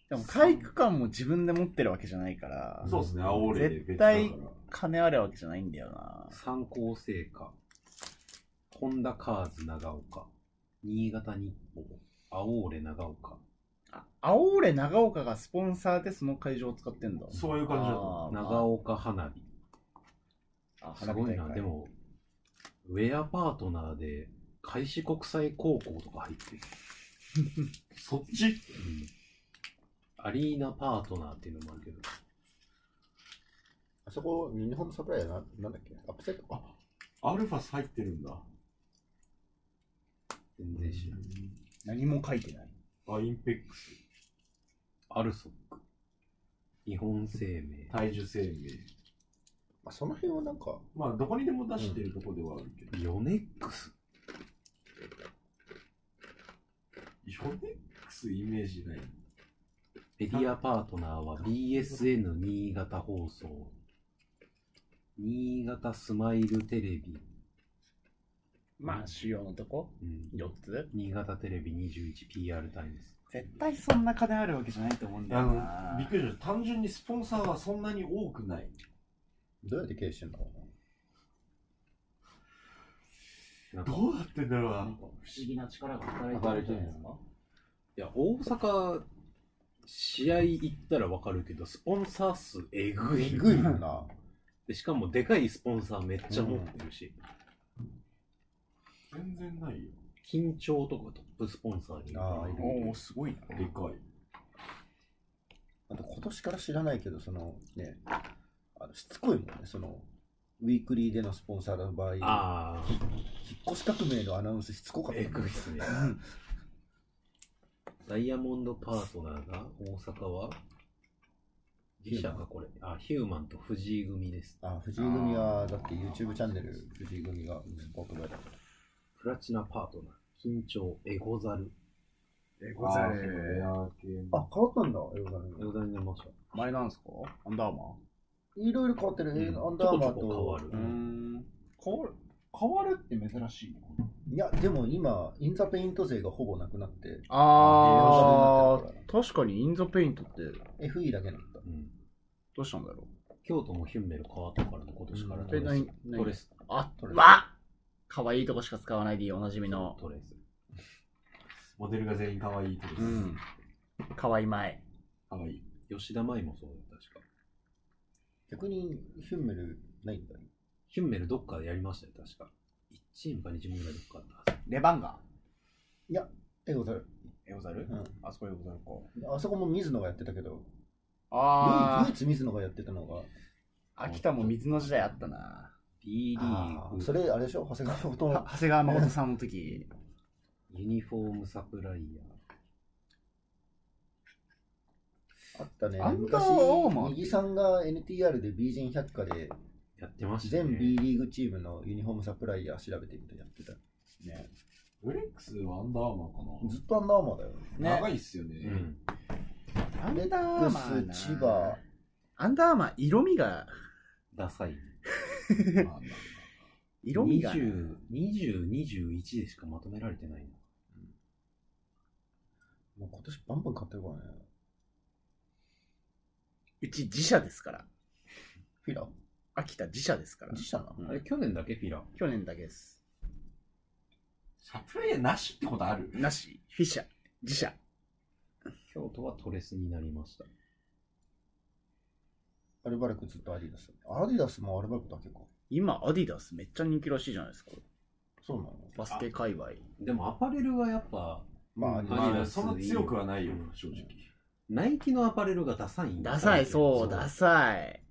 S2: でも体育館も自分で持ってるわけじゃないから
S4: あ、、そうですね、青レで
S2: 絶対金あるわけじゃないんだよな。
S1: 参考成果。本田カーズ長岡。新潟日報。青レ長岡。
S2: あ、青レ長岡がスポンサーでその会場を使ってんだ。
S4: そういう感じだと
S2: あー
S1: 長岡花火。
S2: まああ
S1: すごいな、で。も、ウェアパートナーで、開志国際高校とか入ってる。
S4: そっち
S1: アリーナパートナーっていうのもあるけど、
S3: あそこ、ユニフォームサプライヤーななんだっけアップセットあ
S4: アルファス入ってるんだ。
S1: 全然知らない。
S2: 何も書いてない。
S4: あ、インペックス、
S1: アルソック。日本生命。
S4: 体重生命。
S3: まあ、その辺はなんか、
S4: まあ、どこにでも出してるとこではあるけど。
S1: ヨネックス。
S4: ヨネックスイメージない。
S1: メディアパートナーは BSN 新潟放送。新潟スマイルテレビ。
S2: まあ、主要のとこ
S1: うん、
S2: ?4 つ
S1: 新潟テレビ 21PR タイムズ。
S2: 絶対そんな金あるわけじゃないと思うんだ
S4: あ
S2: よ
S4: の、
S2: な。
S4: びっくりした。単純にスポンサーはそんなに多くない。
S3: どうやって経営してんだろうな
S1: なんか
S4: どうやってんだろうな。
S1: 不思議な力が働いてるんじゃないですかいや、大阪、試合行ったらわかるけど、スポンサー数えぐい。
S3: えぐいよな。
S1: でしかもでかいスポンサーめっちゃ持ってるし、
S4: 全然ないよ。
S1: 緊張とかトップスポンサーにいっぱいいる
S2: おおすごいな。
S4: でかい。
S3: あと今年から知らないけど、そのね、あのしつこいもんね、その、ウィークリーでのスポンサーの場合、引っ
S1: あ
S3: 越し革命のアナウンスしつこか
S1: あ、
S3: った
S1: え
S3: もんね
S1: ぐいっすね。ダイヤモンドパートナーが大阪は自社がこれ、あ、ヒューマンと藤井組です。
S3: あ、藤井組は、だって YouTube チャンネル、藤井組がスポートバイだから。
S1: プラチナパートナー、緊張、エゴザル。
S2: え、
S4: ござれー。
S3: あ、変わったんだ、エゴ
S1: エゴザルに出ました。
S2: 前なんすかアンダーマ
S3: いろいろ変わってる、
S1: うん
S3: アンダーマー
S1: ちょこちょこ
S3: と。
S1: 変わ
S2: ー
S1: る。
S2: ん。
S11: 変わる変わるって珍しいの
S3: いや、でも今、インザペイント勢がほぼなくなって、
S2: あ
S3: ー
S2: ー、確かにインザペイントって
S3: FE だけなんだっ
S1: うん
S2: どうしたんだろ
S1: 京都もヒュンメル変わったからね、今年から
S3: うん
S2: う
S1: トレス。トレ
S2: ス。
S1: ス。
S2: あ、
S3: トレス
S2: わっかわいいとこしか使わないでおなじみの。
S1: トレス。
S4: モデルが全員可愛いってこと
S2: う
S4: です。
S2: ん。かわいまい。
S4: 可愛い。
S1: 吉田舞もそうだ、確か。
S3: 逆にヒュンメルないんだ。
S1: ヒュンメルどっかでやりましたよ、確か。1チームか2チームぐらいどっかあったはず
S11: レバンガ
S3: エゴザル。
S11: エゴザル、
S3: うん
S11: あそこエゴザルか
S3: あそこも水野がやってたけど、唯
S2: あ
S3: 一水野がやってたのが、
S2: あ、秋田も水の時代あったな。
S1: B リ
S3: あ
S1: ー
S3: ー
S1: グ、
S3: それあれでしょ長谷川こと
S2: は長谷川誠さんの時。
S1: ユニフォームサプライヤー。
S3: あったね
S2: ア。ンダー
S3: 昔
S2: アーマー、
S3: 右さんが NTR で B 人百科で、
S1: やってましたね。
S3: 全 B リーグチームのユニフォームサプライヤー調べてみたいなやってた。
S2: ね。
S4: ブレックスはアンダーアーマーかな。
S3: ずっとアンダーアーマーだよ。
S4: 長いっすよね。
S1: うん。
S2: アン
S3: レ
S2: ダーマ
S3: ッ
S2: ー
S3: ク
S2: な。
S3: ス、千葉。
S2: アンダーマー、色味が、
S1: ダサい。
S4: まあまあ
S2: 色味が。
S1: 20、20、21でしかまとめられてないな。
S3: もう今年バンバン買ってるからね。
S2: うち自社ですから。
S3: フィラ
S2: 秋田自社ですから。
S3: 自社な。
S1: あれ、去年だけフィラ。
S2: 去年だけです。
S4: サプライヤーなしってことある
S2: なし、フィッシャ、自社。
S1: 京都はトレスになりました。
S3: アルバルクずっとアディダス。アディダスもアルバルクだけか。
S2: 今、アディダスめっちゃ人気らしいじゃないですか。
S3: そうなの
S2: バスケ界隈。
S1: でもアパレルはやっぱ、
S3: まあ、
S1: うん
S3: アディダス
S1: アディ
S4: ま
S1: ダ
S4: あ、
S1: ス
S4: そんな強くはないよ
S1: う、ん
S4: 正直。
S1: ナイキのアパレルがダサいんだ
S2: ダサい、そう、ダサい。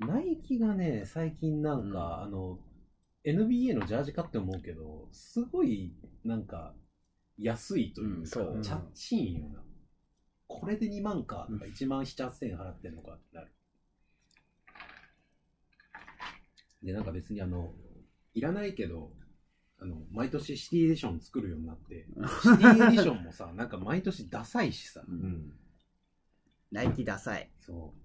S1: ナイキがね、最近なんか、あの、NBA のジャージかって思うけど、すごい、なんか、安いというか、
S2: うんそう
S1: ちゃっちいんよな。これで2万か、とか1万7、8000円払ってんのかってなる。で、なんか別にあの、いらないけど、あの、毎年シティエディション作るようになって、シティエディションも さ、なんか毎年ダサいしさ、
S4: うん。
S2: ナイキダサい。
S1: そう。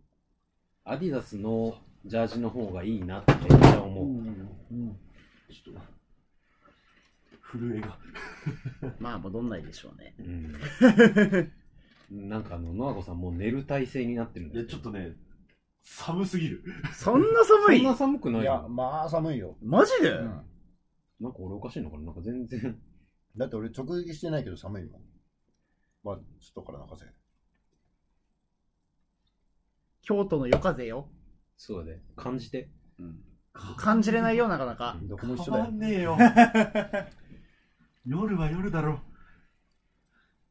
S1: アディダスのジャージの方がいいなってめっちゃ思う。
S4: ちょっと、震えが。
S2: まあ戻んないでしょうね。
S1: うん。なんかあの、ノアコさんもう寝る体勢になってるん
S4: い
S1: で
S4: や、
S1: す
S4: ちょっとね、寒すぎる。
S2: そんな
S1: そ
S2: 寒
S1: ん
S2: い
S1: な寒くない
S3: いや
S1: よ、。
S3: まあ寒いよ。
S2: マジで、
S3: うん。
S1: なんか俺おかしいのかななんか全然。
S3: だって俺直撃してないけど寒いもん。まあ、外からの風。
S2: 京都の夜風よ。
S1: そうだね。感じて。
S2: 感じれないよ、なかなか。
S3: どこも一緒
S4: 変
S3: だ
S4: わ
S3: よ。
S4: んねえよ。夜は夜だろ。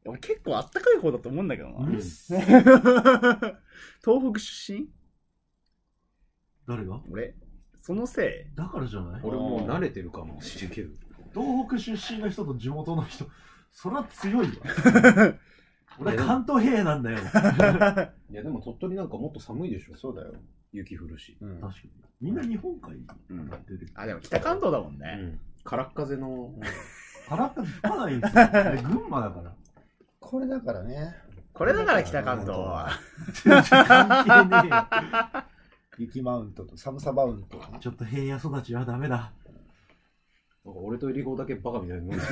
S2: 俺結構あったかい方だと思うんだけど な。
S4: うん
S2: 東北出身
S4: 誰が
S2: 俺、そのせ
S4: だからじゃない
S1: 俺もう慣れてるかもしれんけど。
S4: 東北出身の人と地元の人、そりゃ強いわ。俺関東平野なんだよ。確
S1: いやでも鳥取なんかもっと寒いでしょ。
S3: そうだよ。
S1: 雪降るし。
S3: うん。
S4: かに。みんな日本海に
S2: い。うん。
S4: 出てる。
S2: あ、でも北関東だもん
S1: う
S2: ね。
S1: ん。空っ風の。
S4: 腹がつかないんですよ。で群馬だから。
S3: これだからね、
S2: これだから北関東は。
S4: 関係ねえよ
S3: 雪マウントと寒さマウント。
S4: ちょっと平野育ちはダメだ。
S1: なんか俺とエリゴだけバカみたいに飲んでて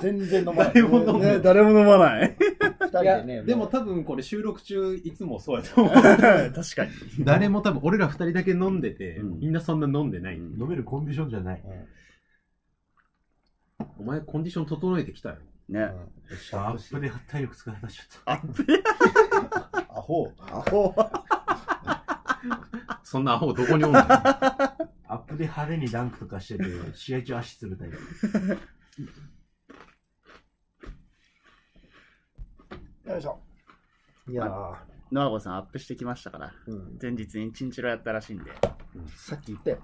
S3: 全然飲まない。
S2: 誰も飲まない。誰も飲まない。
S3: 二人
S1: いや
S3: でね、
S1: でも
S3: う
S1: 多分これ収録中いつもそうやと思う。
S2: 確か に。
S1: 誰も多分俺ら二人だけ飲んでて、
S3: うん
S1: みんなそんな飲んでない、
S4: 飲めるコンディションじゃない。
S3: うん
S1: お前コンディション整えてきたよ。
S2: ね。
S4: アップで体力使い出しちゃった。
S3: アホ。
S2: アホ。
S1: そんなアホどこにおんの
S4: アップで派手にダンクとかして て、試合中足冷たい。
S3: よいしょ。いやー、
S2: ノアゴさんアップしてきましたから。
S3: うん。
S2: 前日にチンチロやったらしいんで。
S3: さっき言ったよ。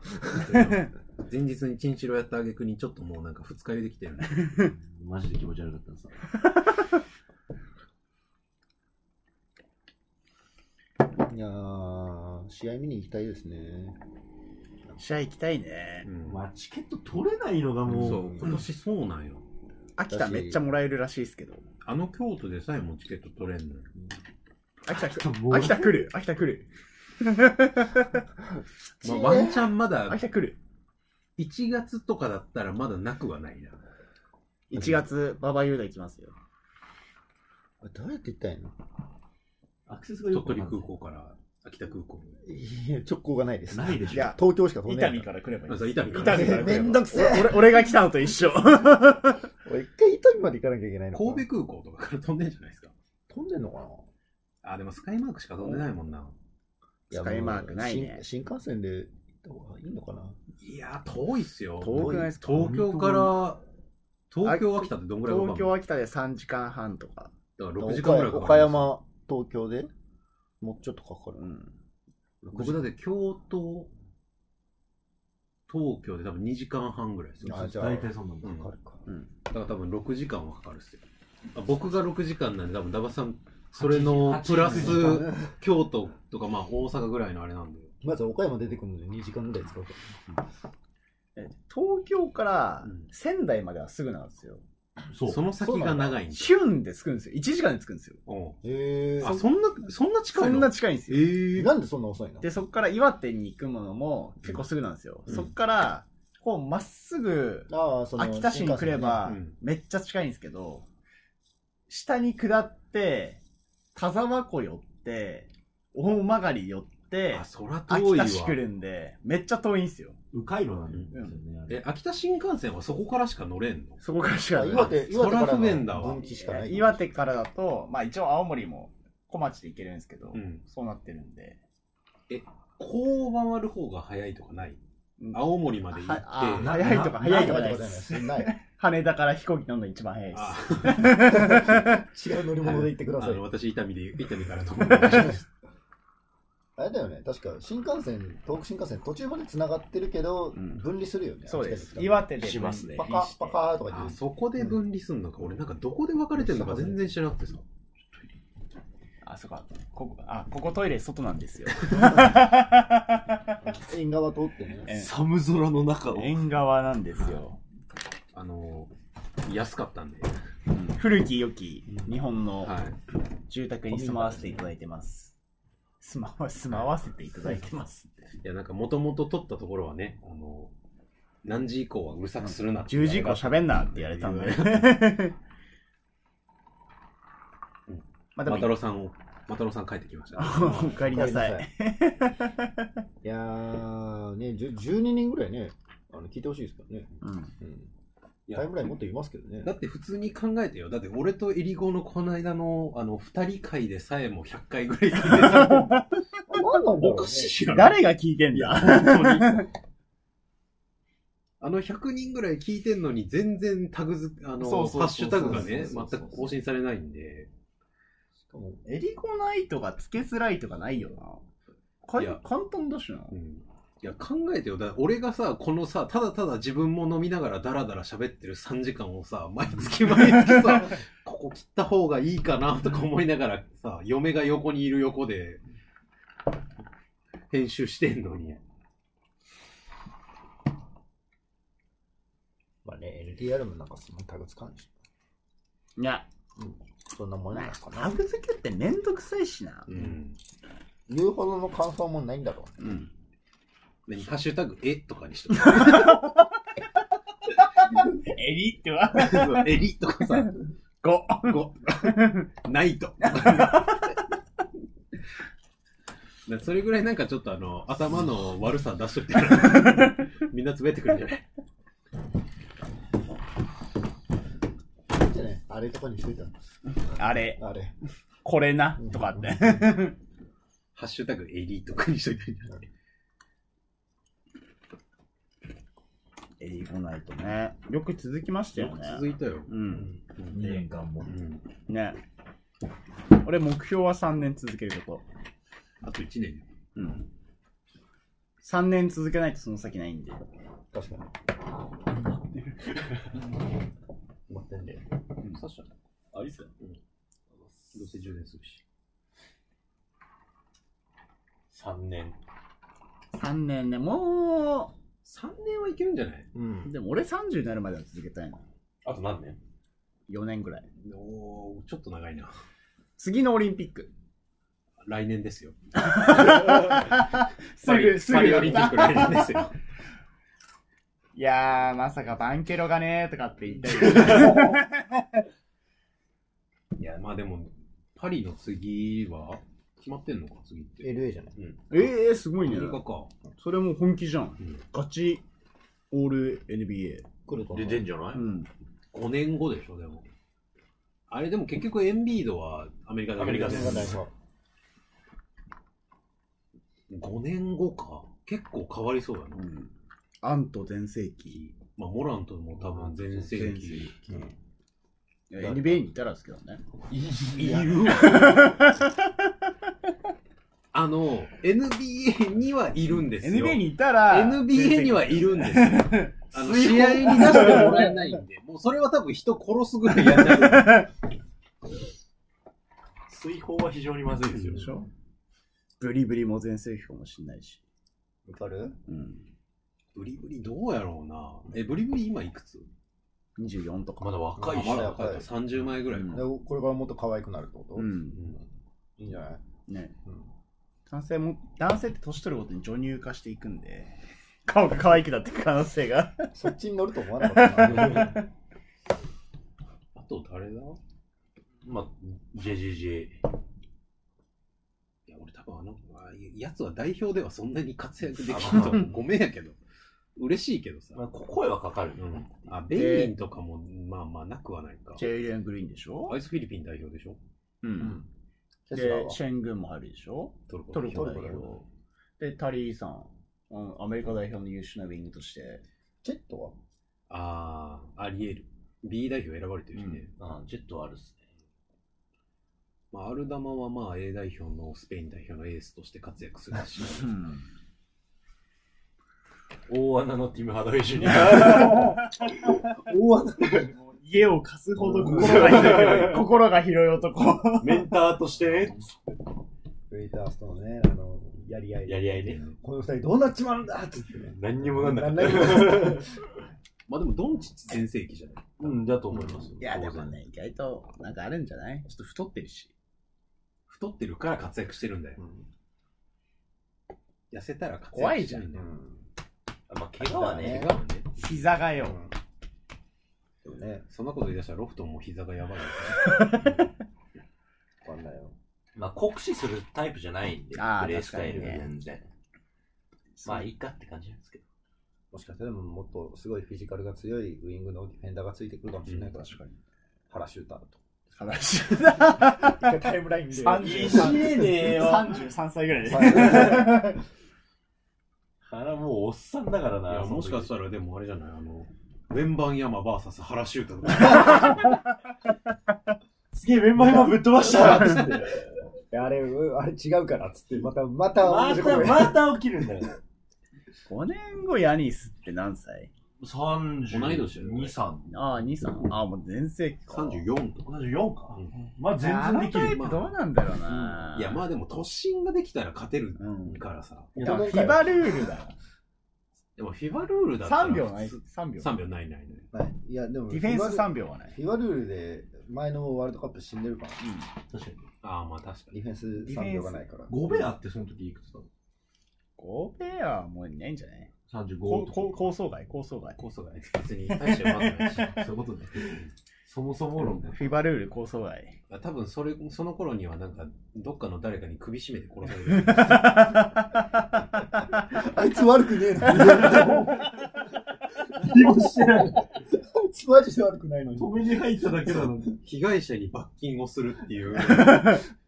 S1: 前日にチンチロやった挙句にちょっともうなんか二日酔いでき てるね。
S4: マジで気持ち悪かったさ。
S3: いやー、試合見に行きたいですね。
S2: 試合行きたいね。
S4: まあ、チケット取れないのがもう。
S1: そう、今年そうなんよ。
S2: 秋田めっちゃもらえるらしいですけど。
S1: あの京都でさえもチケット取れんのよ。
S2: 秋田来
S4: ちょっともう
S2: 秋田来る秋田来る
S1: まあ、ワンチャンまだ
S2: 秋田来る
S1: 1月とかだったらまだなくはないな。
S2: 1月、馬場雄大来ますよ。
S3: あどうやって行ったんやの
S4: アクセスがよ
S1: 鳥
S4: く
S1: 取
S4: わかんない
S1: 空港から秋田空港に。
S3: いや直行がないです。
S4: ないでしょ
S3: いや、東京しか飛んでない。
S12: ら来れば
S1: あそう伊丹から
S2: 痛 みから来
S3: め
S2: れば
S3: んどくせえ。
S2: 俺俺が来たのと一 緒。
S3: 俺一回伊丹まで行かなきゃいけないのかな。
S1: 神戸空港とかから飛んでんじゃないですか。
S3: 飛んでんのかな
S1: あ、でもスカイマークしか飛んでないもんな。
S2: スカイマークないね
S3: 新新幹線で行った方がいいのかない
S1: やー、遠いっすよ。
S2: 遠くないっすか
S1: 東京から、東京秋田ってどんぐらいかか
S2: 東
S1: るの
S2: 京、秋田で3時間半とか。
S1: だから6時間ぐらいかかる。
S3: 岡山、東京でもうちょっとかかる。
S2: うん。
S1: 僕だって京都、東京で多分2時間半ぐらいですよ。
S3: あ、じゃあ、
S4: 大
S3: か
S4: 体そんなんだ。
S1: うん
S3: かるか。
S1: だから多分6時間はかかるっすよ。あ僕が6時間なんで、多分ダバさん、それのプラス京都とかまあ大阪ぐらいのあれなんで。
S3: まず岡山出てくるので2時間ぐらい使うか
S2: え東京から
S1: うん
S2: 仙台まではすぐなんですよ。
S4: そう。
S1: その先が長いんで。
S2: ヒュンで着くんですよ。1時間で着くんですよ。
S1: うん
S3: ら。へ
S1: あ、そんな、そんな近
S2: そ
S1: いの
S2: んな近いんですよ。
S3: え。なんでそんな遅いの
S2: で、そこから岩手に行くものも結構すぐなんですよ。
S1: うん
S2: そこから、こうまっすぐ
S3: ああ、その
S2: 秋田市に来れば
S1: 新幹線ね
S2: めっちゃ近いんですけど、下に下って、田沢湖寄って、大曲寄って
S1: あ、、そら遠
S2: 秋
S1: いわ
S2: 田。市来るんで、めっちゃ遠いんですよ。
S4: 迂回路なんですよね。あれ
S1: え、秋田新幹線はそこからしか乗れんの
S2: そこからしかない
S3: 岩手、岩手から
S1: そら不便だわ
S3: の分岐しかない。
S2: 岩手からだと、まあ一応青森も小町で行けるんですけど、
S1: うん。
S2: そうなってるんで。
S1: こう回る方が早いとかない
S2: うん
S1: 青森まで行って、
S2: あ
S4: な
S2: 早いとか
S4: な
S2: 早いと
S3: な
S2: かないで。
S3: いとかないですす。ない。
S2: 羽田から飛行機乗るの一番早いで
S1: あ
S3: 違う乗り物で行ってくだ
S1: あ
S3: さい
S1: の。私、伊丹で、伊丹からと思って
S3: あれだよね、確か新幹線、東北新幹線、途中まで繋がってるけど、
S2: ん
S3: 分離するよね。
S2: す。そうです。岩
S3: 岩
S2: 手で。
S12: しますね
S3: パカパカーとか言
S1: あ
S3: っ、て
S1: そこで分離すんのか。俺、なんかどこで分かれてんのか全然知らなくてさ。
S2: あ、そうか。ここ、あ、ここトイレ外なんですよ。
S3: 縁側通ってね。
S2: え
S12: 寒空の中を。
S2: 縁側なんですよ。
S1: あの、安かったんで。
S2: 古き良き日本の
S1: はい。
S2: 住宅に住まわせていただいてます。住まわ住まわせていただいてます。
S1: いや、なんかもともと取ったところはね、あの、何時以降はうるさくするな
S2: 10時以降喋んなって言われたんで。まあで
S1: マ
S2: も
S1: タロさんをマタロさん帰ってきました、
S2: お帰りなさい。
S3: いやー、ね、じゅ12人ぐらいね、あの聞いてほしいですからね。
S2: うん
S3: うん。タイムラインもっといますけどね。
S1: だって普通に考えてよだって俺とエリゴのこの間のあの2人会でさえも100回ぐらい聞いて た
S3: なんなんだろ
S1: お
S3: う
S1: か
S3: ね
S1: しいよ
S2: 誰が聞いてんだ
S1: あの100人ぐらい聞いてんのに全然タグずあの
S13: そうそうそうそう
S1: ハッシュタグがね
S13: そうそうそう
S1: 全く更新されないんで
S3: しかも
S2: エリコナイトがつけづらいとかないよな。か
S1: いや
S2: い簡単だしな。
S1: うんいや考えてよだ俺がさこのさただただ自分も飲みながらダラダラ喋ってる3時間をさ毎 月毎月さここ切った方がいいかなとか思いながらさ嫁が横にいる横で編集してんのに
S3: まあね、LDR もなんかそのタグつかんでし
S2: いや、
S3: ょ。そんなもんなのか
S2: タ
S3: な。
S2: グ付けってめんどくさいしな。
S1: うん
S3: 言うほどの感想もないんだろう。
S2: うん。
S1: 何ハッシュタグえとかにしとく
S2: エリっては
S1: えりとかさ
S2: ?5。
S1: ない とだそれぐらいなんかちょっとあの頭の悪さ出しと いてみんな詰めてくるんじゃない
S3: じゃね、あれとかにしといたの
S2: あれ、
S3: あれ。
S2: これな、とかって。
S1: ハッシュタグエリートかにしといたんじゃない
S2: エリコナイトね。よく続きましたよね。
S1: 続いたよ。
S2: うん。
S13: 2年間も。
S2: ね。俺、目標は3年続けること。
S1: あと1年。
S2: うん。3年続けないとその先ないんで。
S3: 確かに。待ってんだよ。
S4: サッシャあ、いいっすね。
S1: どうせ10年するし。
S4: 3年。
S2: 3年ね、も
S1: 3年はいけるんじゃないう
S2: う、
S3: ん。
S2: でも俺30になるまでは続けたいな。
S4: あと何年
S2: 4年ぐらい。
S1: おーちょっと長いな。
S2: 次のオリンピッ ク。
S1: 来年ですよ。
S2: すぐ、す
S1: パ
S2: ぐ
S1: リオリンピック来年ですよ。
S2: いやー、まさかバンケロがねーとかって言ったり。
S1: いや、まあでも、パリの次は決まってんのか、次って。
S3: LA じゃない。
S2: ええー、すご
S1: ア
S2: い
S1: メ
S2: ね
S1: リ。カか。
S2: それもう本気じゃん。
S1: うん
S2: ガチ、オール NBA。
S3: 来ると思
S1: 出
S3: う。
S1: てんじゃない、
S2: ん。
S1: ?5 年後でしょ、でも。あれ、でも結局エンビードはアメリカだけ
S4: アメリカで
S1: 5年後か。結構変わりそうだな。
S2: うん。アント全盛期。
S1: まあ、モランとも多分全盛期。
S2: いや NBA にいたらですけどね。
S1: いる あの、NBA にはいるんですよ。
S2: NBA にいたら、
S1: NBA にはいるんですよ。 あの、試合に出してもらえないんで、もうそれは多分人殺すぐらいやっちゃう。
S4: 追放は非常にまずいですよ
S2: で。しょブリブリも全盛期かもしんないし。
S3: わかる
S2: うん。
S1: ブリブリどうやろうな。え、ブリブリ今いくつ
S2: 24とか。
S4: まだ若いし。
S1: ま
S3: ま
S1: だ
S3: だ
S1: 若いか30前ぐらいか
S2: う
S3: でこれからもっと可愛くなるってこと、
S2: うん。
S3: いいんじゃない
S2: ね。
S3: うん
S2: 男性も、男性って年取るごとに女乳化していくんで、 顔が可愛くなっていく可能性が。
S3: そっちに乗ると思わなかったな。
S1: あと誰だい
S4: まあ、JJJ。
S1: や、俺多分あの、あやつは代表ではそんなに活躍できんと思う。ごめんやけど。嬉しいけどさ。
S4: まあ、こ声はかかる。
S1: うんあ、ベイリンとかも、まあまあなくはないか。
S2: ジェイリアン・グリーンでしょ
S1: あいつフィリピン代表でしょ
S2: うん。
S3: テ
S2: で
S3: スラは、
S2: シェングンも入るでしょ
S1: トルコ
S2: トルコ代
S3: トル
S2: 表。で、タリーさん。うん、アメリカ代表の優秀なウィングとして。
S3: チェットは
S1: ああ、あり得る。B 代表選ばれてるしね。
S4: あジェットはあるっすね。
S1: まあ、アルダマはまあ A 代表のスペイン代表のエースとして活躍するし。
S2: うん。
S4: 大穴のティム・ハドウェイジ ュニア。
S2: 家を貸すほど心が広い、 心が広い男。
S4: メンターとしてね。
S3: ウェイタースとのね、あの、やり合い。
S4: やり合いね。
S3: この二人どうなっちまうんだっつってね。
S4: 何にもなんなかった。
S3: なんないけど
S1: まあでも、ドンチッチ全盛期じゃない
S4: うん、だと思います。
S2: いや、でも
S4: 当然。
S2: ね、意外と、なんかあるんじゃないちょっと太ってるし。
S1: 太ってるから活躍してるんだよ。痩せたら活躍
S2: 怖いじゃん
S1: しないんだよ。
S4: まあ、怪我はね。
S1: 怪我はね。
S2: 膝がよ。
S3: でもね、
S1: そんなこと言い出したらロフトンも膝がやばいですね。
S3: わかんないよ。
S14: まあ、酷使するタイプじゃないんで、
S2: あー
S14: プレイスタイルが
S2: 確か
S14: 全然。まあ、いいかって感じなんですけど。
S3: もしかしたらもっとすごいフィジカルが強いウイングのディフェンダーがついてくるかもしれないから、確かに。パラシューターだと。
S2: 話だ。一回タイムライン見てる。
S14: えねえ
S2: 33歳ぐ らいで。
S14: 腹もうおっさんだから
S1: い
S14: な。
S1: や、もしかした
S14: ら。
S1: らでもあれじゃないあの、連番山 VS 原シュートとか。
S4: すげえ、メンバー今ぶっ飛ばした
S3: つって
S15: あれ、うあれ違うからっつって、また、また同
S14: ま
S15: じこと言う
S14: た、また起きるんだよ。
S2: 5年後ヤニスって何歳
S14: 30。
S1: 同い年だよ
S14: 2、3。
S2: ああ、2、3。ああ、もう全盛期か。
S1: 34とか。
S4: 74か、
S1: うん
S4: まあ全
S2: あの
S4: 然でき
S2: タイ
S4: る。
S2: プどうなんだろうな。
S1: いや、まあでも突進ができたら勝てる
S2: うん。だ
S1: からさ。
S4: いや
S2: からフィバルールだよ。
S1: でもフィバルールだったら
S2: 3秒ない。
S1: 普通
S2: 3秒。
S1: 3秒ないないない。
S3: はい、いや、でも、
S2: ディフェンス
S3: フィバル
S2: 3秒はない。
S3: フィワルールで前のワールドカップ死んでるから、
S1: ああ、まあ確か
S3: デ
S1: に。
S3: ィフェンス3秒がないから。
S16: ゴベアってその時いくつだ
S2: ゴペアはもういないんじゃない
S16: の ?35
S2: こと
S16: か
S2: こ高層外、高層外。
S1: コースが別に大して上手くないし。
S16: そういうことね。
S4: そもそも 論で。
S2: フィバルール高層外。
S1: 多分それ、その頃にはなんか、どっかの誰かに首絞めて殺され る。
S3: あいつ悪くねえ な。何もしてない。あいつマジで悪くないのに。
S4: 止めに入っただけなのに。
S1: 被害者に罰金をするって いう、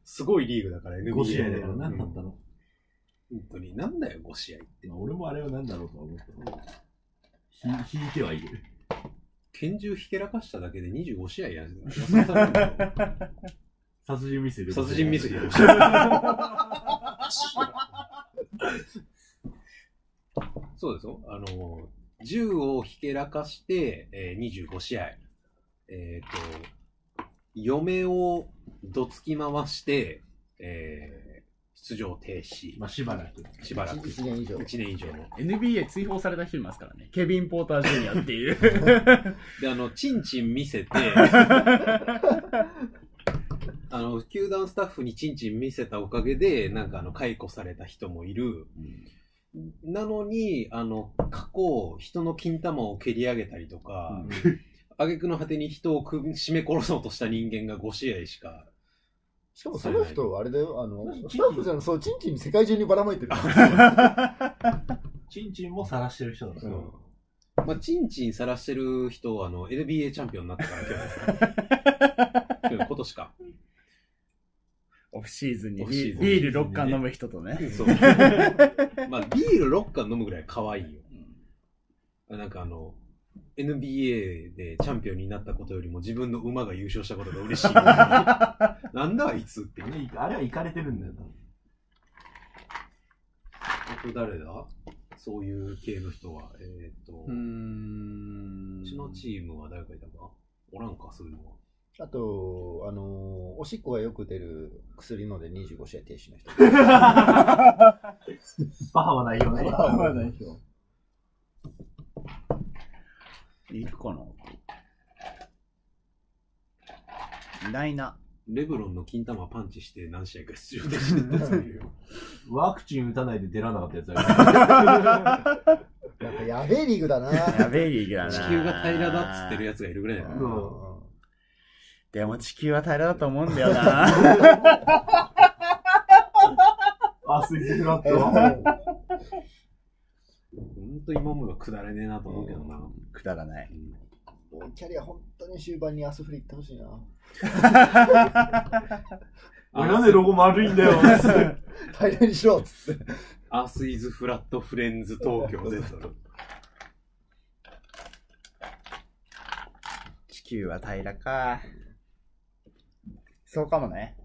S1: すごいリーグだから、NBA
S4: 5試合だから
S1: な
S4: 何
S1: んだ
S4: だっ
S1: ったた
S4: の、
S1: 本当に。なんだよ、5試合って
S4: ま。あ俺もあれは何だろうとは思ったの。ひ引いてはいる。
S1: 拳銃ひけらかしただけで25試合やる。 忘れたんだよ
S4: 殺人未遂で。
S1: 殺人未遂で。そうですよ。あの、銃をひけらかして、えー、25試合。えっ、と、嫁をどつき回して、えー、出場停止。
S4: まあしばらく。
S1: しばらく。
S3: 1年以上。
S1: 1年以上の。
S2: NBA 追放された人いますからね。ケビン・ポーター・ジュニアっていう。
S1: で、あの、チンチン見 せて、あの、球団スタッフにチンチン見せたおかげで、なんかあの、解雇された人もいる。なのに、あの、過去、人の金玉を蹴り上げたりとか、挙句の果てに人を首絞め殺そうとした人間が5試合しか。
S3: しかもその人、あれだよ、あのス
S4: チン、チン
S3: タッフじゃん、そう、チンチン世界中にばらまいてる。
S4: チンチンも晒してる人だか
S1: う
S4: ら。
S1: んまあ、チンチン晒してる人は、あの、NBA チャンピオンになったから、去年去 年。今年か。
S2: オフシーズンに
S1: オフシーズ
S2: ビ
S1: ン
S2: ビール6缶飲む人とね。
S1: そう。 まあ、ビール6缶飲むぐらい可愛いよ。なんかあの、NBA でチャンピオンになったことよりも自分の馬が優勝したことが嬉しい。 なんだあいつって。
S4: あれあれは行かれてるんだよな。
S1: あと誰だそういう系の人は。えっ、と、
S17: うー。
S1: うんちのチームは誰かいたかおらんか、そういうのは。
S3: あと、あの、おしっこがよく出る薬飲んで25試合停止の人。
S4: バハはないよね。
S2: いるかなないな。
S1: レブロンの金玉パンチして何試合か出場できてたという。
S4: ワクチン打たないで出らなかったやつだよ。
S3: なんかやべえリーグだな。
S2: やべえリーグだな。
S1: 地球が平らだっつってるやつがいるぐらいだから
S3: う。ん
S2: でも地球は平らだと思うんだよな。
S4: あ、水星フラッ
S3: え
S4: ト。
S1: ほんと今もくだらねえなと思うけどな。
S2: くだらない。
S3: ーキャリア本当に終盤にアスフリ行ってほしいな。
S4: おいなんでロゴ丸いんだよ。
S3: 平らにしろっつって。
S1: アースイズフラットフレンズ東京で
S2: 地球は平らか。そうかもね。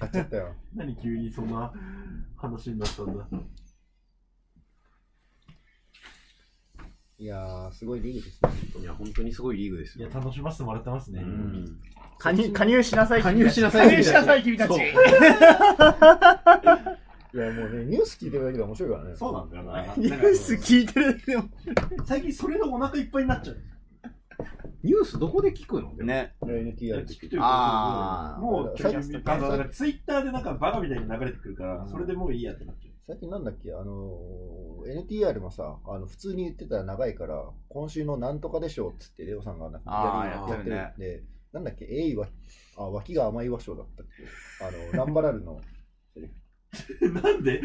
S3: やっちゃったよ。
S4: 何急にそんな話になったんだ。
S3: いやー、すごいリーグですね。
S1: いや、本当にすごいリーグです
S4: いや、
S1: よ。
S4: 楽しませてもらってますね。
S1: うん
S2: 加入、加入しなさい。
S1: 加入しなさい
S2: 加入しなさい、君たち。
S1: そう
S3: いや、もうね、ニュース聞いてるだけで面白いからね。
S4: そうなんだよな。
S2: ニ ュース聞いてるだけでも。
S4: 最近それでお腹いっぱいになっちゃう。
S1: ニュースどこで聞くのでも
S2: ね。
S4: いや
S3: NTR
S4: 聞くという
S2: あ
S4: か
S2: ー、
S4: もう、
S3: 最
S4: あ
S3: 近
S4: のなんかツイッターでなんかバカみたいに流れてくるから、
S3: うん
S4: それでもういいやってなっちゃう。
S3: 最近なんだっけあのー NTR もさ、あの普通に言ってたら長いから、今週のなんとかでしょうっつって、レオさんがなん
S2: あ
S3: か
S2: ー
S3: やり
S2: や
S3: や
S2: っ
S3: ってて
S2: るね
S3: るんで、なんだっけ、エイは、あ、脇が甘い和尚だったっけ、あの、ランバラルの、
S4: なんで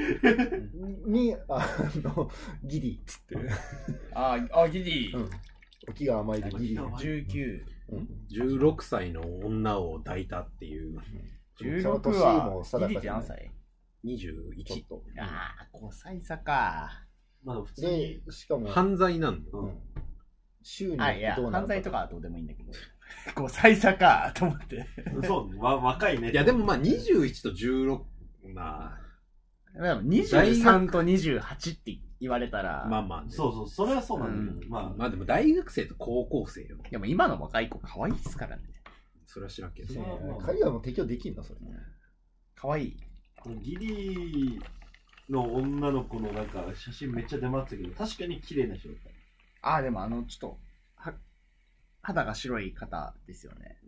S3: に、あの、ギリっつって、
S2: あーあ、ギリ
S3: う。ん脇が甘いでギリ。
S2: 19。
S3: うん
S1: 16歳の女を抱いたっていう
S2: 16
S3: その年
S2: は
S3: も、定かじゃない
S2: ギリって何歳
S3: ちょっ
S1: 21
S3: と。
S2: ああ、5歳差か。
S4: まあ普通に
S3: で、しかも、
S1: 犯罪なんだ
S3: うん週に
S2: あ、いや、
S3: どうな
S2: 犯
S3: るか
S2: 罪とかはどうでもいいんだけど。5歳差か、と思って。
S4: そう、わ若いね。
S1: いやでもまあ21と16ま
S2: でも23と28って言われたら、
S1: あまあまあね
S4: そうそう、それはそうなんだけど、まあ、
S1: まあでも大学生と高校生よ
S2: でも今の若い子可愛いですからね。
S1: それは知らんけど
S4: そう
S3: ね海外も適用できんのそれ。
S2: 可愛い。
S4: ギリの女の子のなんか写真めっちゃ出回ってたけど、確かに綺麗な人だった。
S2: ああ、でもあの、ちょっと、は、肌が白い方ですよね。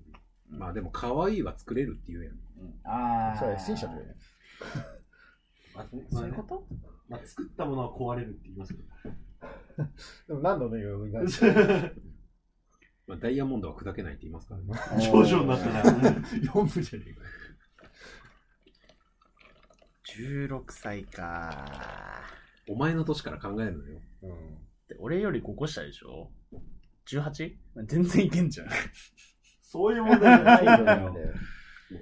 S1: まあでも可愛いは作れるって言うやん
S18: ああ。
S3: それは戦車だよね。
S4: あそういうこと、まあ、作ったものは壊れるって言いますけど。
S3: でも何度も言う よ
S1: まあダイヤモンドは砕けないって言いますからね
S4: 少女になったら、
S1: 4部じゃねえか
S2: 16歳か。
S1: お前の年から考えるのよ
S3: うん
S2: で俺より5個下でしょ ?18? 全然いけんじゃん。
S4: そういう問題じゃない んだよ。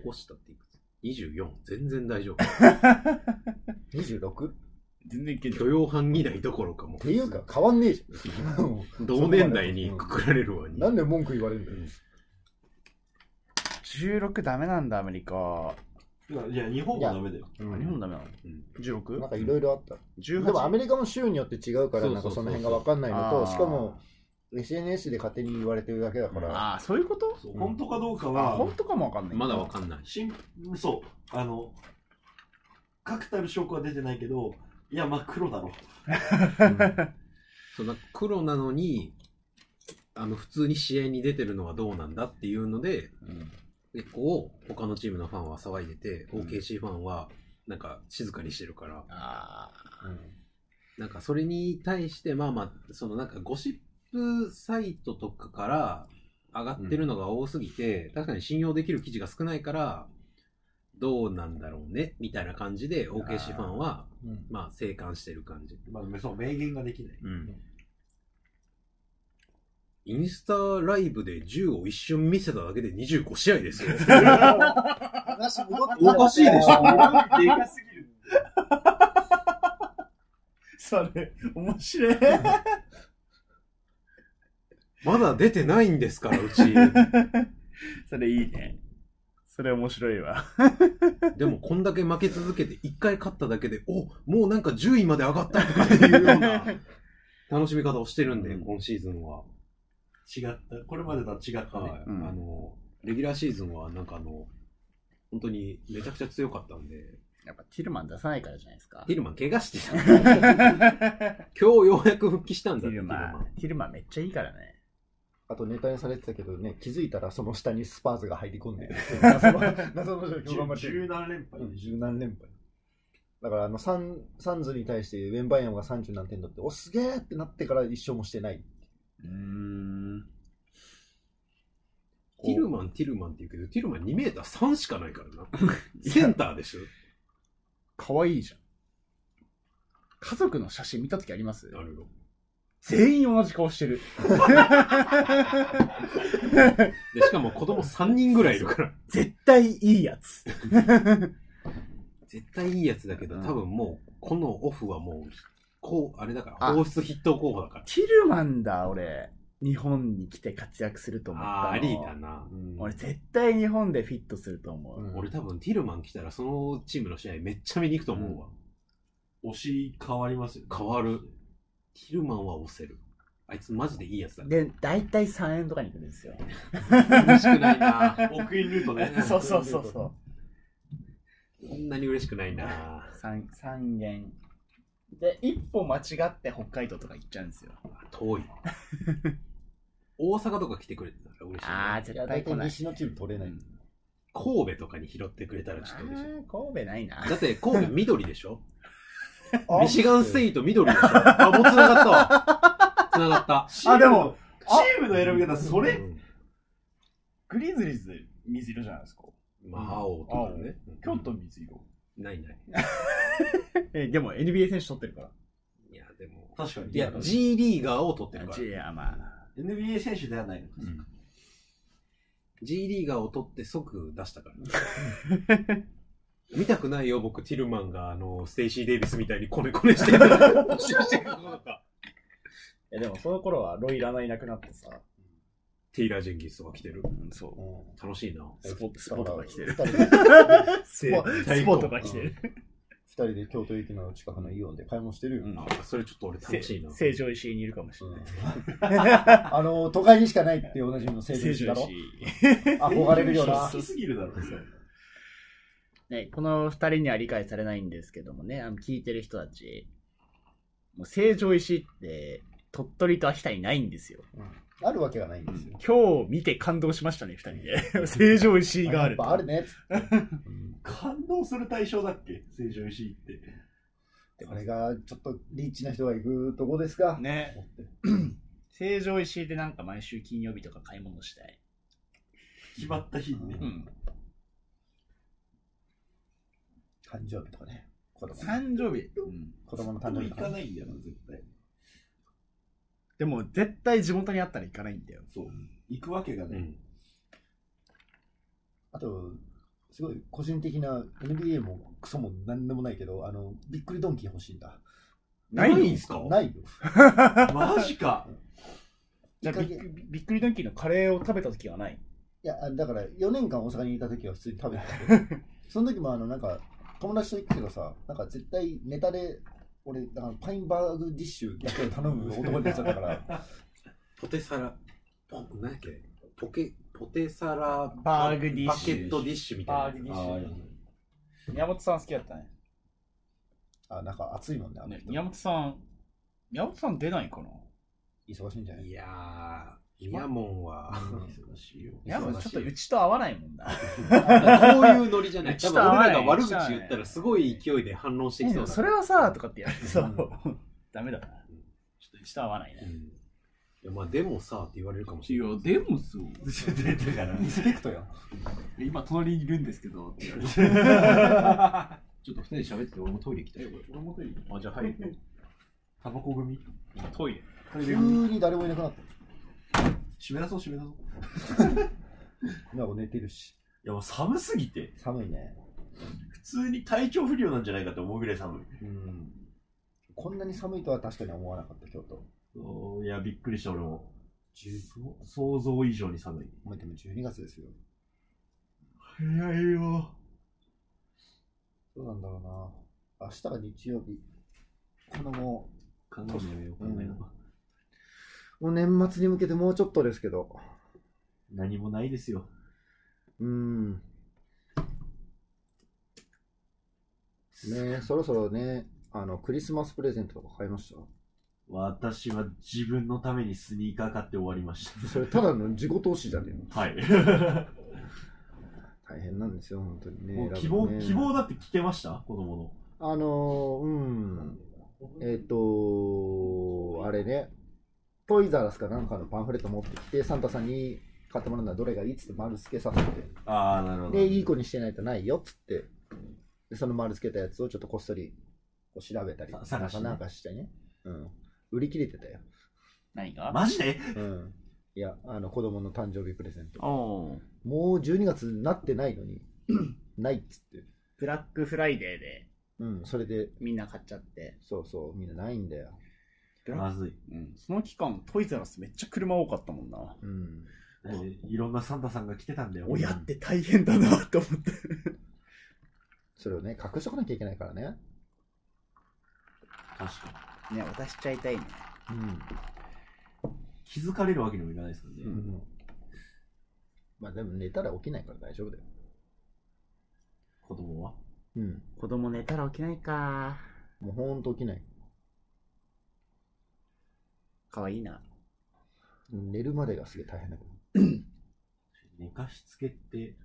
S1: 残したっていくつ24全然大丈夫
S3: 26? っ
S2: 全然いけんじゃん
S1: 許容範囲内どころかも
S3: ていうか変わんねえじゃん もう
S1: 同年代にくくられるわに
S3: なんで文句言われるんだよ、
S2: 16ダメなんだ、アメリカ。
S4: いや、日本もダメだよ。
S2: あ日本ダメ
S1: うん
S2: なの
S3: なん
S2: ?16?
S3: かいろいろあった、
S2: 18
S3: でもアメリカも州によって違うから
S1: そう
S3: な
S1: そ
S3: ん
S1: うそ
S3: か
S1: う
S3: その辺が分かんないのと
S2: あー
S3: しかも SNS で勝手に言われてるだけだから、
S2: ああ、そういうこと
S4: そう本当かどうか
S2: あ、
S4: は、
S2: 本当かもわかんない。
S1: まだわかんない
S4: しんそう、あの、確たる証拠は出てないけど、いや、まあ黒だろ。
S1: そうなんか黒なのにあの普通に試合に出てるのはどうなんだっていうので
S2: うん
S1: 結構他のチームのファンは騒いでて、
S2: うん
S1: OKC ファンはなんか静かにしてるから
S2: あ
S1: なんかそれに対してまあまあそのなんかゴシップサイトとかから上がってるのが多すぎて、確かに信用できる記事が少ないからどうなんだろうねみたいな感じで OKC ファンは
S3: うん
S1: まあ静観してる感じ、
S4: まあ、そう、明言ができない。
S1: うんインスタライブで銃を一瞬見せただけで25試合ですよ。
S18: 話戻って
S1: おかしいでしょ
S4: でかすぎる。
S2: それ、面白い。
S1: まだ出てないんですから、うち。
S2: それいいね。それ面白いわ。
S1: でも、こんだけ負け続けて、1回勝っただけで、おもうなんか10位まで上がったとかっていうような 楽しみ方をしてるんで、
S2: うん
S1: 今シーズンは。
S4: 違った。これまでとは違ったね。
S1: はい、
S2: うん
S1: あの、レギュラーシーズンは、なんかあの、本当にめちゃくちゃ強かったんで、
S2: やっぱティルマン出さないからじゃないですか。
S1: ティルマン怪我して た。今日ようやく復帰したんだ
S2: テ
S1: って、ティ
S2: ィル
S1: ルマ
S2: マ
S1: ン。
S2: ン。ティルマンめっちゃいいからね。
S3: あとネタにされてたけどね気づいたらその下にスパーズが入り込んでる 謎の謎の状況が待っ
S4: 十
S3: てる
S4: 十何連敗
S3: うん十何連敗だからあのサンサンズに対してウェンバイアムが30何点取っておすげえってなってから一勝もしてない
S2: うん。
S1: ティルマン、ティルマンって言うけど、ティルマン2メーター3しかないからな。センターでしょ
S2: かわいいじゃん。家族の写真見たときあります
S1: なるよ。
S2: 全員同じ顔してる。
S1: で、しかも子供3人ぐらいいるから。
S2: 絶対いいやつ。
S1: 絶対いいやつだけど、
S2: うん
S1: 多分もう、このオフはもう、こう、あれだから、
S2: あ
S1: 放出筆頭候補だから。
S2: ティルマンだ、俺。日本に来て活躍すると思っ
S1: あー
S2: たの
S1: ありだな。
S2: 俺絶対日本でフィットすると思う。
S3: うん
S1: 俺多分、ティルマン来たら、そのチームの試合めっちゃ見に行くと思うわ。
S4: 推し変わりますよ、ね。
S1: 変わる。ティルマンは押せる。あいつマジでいいやつだ。
S2: で、大体3円とかに行くんですよ。
S1: 嬉しくないな。
S4: 奥院ルートね。
S2: そうそうそうそう。
S1: こんなに嬉しくないな。
S2: 三三元で一歩間違って北海道とか行っちゃうんですよ
S1: 遠い。大阪とか来てくれたら嬉しいな。
S2: 絶
S3: いや大体西のチーム取れない、
S2: うん
S1: 神戸とかに拾ってくれたらちょっと嬉しい。
S2: 神戸ないな
S1: だって神戸緑でしょミシガンステイと緑でしょ。あ、もう繋がったわ。 繋がった。
S2: あでも、
S4: チームの選び方、それ
S2: グリズリーズで水色じゃないですか。
S1: まあ、青とかね。
S2: 京都水色。
S1: ないない。
S2: え、でも NBA 選手取ってるから。
S1: いや、でも。
S4: 確かに。
S1: いや、G リーガーを取ってるから。
S2: いや、まあ。
S4: NBA 選手ではないのか。
S1: G リーガーを取って即出したから、 見たくないよ、僕、ティルマンが、あの、ステイシー・デイビスみたいにコネコネして る。
S2: いや、でもその頃はロイラナいなくなってさ。
S1: テイラー・ジェンギスとか来てる。
S2: うん、そう。
S1: 楽しいな。
S2: スポスポとか来てる。
S3: 二人で
S2: スポスポとか来てる。
S3: 二人で京都駅の近くのイオンで買い物してるよ。
S1: あそれちょっと俺楽しいな。
S2: 成城石井にいるかもしれない。
S3: あの、都会にしかないっておなじみの成
S2: 成
S3: 城石井だ
S2: 城
S3: ろ
S2: 石井。
S3: 憧れるよな
S4: 好。きすぎるだろ、それ
S19: ね、この二人には理解されないんですけどもね、あの聞いてる人たち、もう成城石井って鳥取と秋田にないんですよ。
S3: あるわけがないんですよ。
S2: 今日見て感動しましたね、二人で。成城石井があ
S3: やっ
S2: る。
S3: ぱあるね。
S4: 感動する対象だっけ成城石井って。
S3: これがちょっとリッチな人が行くとこですが、
S19: ね。成城石井でなんか毎週金曜日とか買い物したい。
S4: 決まった日にね。
S19: うん。
S3: 誕生日とかね。子供の
S19: 誕生日。うん。
S3: 子供の誕生
S4: もう
S3: 日
S4: 行
S3: と
S4: か
S3: か。
S4: ないんだよな、絶対。
S2: でも絶対地元にあったら行かないんだよ。
S4: そう。行くわけが
S1: う
S4: ない。
S1: ん。
S3: あと、すごい個人的な NBA もクソも何でもないけど、あの、びっくりドンキー欲しいんだ。
S2: ない
S1: んすか
S3: ないよ。
S4: マジか
S2: じゃあ
S3: いい
S2: び
S3: 加減
S2: っくびっくりドンキーのカレーを食べた時はない。
S3: いや、あだから4年間大阪にいた時は普通に食べてたけど、その時もあの、なんか、友達と行くけどさ、なんか絶対ネタで、俺、あのパインバーグディッシュだけを頼む男になっちゃったから、
S1: ポテサラ、ポ、何やっけポケ、ポテサラ、
S2: バーグディッシュ
S1: バケットディッシュみたいなやつ。
S2: バーグディッシュ
S1: あ
S19: 宮本さん好きだったね。
S3: あ、なんか熱いもんね、あの
S19: ね
S3: 人。
S19: 宮本さん、宮本さん出ないかな
S3: 忙しいんじゃ
S1: ー
S3: ない
S1: いやー、ミヤモンは、
S4: 忙しいよ。
S19: 宮本さんちょっとうちと合わないもんな。
S1: こういうノリじゃない。多
S19: ちょっ
S1: 分
S19: と合わ
S1: 俺
S19: ない
S1: らが悪口言ったらすごい勢いで反応してきそうだから
S19: それはさ、とかってやるさ、ダメだな。ちょっとうちと合わないね。
S1: うんいやまあでもさって言われるかもしれない。
S20: でもそう。
S4: だから、
S3: リスペク トよ。
S20: 今、隣にいるんですけど、って言われてちょっと二人で喋ってて、俺もトイレ行きたいよ。俺もトイレあ、じゃあ入る。
S4: タバコ組。
S20: トイレ。
S3: 急に誰もいなくなった。
S4: 締め出そう、締め出そう。
S3: 今も寝てるし、
S4: いや、もう寒すぎて、
S3: 寒いね。
S4: 普通に体調不良なんじゃないかって思うぐらい寒い。
S3: うん。こんなに寒いとは確かに思わなかった、京都。
S4: そういや、びっくりした、俺も。想像以上に寒い。
S3: お前でも12月ですよ。
S4: 早いよ。
S3: どうなんだろうな。明日が日曜日。このも
S4: 考えてみよう、考えよう。
S3: う、もう年末に向けてもうちょっとですけど。
S4: 何もないですよ。
S3: うん。ねそろそろね、あの、クリスマスプレゼントとか買いまし。
S4: 私は自分のためにスニーカー買って終わりました
S3: それただの自己投資じゃねえの。
S4: た。はい。
S3: 大変なんですよ、本当にね。
S4: もう希
S3: 選ぶの
S4: 望、
S3: ね
S4: 希望だって聞けました子供の。
S3: あのー、うん。えっ、とあれね、トイザらスかなんかのパンフレット持ってきて、サンタさんに買ってもらうのはどれがいいっつって丸つけさせて、
S4: ああ、なるほど。
S3: で、いい子にしてないとないよっつって、でその丸つけたやつをちょっとこっそりこう調べたり、
S4: さ探してね
S3: なんかしてね、うん。売り切れてたよ。
S19: 何が
S4: マジで
S3: うん。いや、あの、子供の誕生日プレゼント。
S19: お
S3: もう12月になってないのに、 ないっつって。
S19: ブラックフライデーで
S3: うん、それで、
S19: みんな買っちゃって。
S3: そうそう、みんなないんだよ。
S4: まずい。
S2: うん。その期間、トイザらスめっちゃ車多かったもんな。
S3: うん。
S4: えーいろんなサンタさんが来てたんだよ。
S2: 親って大変だなって思って。
S3: それをね、隠しとかなきゃいけないからね。
S4: 確か
S19: ね、渡しちゃいたいね。
S3: うん。
S4: に。気づかれるわけにもいかないですからね。
S3: まあでも寝たら起きないから大丈夫だよ。
S4: 子供は。
S3: うん。
S19: 子供寝たら起きないか。
S3: もうほんと起きない。
S19: かわいいな。
S3: 寝るまでがすげえ大変だけど。
S4: 寝かしつけって、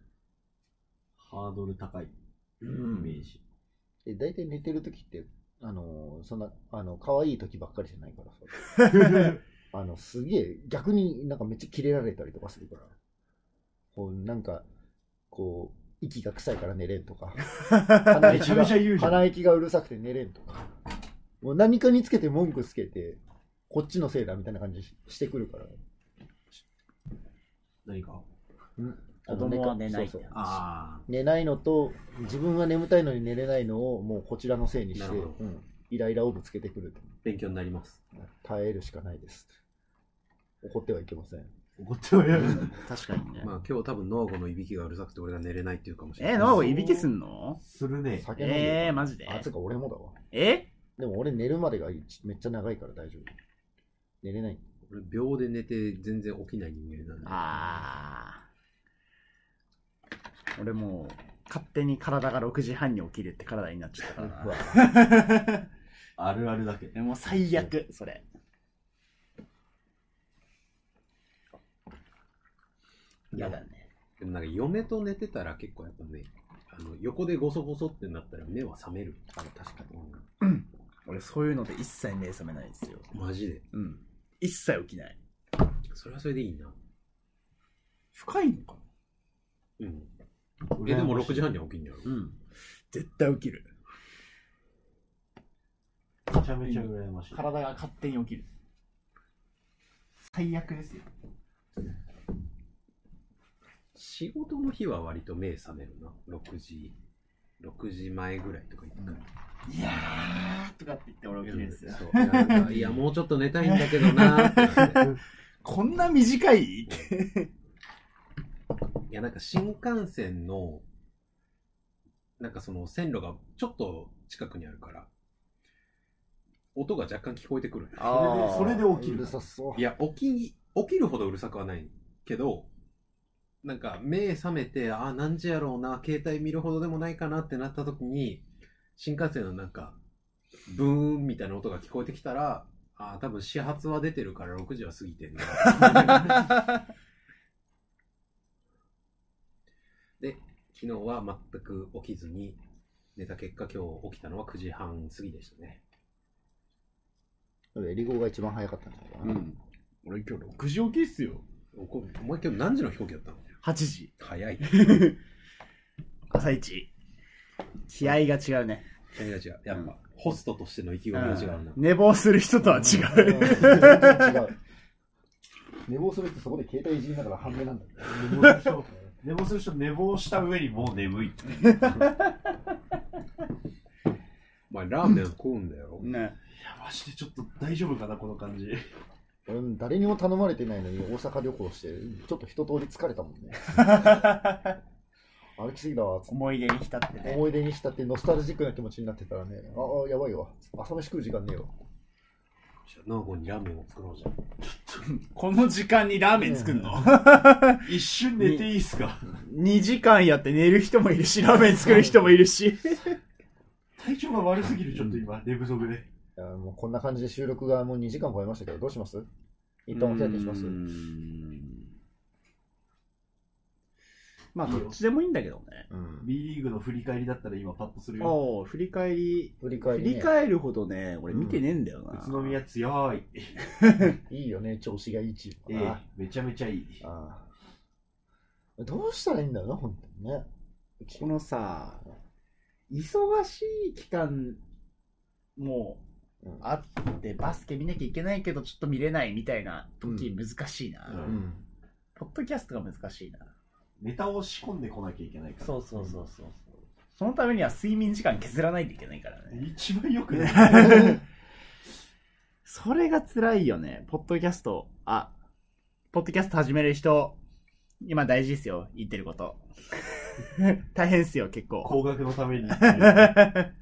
S4: ハードル高いイメージ。
S3: え、大体寝てる時ってあのーそんな、あの、可愛い時ばっかりじゃないからさ。あの、すげえ、逆になんかめっちゃキレられたりとかするから。こう、なんか、こう、息が臭いから寝れんと か。鼻
S21: め
S3: 息
S21: ちゃ
S3: が
S21: めちゃ言 うじゃん。
S3: 鼻息がうるさくて寝れんとか。もう何かにつけて文句つけて、こっちのせいだみたいな感じししてくるから。
S21: 何か。
S3: あの
S2: 子供は寝ない
S3: そうそう
S21: あ
S3: 寝ないのと、自分は眠たいのに寝れないのをもうこちらのせいにして、
S1: なるほど
S3: うんイライラをぶつけてくると。
S1: 勉強になります。
S3: 耐えるしかないです。怒ってはいけません。
S4: 怒ってはやる。
S2: 確かにね。
S1: まあ今日多分ノーゴのいびきがうるさくて俺が寝れないっていうかもしれない。
S2: え、ノーゴいびきすんの
S4: するね。
S3: 酒飲んでるから
S2: えー、マジで
S3: あ、つうか俺もだわ。
S2: え
S3: でも俺寝るまでが一めっちゃ長いから大丈夫。寝れない。
S1: 俺秒で寝て全然起きない人間なんで。
S2: あー。俺もう、勝手に体が6時半に起きるって体になっちゃったから な。
S4: あるあるだけ。
S2: えもう最悪、それ。やだね。
S1: でもなんか嫁と寝てたら結構やっぱね、あの横でゴソゴソってなったら目は覚める。あ確かに。
S2: 俺そういうので一切目覚めないんですよ。
S1: マジで。
S2: うん。一切起きない。
S1: それはそれでいいな。
S2: 深いのか
S1: うん。え、でも6時半には起きんじゃろ
S2: なうん。絶対起きる。
S4: めちゃめちゃ羨ましい。
S2: 体が勝手に起きる。
S21: 最悪ですよ。
S1: 仕事の日は割と目覚めるな。6時、6時前ぐらいとか言ってから。
S2: いやーとかって言って俺起きるんですよ。
S1: そうなんかいや、もうちょっと寝たいんだけどなーってなって
S2: こんな短いって。
S1: いや、なんか新幹線の、なんかその線路がちょっと近くにあるから、音が若干聞こえてくる。
S4: あーそれでそれで起きる
S3: うるさそう。
S1: いや、起き、起きるほどうるさくはないけど、なんか目覚めて、あ、何時やろうな、携帯見るほどでもないかなってなった時に、新幹線のなんか、ブーンみたいな音が聞こえてきたら、あ、多分始発は出てるから6時は過ぎてんな。 で、昨日は全く起きずに寝た結果、今日起きたのは9時半過ぎでしたね。
S3: エリゴが一番早かったんじゃないかな。
S2: ん。俺今日6時起きっすよ。
S1: おこお前今日何時の飛行機だったの
S2: 8時。
S1: 早い。
S2: 朝一。気合が違うね。
S1: いやいや違う。やっぱ、ホストとしての意気込みが違うな。
S2: 寝坊する人とは違う。
S3: うん全然違う。寝坊する人そこで携帯いじりながら半目なんだよ。
S4: 寝坊 する人、寝坊する人寝坊した上にもう眠い。
S1: お前、ラーメン食うんだよ。
S2: ね。
S4: いや、マジでちょっと大丈夫かな、この感じ。
S3: 俺も誰にも頼まれてないのに大阪旅行して、ちょっと一通り疲れたもん ね。歩きすぎだわ、つって
S2: 思い出に浸ってね。
S3: 思い出にしたってノスタルジックな気持ちになってたらね、ああ、やばいわ。朝飯食う時間ねえわ。
S1: じゃあ、ナーゴにラーメンを作ろうじゃん。
S2: この時間にラーメン作 んの
S4: 一瞬寝ていいっすか
S2: ?2 時間やって寝る人もいるし、ラーメン作る人もいるし。
S4: 体調が悪すぎる、ちょっと今、寝不足で。
S3: いやもうこんな感じで収録がもう2時間超えましたけど、どうします一旦お手当てします
S2: うーんまあ、どっちでもいいんだけどね。
S3: うん。
S4: B リーグの振り返りだったら今パッとするよ。
S2: ああ、振り返り、
S3: 振り
S2: 振
S3: 返り、ね、
S2: り返るほどね、俺見てねえんだよな。
S4: 宇都宮強い。え
S3: いいよね、調子がいいチーム
S4: え
S3: か、
S4: めちゃめちゃいい。
S3: な。ああどうしたらいいんだろうな、本当にね。
S2: このさ、忙しい期間も
S3: うん
S2: あって、バスケ見なきゃいけないけど、ちょっと見れないみたいな時、難しいな、
S3: うん。
S2: ポッドキャストが難しいな。
S4: ネタを仕込んでこなきゃいけないから。
S2: そうそうそうそう。そのためには睡眠時間削らないといけないからね。
S4: 一番よく ない。
S2: それが辛いよね。ポッドキャスト、あ、ポッドキャスト始める人、今大事ですよ、言ってる こと。大変っすよ、結構。
S4: 高額のために。
S2: 1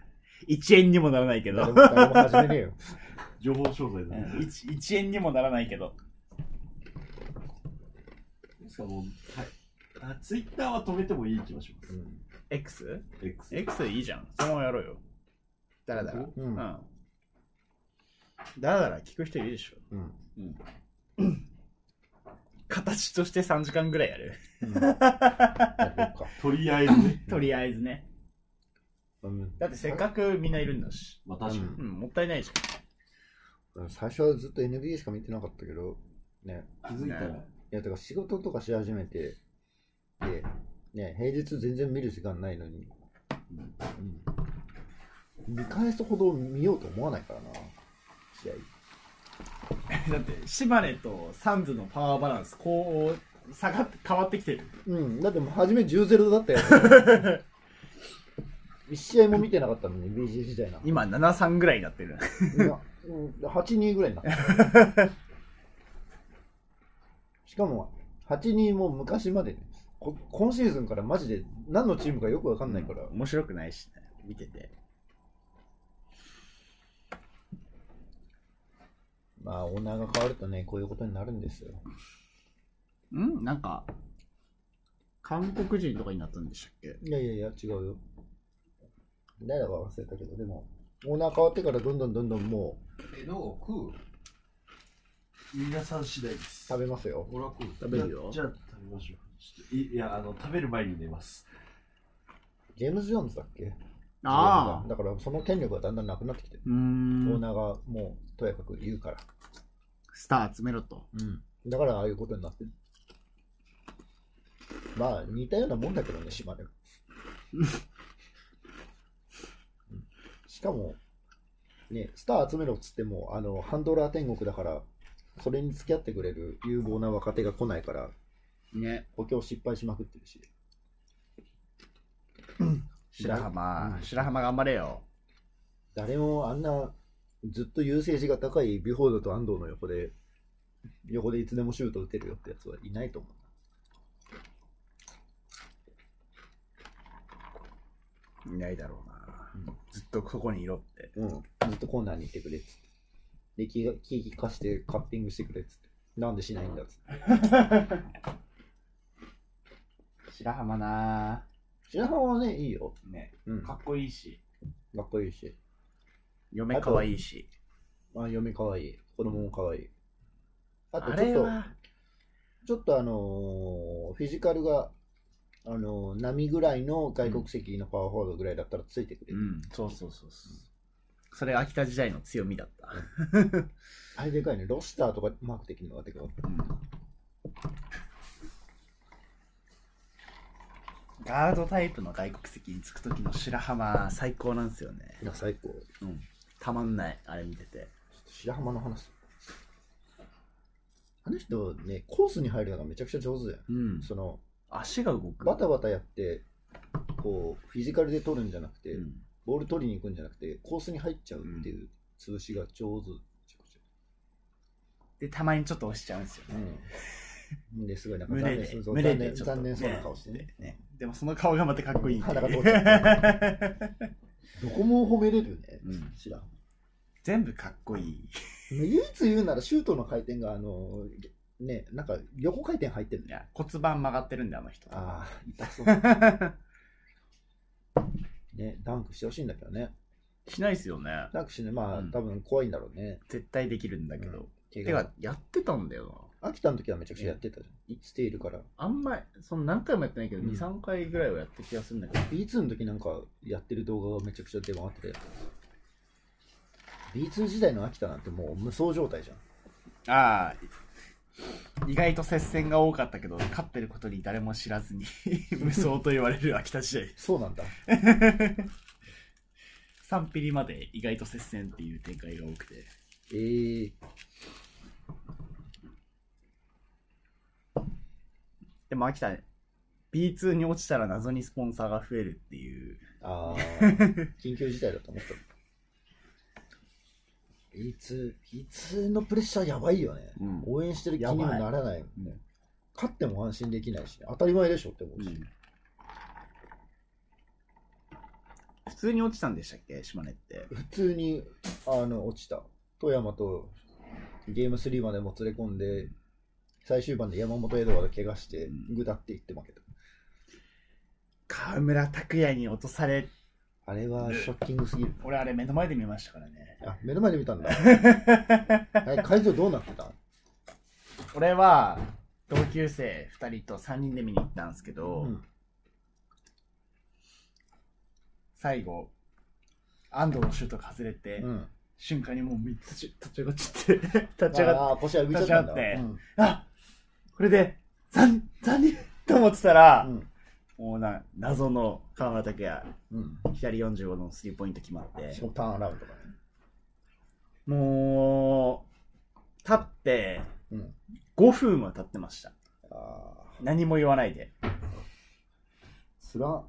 S2: 円にもならないけど
S3: 誰。も誰も始めねえよ。
S4: 情報商材だね。
S2: 1, 円にもならないけど。
S4: ですからもう、はい。あ、ツイッターは止めてもいい気がします。
S2: X?X
S4: X。
S2: でいいじゃん。そのままやろうよ。だらだら。
S3: う。
S2: うんん。だらだら聞く人いるでしょ。
S3: うん。
S2: 形として3時間ぐらいやる。
S3: やろうか。
S4: とりあえずね。
S2: とりあえずね。
S4: うん
S2: だってせっかくみんないるんだし。
S4: まあ確かに。
S2: うん、もったいないじ
S3: 最初はずっと NBA しか見てなかったけど、ね、
S2: ゃん。気づいたら。
S3: いや、だから仕事とかし始めて、で、ね、平日全然見る時間ないのに、うん見返すほど見ようと思わないからな、試合。
S2: だって、島根とサンズのパワーバランス、こう、下がって、変わってきてる。
S3: うん、だってもう初め10-0だったよ、ね。1試合も見てなかったのに、BG 時代な。
S2: 今、7-3ぐらいになってる。
S3: いやうん8-2ぐらいになった。 しかも、8-2も昔までね、こ今シーズンからマジで何のチームかよくわかんないから、
S2: 面白くないし、見てて。
S3: まあ、オーナーが変わるとね、こういうことになるんですよ。
S2: んなんか、韓国人とかになったんでしたっけ
S3: いやいやいや、違うよ。誰だか忘れたけど、でも、オーナー変わってからどんどんどんどんもう
S1: え、どう食う
S4: 皆さん次第です。
S3: 食べますよ。
S1: 俺は食う。
S2: 食べるよ
S4: じ。ゃあ食べましょう。ちょっといいや、あの、食べる前に寝ます。
S3: ジェームズ・ジョーンズだっけ
S2: ああ。
S3: だから、その権力がだんだんなくなってきてる、
S2: うー
S3: オー
S2: ん。
S3: ナーがもう、とやかく言うから。
S2: スター集めろと。
S3: だから、ああいうことになってる。まあ、似たようなもんだけどね、島根は。うんしかも、ね、スター集めろっつっても、あの、ハンドラー天国だから、それに付き合ってくれる有望な若手が来ないから、
S2: ね。
S3: 補強失敗しまくってるし。
S2: 白浜、白浜頑張れよ。
S3: 誰もあんな、ずっと優勢値が高いビュフォードと安藤の横で、横でいつでもシュート打てるよってやつはいないと思う。
S2: いないだろうな。ずっとここにいろって。
S3: うん、ずっとコーナーにいてくれっつって。で、気が気利かしてカッピングしてくれっつって。なんでしないんだっつって。
S2: 白浜な
S3: 白浜はね、いいよ。
S2: ね。
S3: うん。
S2: か
S3: か
S2: っこいいし。
S3: っこいいし。
S2: 嫁かわいいし。
S3: まあ、嫁かわいい。子供もかわいい。あと、
S2: あ
S3: ちょっ
S2: れ
S3: と、
S2: は、
S3: ちょっとあのーフィジカルが、あのー波ぐらいの外国籍のパワーフォワードぐらいだったらついてくれ
S2: う
S3: る。
S2: ん、そうそうそうそう。それ秋田時代の強みだった。
S3: あれでかいね。ロスターとかマークできるのがでかい。
S2: ガードタイプの外国籍に着く時の白浜最高なんですよね。
S3: いや、最高。
S2: たまんない、あれ見てて。
S3: 白浜の話。あの人ね、コースに入るのがめちゃくちゃ上手だよね。
S2: うん。
S3: その、
S2: 足が動く。
S3: バタバタやって、こう、フィジカルで取るんじゃなくて、
S2: うん
S3: ボール取りに行くんじゃなくて、コースに入っちゃうっていう潰しが上手。
S2: で、たまにちょっと押しちゃうんですよね。
S3: うん。ですごい、なんか残
S2: 胸
S3: 念
S2: で
S3: そう、
S2: 胸
S3: 残
S2: で
S3: 念
S2: ちょっと
S3: 残念そうな顔してね。
S2: ね。でもその顔がまたかっこいいっていう。
S3: 鼻が通っちゃどこも褒めれるよね、
S2: うん
S3: 知らん。
S2: 全部かっこいい。
S3: 唯一言うなら、シュートの回転が、あの、ね、なんか横回転入ってる
S2: い
S3: ね。
S2: や骨盤曲がってるんで、あの人。
S3: ああ、痛そう。ね、ダンクしてほしいんだけどね。
S2: しないですよね。
S3: ダンクしてね、まあ、
S2: うん
S3: 多分怖いんだろうね。
S2: 絶対できるんだけど。
S3: 怪
S2: て
S3: 我
S2: か、やってたんだよ
S3: 秋田の時はめちゃくちゃやってたじゃん。ステールから。
S2: な。あんまり、その何回もやってないけど、
S3: うん
S2: 2、3回ぐらいはやった気がするんだけど。
S3: B2 の時なんかやってる動画がめちゃくちゃ出回ってたよ。B2 時代の秋田なんてもう無双状態じゃん。
S2: ああ、意外と接戦が多かったけど、勝ってることに誰も知らずに、 無双と言われる秋田時代。
S3: そうなんだ。
S2: 3ピリまで意外と接戦っていう展開が多くて。
S3: えー、
S2: でも秋田、B2 に落ちたら謎にスポンサーが増えるっていう。
S3: あー 緊急事態だと思った。B2、B2 のプレッシャーやばいよね。
S2: うん
S3: 応援してる気にも
S2: やばい
S3: ならないもんね。勝っても安心できないし、当たり前でしょって思うし。
S2: 普通に落ちたんでしたっけ島根って。
S3: 普通にあの落ちた富山とゲーム3までもつれ込んで最終盤で山本エドワード怪我してぐだっていって負けた
S2: 河村拓哉に落とされ、
S3: あれはショッキングすぎる
S2: 俺あれ目の前で見ましたからね。
S3: あ目の前で見たん だえ会場どうなってた
S2: 俺は同級生2人と3人で見に行ったんですけど、
S3: うん
S2: 最後安藤のシュートが外れて、
S3: うん。
S2: 瞬間にもう3つ立ち上がっちゃって 立ち上がっ
S3: ああ、腰は浮いちゃったんだ。
S2: 立ち上
S3: うん
S2: あこれで残残念と思ってたら、
S3: うん
S2: もうな謎の川村拓也
S3: うん。
S2: 左45のスリーポイント決まって
S3: しかもターンアラウンドがね。
S2: もう立って
S3: うん
S2: 5分は経ってました
S3: ああ。
S2: 何も言わないで、
S3: つら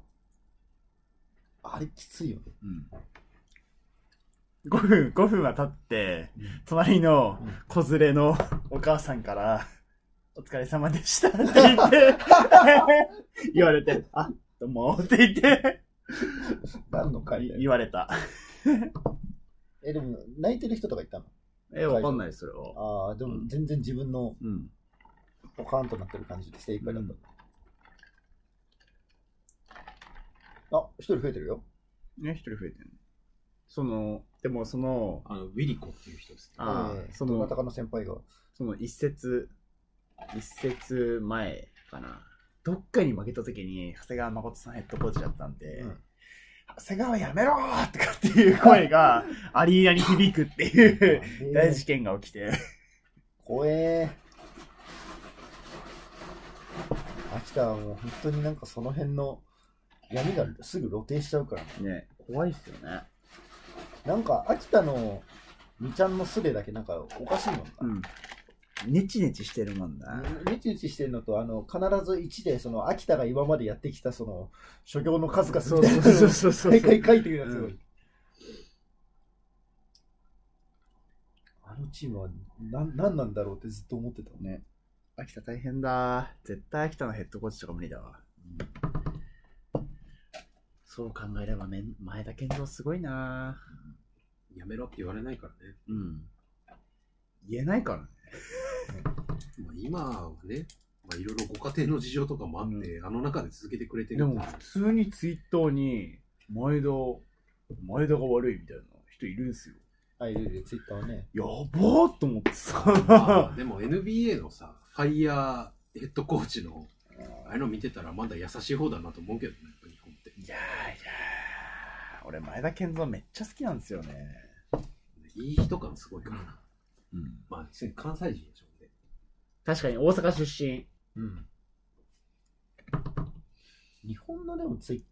S3: あれきついよね
S2: 5分5分は経って隣の子連れのお母さんから「お疲れ様でした」って言って 言われて「あどうも」って言って
S3: 何の回だよ
S2: 言われた
S3: えでも泣いてる人とかいたの
S22: え、わかんない、それは。
S3: ああでも全然自分の
S22: うん。
S3: ポカーンとなってる感じで精一杯だった、あ一人増えてるよ
S22: ね、一人増えてんの。その、でもその、
S23: あの、ウィリコっていう人ですね。
S22: ああ、
S3: えー
S22: そ
S3: ど
S22: の
S3: なた、かの先輩が
S22: その一節、一節前かな。
S2: どっかに負けた時に長谷川誠さんヘッドコーチだったんで、
S3: うん
S2: 長谷川やめろーとかっていう声 がアリーナに響くっていう大事件が起きて、
S3: 怖え秋田はもう本当になんかその辺の闇がすぐ露呈しちゃうからね
S22: ね、怖いっすよね。
S3: なんか秋田のみちゃんのスレだけなんかおかしいもんな
S22: うん。ネチネチしてるもんな。
S3: ネチネチしてるのと、あの、必ず1で、その、秋田が今までやってきた、その、所業の数々みたいなの を
S22: そうそ
S3: 毎回書いてるやつが、
S22: う
S3: あのチームは何、なんなんだろうってずっと思ってた。
S22: ね。秋田大変だ。絶対秋田のヘッドコーチとか無理だわ。そう考えればめん、前田健三すごいな。
S1: やめろって言われないからね。
S22: うん。言えないからね。
S1: まあ、今はね、まあ、いろいろご家庭の事情とかもあって、あの中で続けてくれてる
S2: でも普通にツイッターに前田前田が悪いみたいな人いるんですよ
S3: あ、いるいる、ツイッターはね。
S2: やばーと思って さ
S1: まあでも NBA のさ、ファイヤーヘッドコーチの、ああいうの見てたらまだ優しい方だなと思うけどね、やっぱ日本って。
S2: いやーいやー俺前田健三めっちゃ好きなんですよね
S1: いい人感すごいからな。まあ、関西人でしょうね。
S22: 確かに大阪出身。
S3: うん。日本のでもツイッ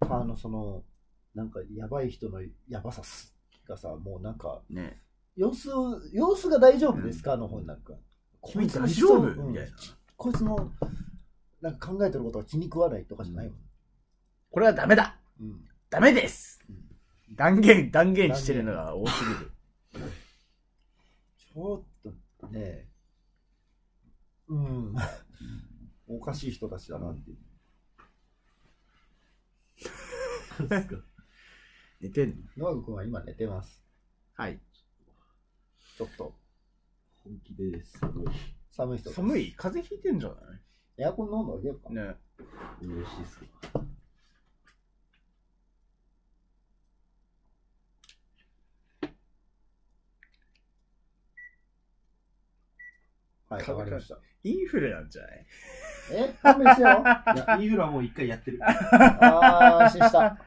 S3: ターのその、なんか、やばい人のやばさすがさ、もうなんか、
S22: ね。
S3: 様子を、様子が大丈夫ですか、の方になんか。
S22: 君大丈夫
S3: こいつの
S22: みたいな
S3: こいつの、なんか考えてることは気に食わないとかじゃないもん。
S22: これはダメだ
S3: うん。
S22: ダメです断言、断言してるのが多すぎる。
S3: ちょっとね、うん。おかしい人たちだなっていう。
S22: 寝てんの
S3: 野く君は今寝てます。
S22: はい。
S3: ちょっと、
S4: 本気ですごい
S3: 寒い人です。
S2: 寒い風邪ひいてんじゃ
S3: エアコンの温度上げようか。
S2: ないね
S4: 嬉しいっす
S3: はい、
S2: か
S3: わかりました。
S2: インフルなんじゃない
S3: え勘弁してよ。
S4: いやイーグルはもう一回やってる
S3: あー、安心した。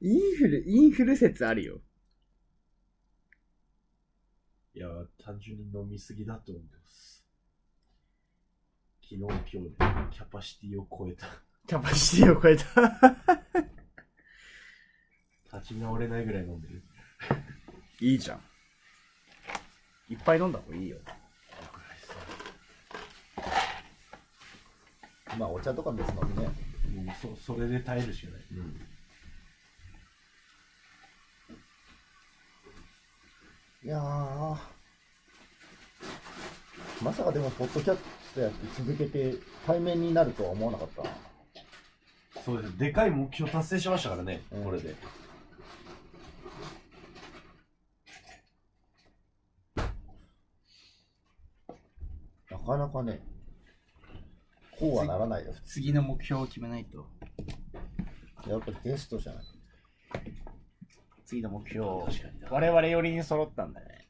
S22: インフル、インフル説あるよ。
S4: いや、単純に飲みすぎだと思います。昨日、今日でキャパシティを超えた。
S2: キャパシティを超えた
S4: 立ち直れないぐらい飲んでる。
S2: いいじゃんいっぱい飲んだ方がいいよ
S3: まあ、お茶とか水飲みね。
S4: もうそ、それで耐えるしかない。
S3: いやー。まさかでも、ポッドキャストやって続けて、対面になるとは思わなかったな。
S4: そうです。でかい目標達成しましたからね、
S3: うん
S4: これで。
S3: なかなかね、こうはならないよ。
S22: 次の目標を決めないと。
S3: やっぱゲストじゃない。
S2: 次の目標我々寄りに揃ったんだね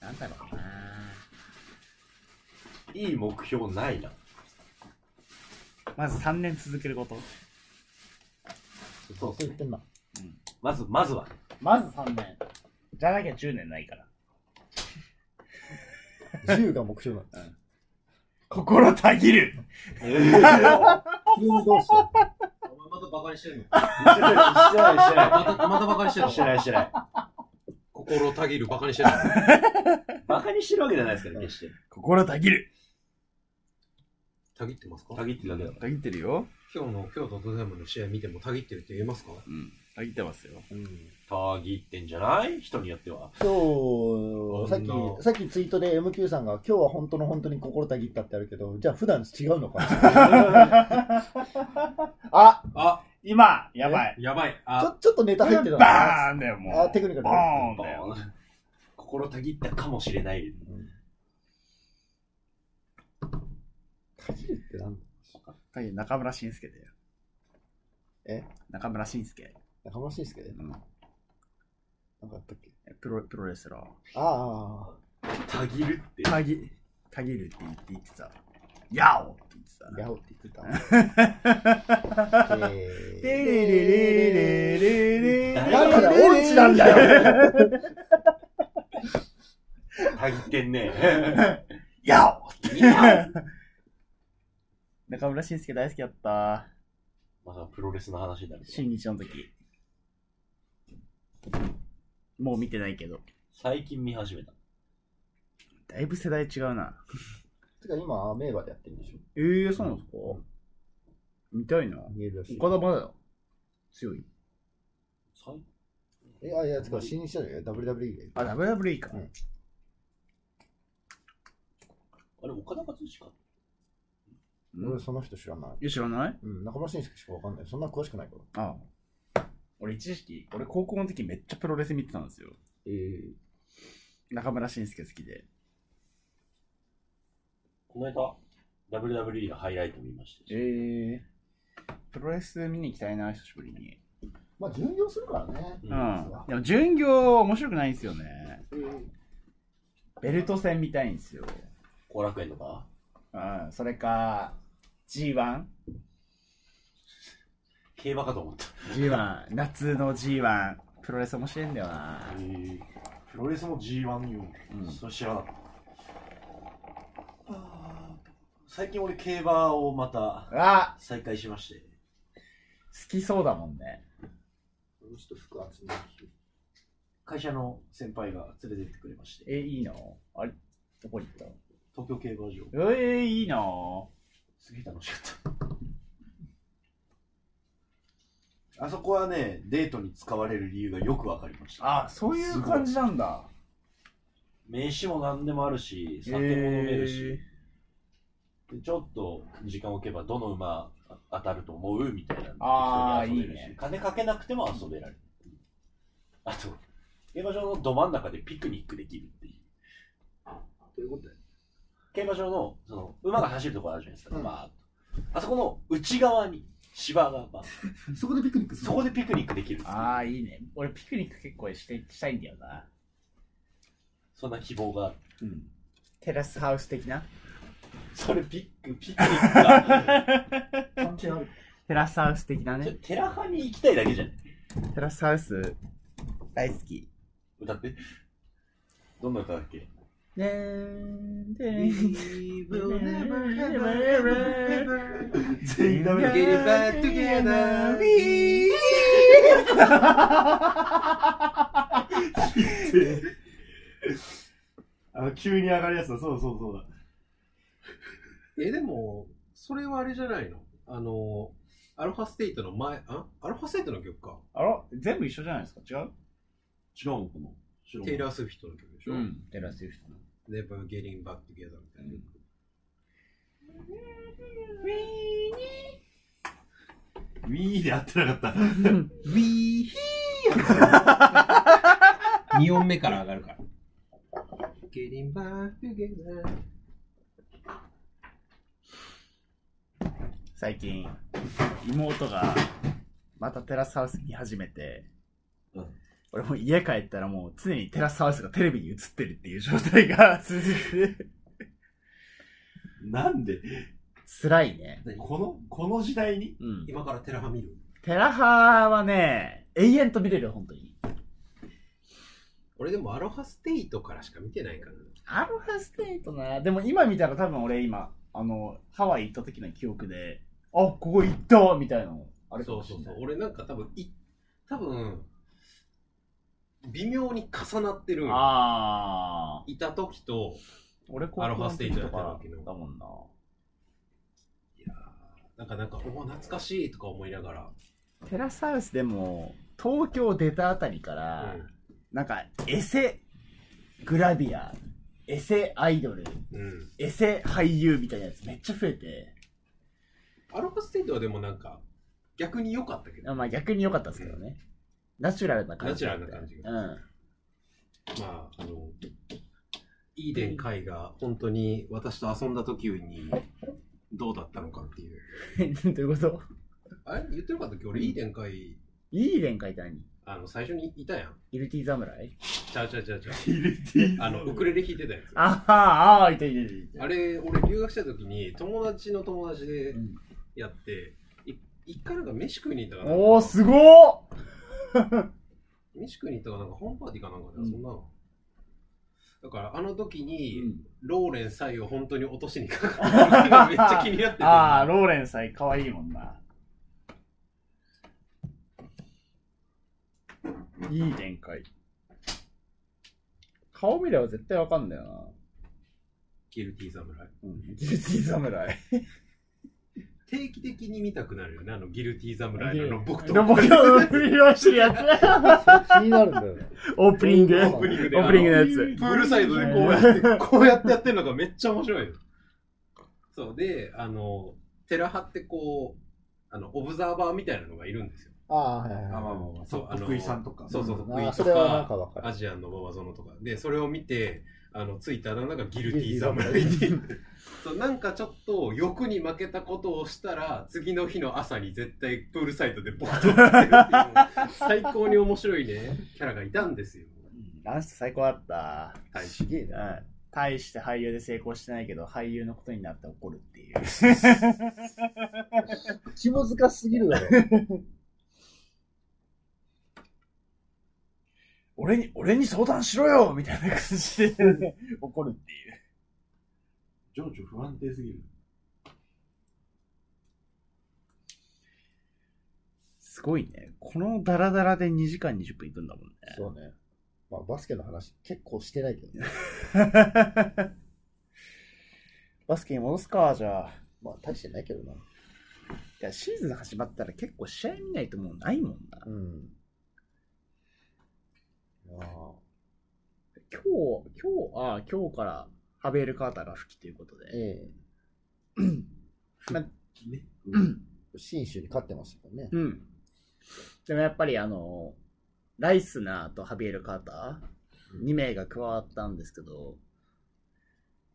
S2: なんだろう
S4: いい目標ないな。
S2: なまず3年続けること
S4: そう
S2: そう言ってんな。
S4: まず、まずは。
S2: まず3年。じゃなきゃ10年ないから。
S3: 10が目標なんです。
S2: 心たぎる
S3: 急にどうした
S1: お前またバカにしてるの
S4: してない、してない、してない。
S1: またまたバカにしてるの
S4: してない、してない。
S1: 心たぎるバカにしてるの
S4: バカにしてるわけじゃないですから、決して。
S2: 心たぎる
S1: たぎってますか
S4: たぎってるだけだか
S24: たぎってるよ。
S1: 今日の、今日とドテムの試合見てもたぎってるって言えますか
S24: うん。たぎってますよ。
S4: ら。たぎってんじゃない人によっては。
S3: 今日、さっ
S1: あんな
S3: き、さっきツイートで MQ さんが、今日は本当の本当に心たぎったってあるけど、じゃあ普段違うのか
S2: あ
S1: あ
S2: 今やばい。
S1: やばい。
S3: ちょ
S1: あ、
S3: ちょっとネタ入ってた
S2: バーンだよ、もう。
S3: あ、テクニカル
S2: ボーンだよ。
S4: バーン心たぎったかもしれない。
S2: はい中村慎介だよ。
S3: え
S2: 中村慎介。
S3: 中村慎介で。
S2: うん
S3: なんかあったっけ
S2: プロプロレスラー。
S3: あ
S4: たぎるって。
S2: たぎ、たぎるって言って言ってた。やおって言ってた
S3: あ、
S2: な。
S3: やおって言ってた。
S2: てれれれれれれれ
S3: だからオンチなんだよ
S4: たぎってんね。
S2: やお
S4: いや
S2: 中村慎介大好きだった。
S4: まだプロレスの話になるとは。
S2: 新日の時。もう見てないけど。
S4: 最近見始めた。
S2: だいぶ世代違うな。
S3: てか今、アメーバでやってるんでしょ
S2: ええそうなんですか見たいな。
S3: 見えるらしい。
S2: 岡田まだよ。強い。
S4: 最
S3: いやいや、つか新日だよ。WWE で。
S2: あ、WWE か。
S3: うん
S4: あれ、岡田和志か。
S2: うん
S3: 俺、その人知らない。
S2: え知らない
S3: うん、中村慎介しかわかんない。そんな詳しくないから。
S2: ああ。俺一時期、俺高校の時めっちゃプロレス見てたんですよ。
S3: ええ。
S2: 中村慎介好きで。
S4: この間、WWE のハイライト見ましたし。
S2: えプロレス見に行きたいな、久しぶりに。
S3: まあ、巡業するからね。
S2: う。
S4: うん
S2: でも、巡業面白くないんですよね。ベルト戦見たいんですよ。
S4: 後楽園とか。
S2: うん。それか、G1?G1。
S4: 競馬かと思った。
S2: 夏の G1。プロレス面白いんだよな。
S25: えープロレスも G1 よ。
S2: うん
S25: それ知らなかった。あー最近俺競馬をまた
S2: あ
S25: 再開しまして。
S2: 好きそうだもんね。
S3: この人服集める。
S25: 会社の先輩が連れてってくれまして。
S2: え、いいのあれどこ行った
S25: 東京競馬場。
S2: のえー、いいの
S25: すげえ楽しかった。あそこはね、デートに使われる理由がよくわかりました。
S2: あ、そういう感じなんだ。
S4: 名刺も何でもあるし、酒も飲めるし、でちょっと時間を置けばどの馬当たると思うみたいな
S2: あー
S4: 適当に遊
S2: いい
S4: べるし
S2: ね
S4: 金かけなくても遊べられる。あと、競馬場のど真ん中でピクニックできるっていう。どういうこと競馬場のその馬が走るところあるじゃないですか、バーっとあそこの内側に芝がバー ッ
S3: そこでピクニック
S4: とそこでピクニックできるっていう
S2: ああ、いいね。俺、ピクニック結構してしたいんだよな。
S4: そんな希望がある。
S2: テラスハウス的な
S4: それピック、ピクニックが。
S2: テラスハウス的な
S4: それ
S2: ね。
S4: テラハに行きたいだけじゃない
S2: テラスハウス、大好き。
S4: 歌って。どんな歌だっけ
S2: ねーん、でーん。Never, never, never, never get back together. We-
S25: あの急に上がるやつだ、そうそうそうだ。
S1: え、でも、それはあれじゃないのあの、アロハステイトの前、あアロハステイトの曲か。
S2: あら、全部一緒じゃないですか違う
S25: 違うのこの。白の
S1: テイラー・スウィフトの曲でしょ、
S2: ん。テラスハウス。
S1: ?Never Getting Back Together みたいな曲。
S25: ウィーで合ってなかった。
S26: 2音目から上がるから。Getting back together.
S2: 最近妹がまたテラスハウス見始めて、
S4: うん
S2: 俺もう家帰ったらもう常にテラスハウスがテレビに映ってるっていう状態が続いて
S25: なんで
S2: 辛いね
S25: この、この時代に
S2: うん
S1: 今からテラハ見る
S2: テラハはね、永遠と見れるよ、本当に。
S1: 俺でもアロハステイトからしか見てないからな。
S2: アロハステイトな、でも今見たら多分俺今、あの、ハワイ行った時の記憶で、あ、ここ行ったみたいなの。あれか
S1: そ
S2: も
S1: う
S2: し
S1: そう
S2: れない
S1: そう。俺なんか多分、い、多分、微妙に重なってるんよ
S2: ああ。
S1: いた時と、
S2: 俺高校
S1: アロ
S2: の
S1: ハステイ
S2: 時
S1: ト
S2: と
S1: やった
S2: か
S1: 時の
S2: だもんな。
S1: なんかなんか、おお、懐かしいとか思いながら。
S2: テラサウスでも、東京出たあたりから、なんか、エセグラビア、エセアイドル、
S1: うん。うん。
S2: エセ俳優みたいなやつめっちゃ増えて、
S1: アロハステイトはでもなんか、逆に良かったけど、
S2: まあ逆に良かったですけどね。ナチュラルな感じだった。
S1: ナチュラルな感じ
S2: うん。
S1: まあ、あの、イーデン海が本当に私と遊んだ時にどうだったのかっていう。
S2: どういうこと
S1: あれ言ってなかったっけ俺、イーデン海、
S2: いい連会って何
S1: あの、最初にいたやん。
S2: イルティ侍
S1: ちゃうちゃうちゃうちゃう。あの、ウクレレ弾いてたやつ。
S2: ああ、ああ、いていていていて。
S1: あれ、俺留学した時に友達の友達で
S2: うん
S1: やって、い一回なんか飯食いに行ったかな。
S2: おー、すごっ
S1: 飯食いに行ったかなんかホームパーティーかなんかで遊んだの。だからあの時に、ローレンサイを本当に落としにかかってるのがめっちゃ気になってて。
S2: ああ、ローレンさえ可愛いもんな。いい展開。顔見れば絶対わかんだよな。
S1: ギルティー侍。
S2: うん。ギルティ 侍。
S1: 定期的に見たくなるよね、あのギルティー侍のあの僕と。
S2: ロボコの振り回してるや
S3: 気になるんだよね。
S2: つ。オープニング。
S1: オープニングで。
S2: オープニングのやつ
S1: あプールサイドでこうやって、こうやってやってるのがめっちゃ面白いよ。そう、で、あの、テラハってこう、あの、オブザーバーみたいなのがいるんですよ。
S3: ああ、はいはい
S4: あ、まあまあまあ、
S1: そうあの
S4: 徳井さんとか。
S1: そうそうそう、
S3: は
S1: クイ
S3: い。
S1: ー
S3: ああ、
S1: ン
S3: そ
S1: と
S3: れはなんか
S1: か、
S3: わか
S1: ア
S3: る。
S1: ジアンのババゾノとか。で、それを見て、あの、ついたあだ名がギルティー侍っていう。 そうなんかちょっと欲に負けたことをしたら次の日の朝に絶対プールサイドで僕とやってるっていう最高に面白いねキャラがいたんですよ。
S2: あの人最高だった。
S1: はい
S3: すげえな。
S2: うん。大して俳優で成功してないけど、俳優のことになって怒るっていう。
S3: 気もずかすぎるだろ。
S2: 俺に、俺に相談しろよみたいな感じで 怒るっていう。
S4: 情緒不安定すぎる。
S2: すごいね。このダラダラで2時間20分いくんだもんね。
S3: そうね。まあ、バスケの話結構してないけどね。
S2: バスケに戻すか、じゃあ。
S3: まあ、大してないけどな。
S2: いや、シーズン始まったら結構試合見ないともうないもんな。
S3: うん。ああ。
S2: 今日、今日、ああ、今日からハベール・カーターが復帰ということで。
S3: ええ。信州に勝ってますよね。
S2: うん。でもやっぱりあの、ライスナーとハビエル・カーター、2名が加わったんですけど、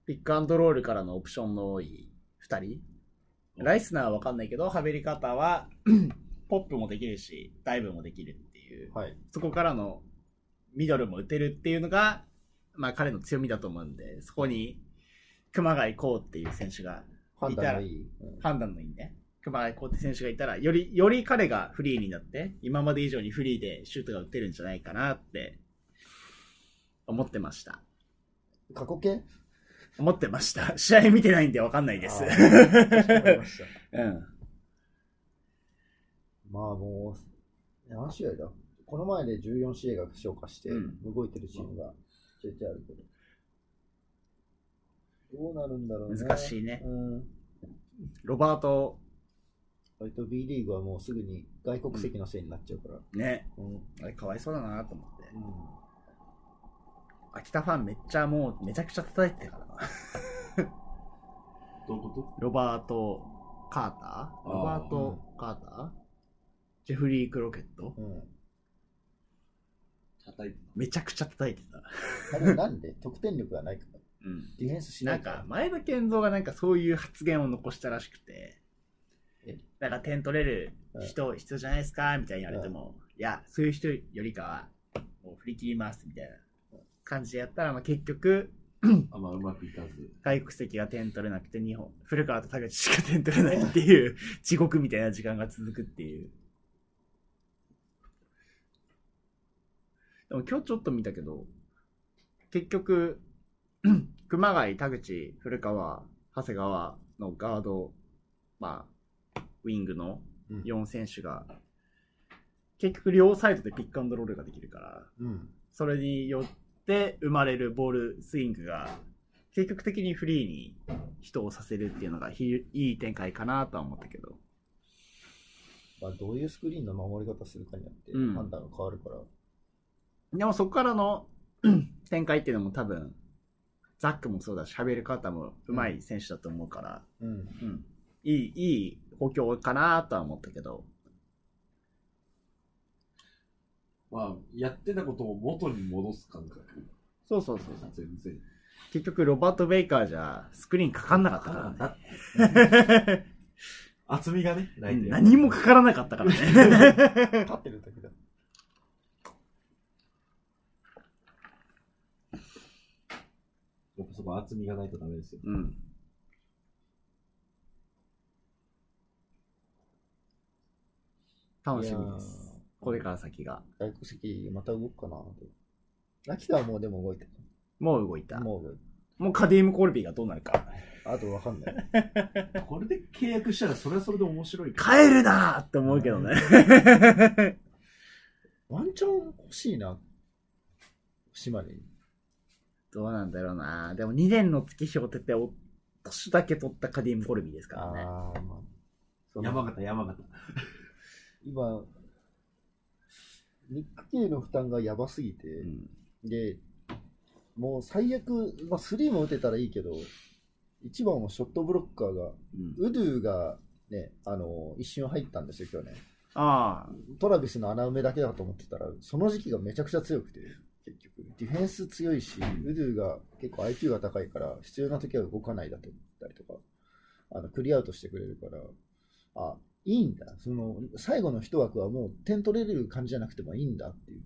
S2: ピックアンドロールからのオプションの多い2人。ライスナーはわかんないけど、ハビエル・カーターは、 ポップもできるし、ダイブもできるっていう、
S3: はい
S2: そこからのミドルも打てるっていうのが、まあ彼の強みだと思うんで、そこに熊谷こうっていう選手が
S3: 判断がいい。
S2: 判断のいいね、熊谷浩手選手がいたら、より、より彼がフリーになって、今まで以上にフリーでシュートが打てるんじゃないかなって、思ってました。
S3: うん過去形
S2: 思ってました。 試合見てないんでわかんないです
S3: あ。ーかしこまりまし た
S2: うん。
S3: まあもう、何試合だこの前で14試合が消化して
S2: うん
S3: 動いてるチームがちょいちょいあるけど。どうなるんだろうね。
S2: 難しいね
S3: うん。
S2: ロバート、
S3: 割と B リーグはもうすぐに外国籍のせいになっちゃうから。
S2: ね、
S3: うん。
S2: あれかわいそうだなと思って。
S3: うん
S2: 秋田ファンめっちゃもうめちゃくちゃ叩いてたからな。
S4: どういうこ
S2: ロバート・カーターロバート・カータージェフリー・クロケット
S3: うん。
S4: 叩いて
S2: めちゃくちゃ叩いてた。
S3: あれなんで 得点力がないから。
S2: うん。
S3: ディフェンスしな
S2: ないん
S3: から
S2: か。前田健三がなんかそういう発言を残したらしくて
S3: え、
S2: なんか点取れる人、必要じゃないですかみたいに言われても、いや、そういう人よりかは、もう振り切りますみたいな感じでやったら、まあ、結局、
S4: あまあ、うまくいかず。
S2: 外国籍が点取れなくて、日 本、古川と田口しか点取れないっていう、地獄みたいな時間が続くっていう。でも今日ちょっと見たけど、結局、 熊谷、田口、古川、長谷川のガード、まあ、ウィングの4選手が、結局両サイドでピックアンドロールができるから、
S3: うん。
S2: それによって生まれるボールスイングが、積極的にフリーに人をさせるっていうのがひいい展開かなとは思ったけど。
S3: まあ、どういうスクリーンの守り方するかによって
S2: うん
S3: 判断が変わるから、
S2: でもそこからの 展開っていうのも多分、ザックもそうだし、喋る方も上手い選手だと思うから、
S3: うん。
S2: うんいい、いい補強かなとは思ったけど、
S4: まあ、やってたことを元に戻す感覚。
S2: そうそうそうそう。
S4: 全然。
S2: 結局、ロバート・ベイカーじゃ、スクリーンかかんなかったからね。
S4: 厚みがね、ないんだよ
S2: 何もかからなかったからね。
S3: 立ってるだけだ。
S4: やっぱそこ厚みがないとダメですよ。
S2: うん。楽しみです。これから先が。
S3: 外国籍また動くかなと。秋田はもうでも動いて
S2: もう動いた。
S3: る。
S2: も
S3: もう動いて
S2: うカディーム・コルビーがどうなるか。
S3: る。あとわ かんない。
S4: これで契約したら、それはそれで面白いか
S2: 帰るなーって思うけどね。
S3: ワンチャン欲しいな。島根に。
S2: どうなんだろうなでも2年の月日を経て、お年だけ取ったカディーム・コルビーですからね。
S3: ああ、まあ。そ
S4: ら。
S3: の
S4: 山形、山形。
S3: 今、日系の負担がやばすぎて、
S2: うん
S3: で、もう最悪、まあ、スリーも打てたらいいけど、一番のショットブロッカーが、
S2: うん
S3: ウドゥがね、あの、一瞬入ったんですよ、去年。
S2: ああ、
S3: トラビスの穴埋めだけだと思ってたら、その時期がめちゃくちゃ強くて、結局。ディフェンス強いし、ウドゥが結構 IQ が高いから、必要な時は動かないだとったりとか、あの、クリアアウトしてくれるから、あ、いいんだ。その、最後の一枠はもう点取れる感じじゃなくてもいいんだっていう。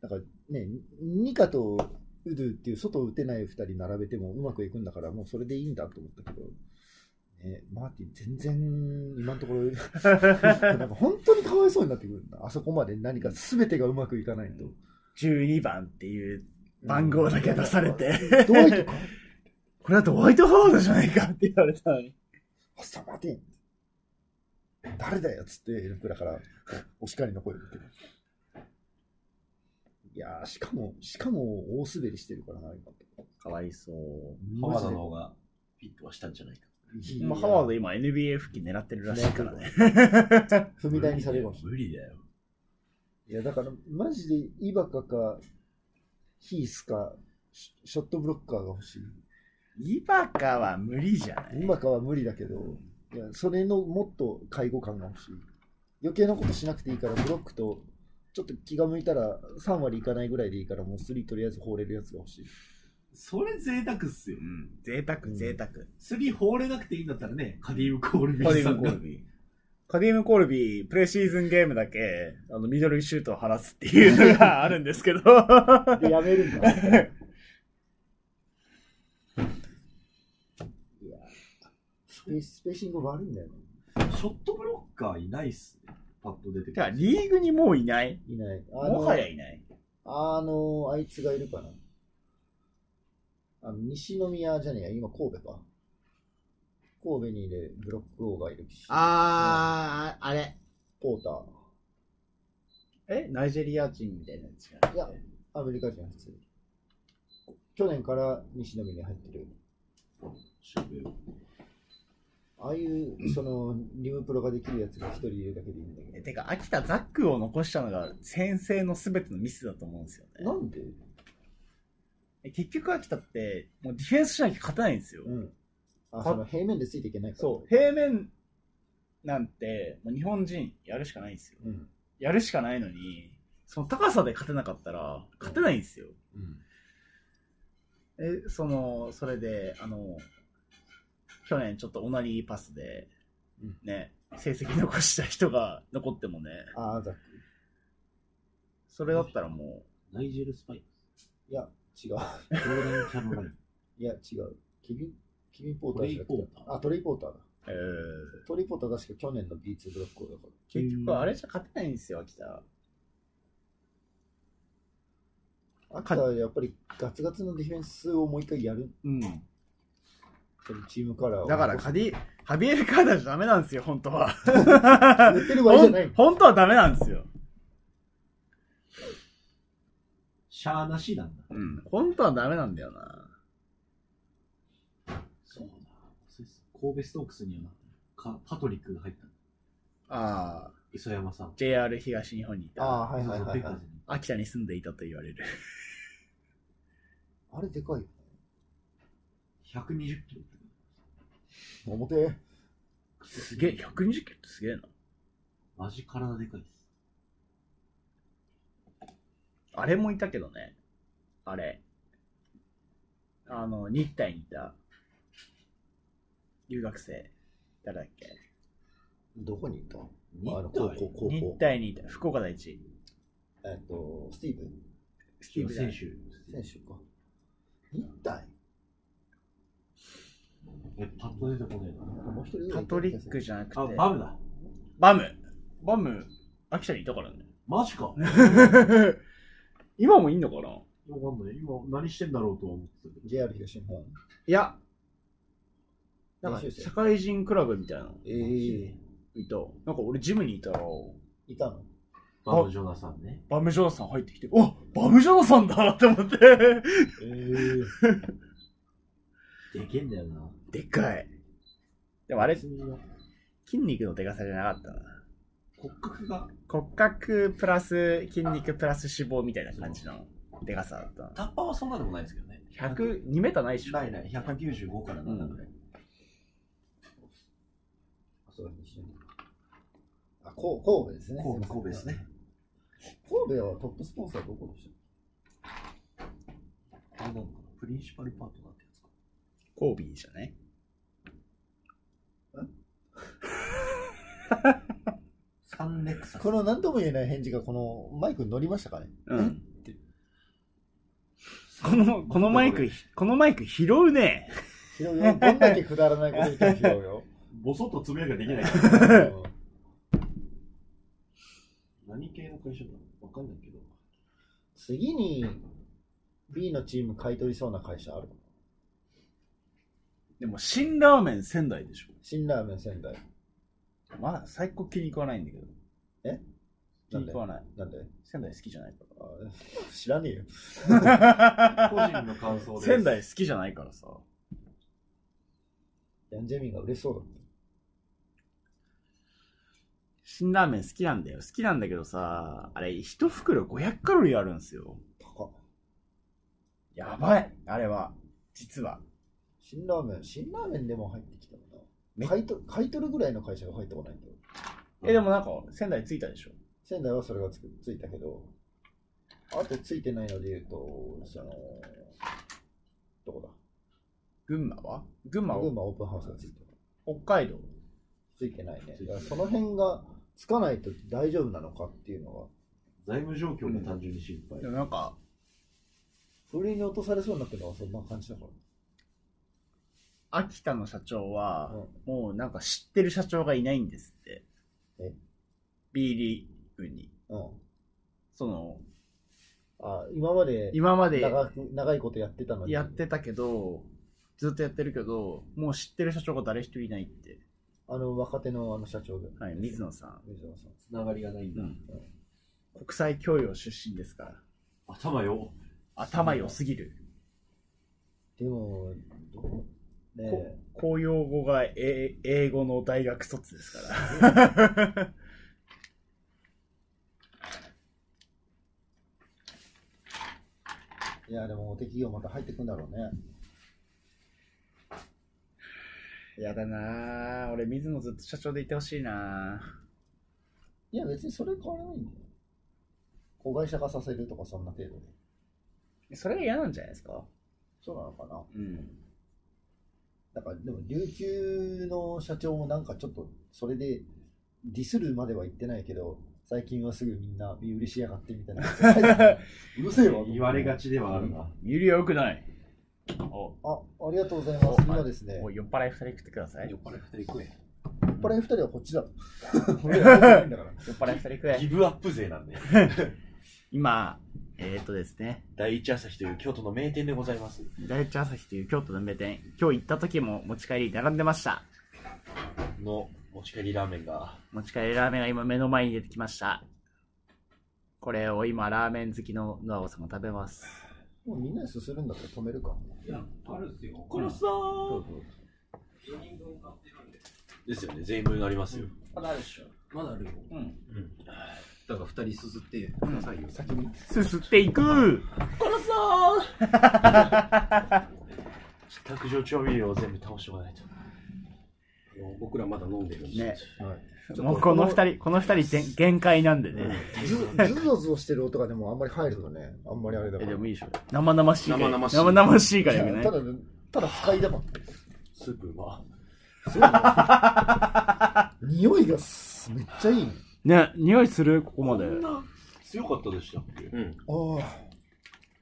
S3: だからね、ニカとウドゥっていう外を打てない2人並べてもうまくいくんだから、もうそれでいいんだと思ったけど、ね、マーティン全然今のところなんか本当にかわいそうになってくるんだ。あそこまで何か全てがうまくいかないと。
S2: 12番っていう番号だけ出されて、
S3: どういうとか、
S2: これだとホワイトハードじゃないかって言われたのに。
S3: あさまで誰だよっつって、エルクラからお叱りの声を受ける。いやー、しかも、しかも大滑りしてるからな、今。
S2: かわいそう。
S27: 浜田の方がフィットはしたんじゃないか。
S2: まあ、ハワード今 NBA 復帰狙ってるらしいからね。
S3: 踏み台にされるかもしれない
S27: 無理だよ。
S3: いや、だから、マジで、イバカか、ヒースか、シショットブロッカーが欲しい。
S2: イバカは無理じゃない
S3: イバカは無理だけど、いや、それのもっと介護感が欲しい。余計なことしなくていいから、ブロックと、ちょっと気が向いたら、3割いかないぐらいでいいから、もう3とりあえず放れるやつが欲しい。
S4: それ贅沢っすよ
S2: う。ん。贅沢、贅沢。
S4: スリー放れなくていいんだったらね、カディム・コールビ
S2: カデ
S4: ー
S2: ィ
S4: さ
S2: ーム・コ
S4: んが
S2: ル。ビー。カディーム・コルビー、プレシーズンゲームだけ、あの、ミドルシュートを放すっていうのがあるんですけ ど。
S3: で、やめるんだ。いやスペーススペーシング悪いんだよね。
S4: ショットブロッカーいないっすね。パッと出てくる。
S2: てか、リーグにもういない
S3: いない。あの
S2: もはやいない。
S3: あの、あいつがいるかな。あの西宮じゃねえや、今神戸か。神戸にいるブロック王がいるし、
S2: あー、あれ。
S3: ポータ
S2: えナイジェリア人みたいなやつ
S3: ー。いや、アメリカ人普通。去年から西宮に入ってる。ああいう、その、リムプロができるやつが一人いるだけでいいんだけ
S2: てか、秋田ザックを残したのが先生の全てのミスだと思うんですよ
S3: ど。
S2: ね。
S3: なんで
S2: 結局秋田って、もうディフェンスしなきゃ勝てないんですよ。
S3: うん。あ、その平面でついていけないから。
S2: そう、平面なんて、もう日本人やるしかないんですよ。
S3: うん。
S2: やるしかないのに、その高さで勝てなかったら、勝てないんですよ。え、その、それで、あの、去年ちょっとオナニーパスで
S3: うん、
S2: ね、成績残した人が残ってもね、
S3: ああ、ざっく
S2: それだったらも
S4: ナイジェル・スパイ。
S3: り。いや、違う。
S4: ジョーダン・キャロライン。
S3: いや、違う。ケビン、ケビンポーターじゃなく
S4: トレイ
S3: て
S4: ポー。ター
S3: あ、トレイポーターだ。
S2: う、えー、
S3: トリポーター確か去年の B2 ブロックをだから。
S2: 結局あれじゃ勝てないんですよ、秋田。
S3: 秋田はやっぱりガツガツのディフェンスをもう一回やる
S2: うん。
S3: チームカラーを
S2: だから、カディ、ハビエル・カーダじゃダメなんですよ、本当は。
S3: 塗ってる場合じゃない
S2: ほん本当はダメなんですよ。
S4: シャーなしなんだ。
S2: うん。本当はダメなんだよな。
S4: そうだ。そうです神戸ストークスにはかパトリックが入った。
S2: ああ、
S4: 磯山さん。
S2: JR 東日本にいた。
S3: ああーはいはいはい、
S4: ペ
S3: は
S4: カ
S3: い
S4: ー、ズに
S2: 秋田に住んでいたと言われる。
S3: あれでかいよね
S4: 120キロ。
S3: 表
S2: すげえ、120キロってすげえな。
S4: マジ体でかいです。
S2: あれもいたけどね。あれ。あの、日体にいた。留学生。誰だっけ
S3: どこにいた
S4: ニ
S3: あの
S4: ッ
S3: 高校
S4: トは
S3: 高
S2: 日
S3: 校
S2: 体にいた。福岡第一。
S3: えっとスティーブン
S2: スティーブ選
S4: 選手
S2: 手。
S3: 選手か日体
S4: え、パッと出てこないな。
S3: もう一人ぐら
S2: パ
S3: いいた
S2: トリックじゃなくて
S4: あ、。バムだ。
S2: バム。バム、秋田にいたからね。
S4: マジか。
S2: 今もいんのかな
S4: わかんない。今、何してんだろうとは思ってたけど。
S3: JR 東日本
S2: いや。なん
S3: 練
S2: か
S3: 習生
S2: 社会人クラブみたいなの
S3: ええ
S2: いた。なんか俺ジムにいたら、
S3: いたの
S4: バム・ジョナサンね。
S2: バムジョナサン入ってきて、おバムジョナサンだって思って。
S3: ええ
S4: でけえんだよな。
S2: でかい。でもあれ、
S4: 別に
S2: 筋肉のでかさじゃなかったな。
S4: 骨格が
S2: 骨格プラス筋肉プラス脂肪みたいな感じのでかさだったな。
S28: タッパーはそんなでもないですけどね。
S2: 100、2メーターないっしょ。
S28: ないない、195から7ぐらい。
S3: あそうだ西日本あこう神戸ですね
S28: 神戸神戸ですね
S3: 神戸はトップスポンサーどこでし
S28: あれなのかなプリンシパルパートナーってやつか。
S2: コービーじゃない
S28: サンレクサ
S3: た
S28: ス。
S3: この何とも言えない返事がこのマイクに乗りましたかね
S2: うん。この、このマイク、このマイク拾うね。
S3: 拾うよどんだけくだらないこと言っても拾うよ
S29: ボソッとつぶやきができない。
S3: うん
S29: 何系の会社だわかんないけど。
S3: 次に B のチーム買い取りそうな会社ある
S2: でも、辛ラーメン仙台でしょ。
S3: 辛ラーメン仙台
S2: まあ、最高気に食わないんだけど。
S3: え
S2: 気に食わない。
S3: なんで
S2: 仙台好きじゃないか
S3: あ知らねえよ
S29: 個人の感想
S2: ら。
S29: です。
S2: 仙台好きじゃないからさ。
S3: ヤンジェミンが売れそうだった
S2: 辛ラーメン好きなんだよ。好きなんだけどさ、あれ、一袋500カロリーあるんですよ。
S3: 高っ
S2: やばい。あれは、実は。
S3: 辛ラーメン辛ラーメンでも入ってきたもん
S2: ね
S3: な買い取買い取るぐらいの会社が入ってこないんだよ
S2: え、でもなんか、仙台着いたでしょ。
S3: 仙台はそれがつくついたけどあとついてないので言うとそのどこ
S2: 群馬は群
S3: だ
S2: 馬
S3: 群
S2: は
S3: 馬オープンハウスがついてる
S2: 北海道。
S3: ついてないねだからその辺がつかないと大丈夫なのかっていうのが
S29: 財務状況が単純に心配。
S2: でもなんか、
S3: ふるいに落とされそうになってるのはそんな感じだから
S2: 秋田の社長は、もうなんか知ってる社長がいないんですって。
S3: え
S2: ?B リーグに。
S3: うん
S2: その、
S3: あ今まで
S2: 今まで
S3: 長く長いことやってたのに
S2: やってたけど、ずっとやってるけど、もう知ってる社長が誰一人いないって。
S3: あの若手のあの社長で、
S2: はい、水野さん。
S3: 水野さん
S4: つながりがないんだ。
S2: 国際教養出身ですから。
S29: 頭よ。
S2: 頭良すぎる。
S3: でもどうね
S2: こ公用語がえ英語の大学卒ですから。
S3: えいやでも敵がまた入ってくんだろうね
S2: やだなぁ。俺、水野ずっと社長でいてほしいない
S3: や別にそれ変わらないんだよ子会社がさせるとかそんな程度で
S2: ぁ。それが嫌なんじゃないですか
S3: そうなのかな
S2: うん。
S3: だからでも琉球の社長もなんかちょっとそれでディスるまでは言ってないけど最近はすぐみんな身売りしやがってみたいな うるせえわ
S29: 言われがちではあるな。
S2: ゆりは良くない。お、
S3: あありがとうございます今ですね
S2: お酔っ払い二人食ってください。
S28: 酔っ払い二人食え。
S3: 酔っ払い二人 はこっちだろ俺らはこっちじゃないんだから
S2: 酔っ払い二人食え。
S29: ギブアップ勢なんで。
S2: 今、えっ、とですね、
S4: 第一朝日という京都の名店でございます。
S2: 第一朝日という京都の名店、今日行った時も持ち帰り並んでました。
S4: の持ち帰りラーメンが、
S2: 持ち帰りラーメンが今目の前に出てきました。これを今、ラーメン好きのノアゴさんが食べます。
S3: もうみんなですするんだったら止めるか。
S4: ですよね、全員分ありますよ。
S30: まだあるよ。
S1: だから二人すすってくださいよ。先に。
S2: すすっていく
S4: 卓上調味料を全部倒しておかないと。
S1: 僕らまだ飲んでるんで。
S2: ね。もうこの二人、この二人限限界なんでね。
S3: ズズゾズゾしてる音がでもあんまり入るとね、あんまりあれだか
S2: え
S3: ら。
S2: でもいいでしょ。生々しいから。
S1: 生々しい
S2: 生々しいからよく
S3: い
S2: ない
S3: やただ、ただ不快 だもん。
S4: スープは、
S3: 匂いがすめっちゃいいね。
S2: ね、匂いするここまで。
S4: 強かったでしたっけ
S3: ああ。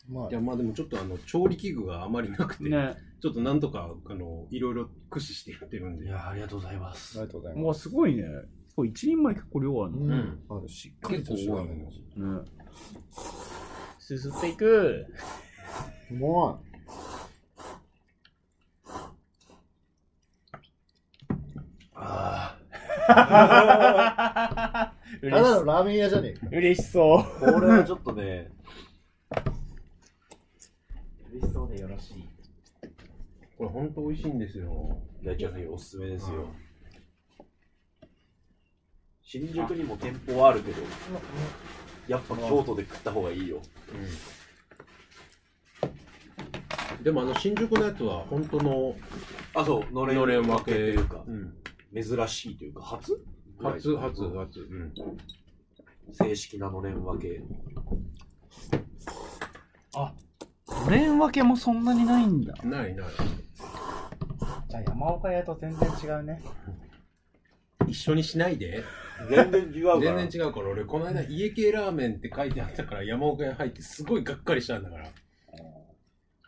S3: まあ
S1: いや、まあでもちょっとあの、調理器具があまりなくて、
S2: ね、
S1: ちょっとなんとか、あの、いろいろ駆使してやってるん
S4: い
S1: で。
S4: や、ありがとうございま
S3: あり
S4: す。
S3: がとうございま
S2: もうすごいね。これ一人前結構量ある
S3: す。
S2: の。
S3: うん。あるしっかりとしたラーメンだし
S2: ね。すすっていく。
S3: うまい。ただのラーメン屋じゃねえか。
S2: 嬉し そう。
S4: これはちょっとね、
S2: 嬉しそうでよろしい。
S1: これほんと美味しいんですよ。
S4: 第一朝日おすすめですよ。新宿にも店舗はあるけど、やっぱ京都で食った方がいいよ。
S1: でもあの、新宿のやつは本当の、
S4: あ、そう、のれん
S1: のれん分け
S4: 分けというか
S1: う、ん。
S4: 珍しいというか、初
S1: 初、初、初。うん。
S4: 正式なのれん分け。
S2: 連分けもそんなにないんだ。
S1: ないない。
S2: じゃあ山岡屋と全然違うね。
S1: 一緒にしないで。
S4: 全然違うから。
S1: 全然違うから、俺、この間、家系ラーメンって書いてあったから、山岡屋入って、すごいがっかりしたんだから。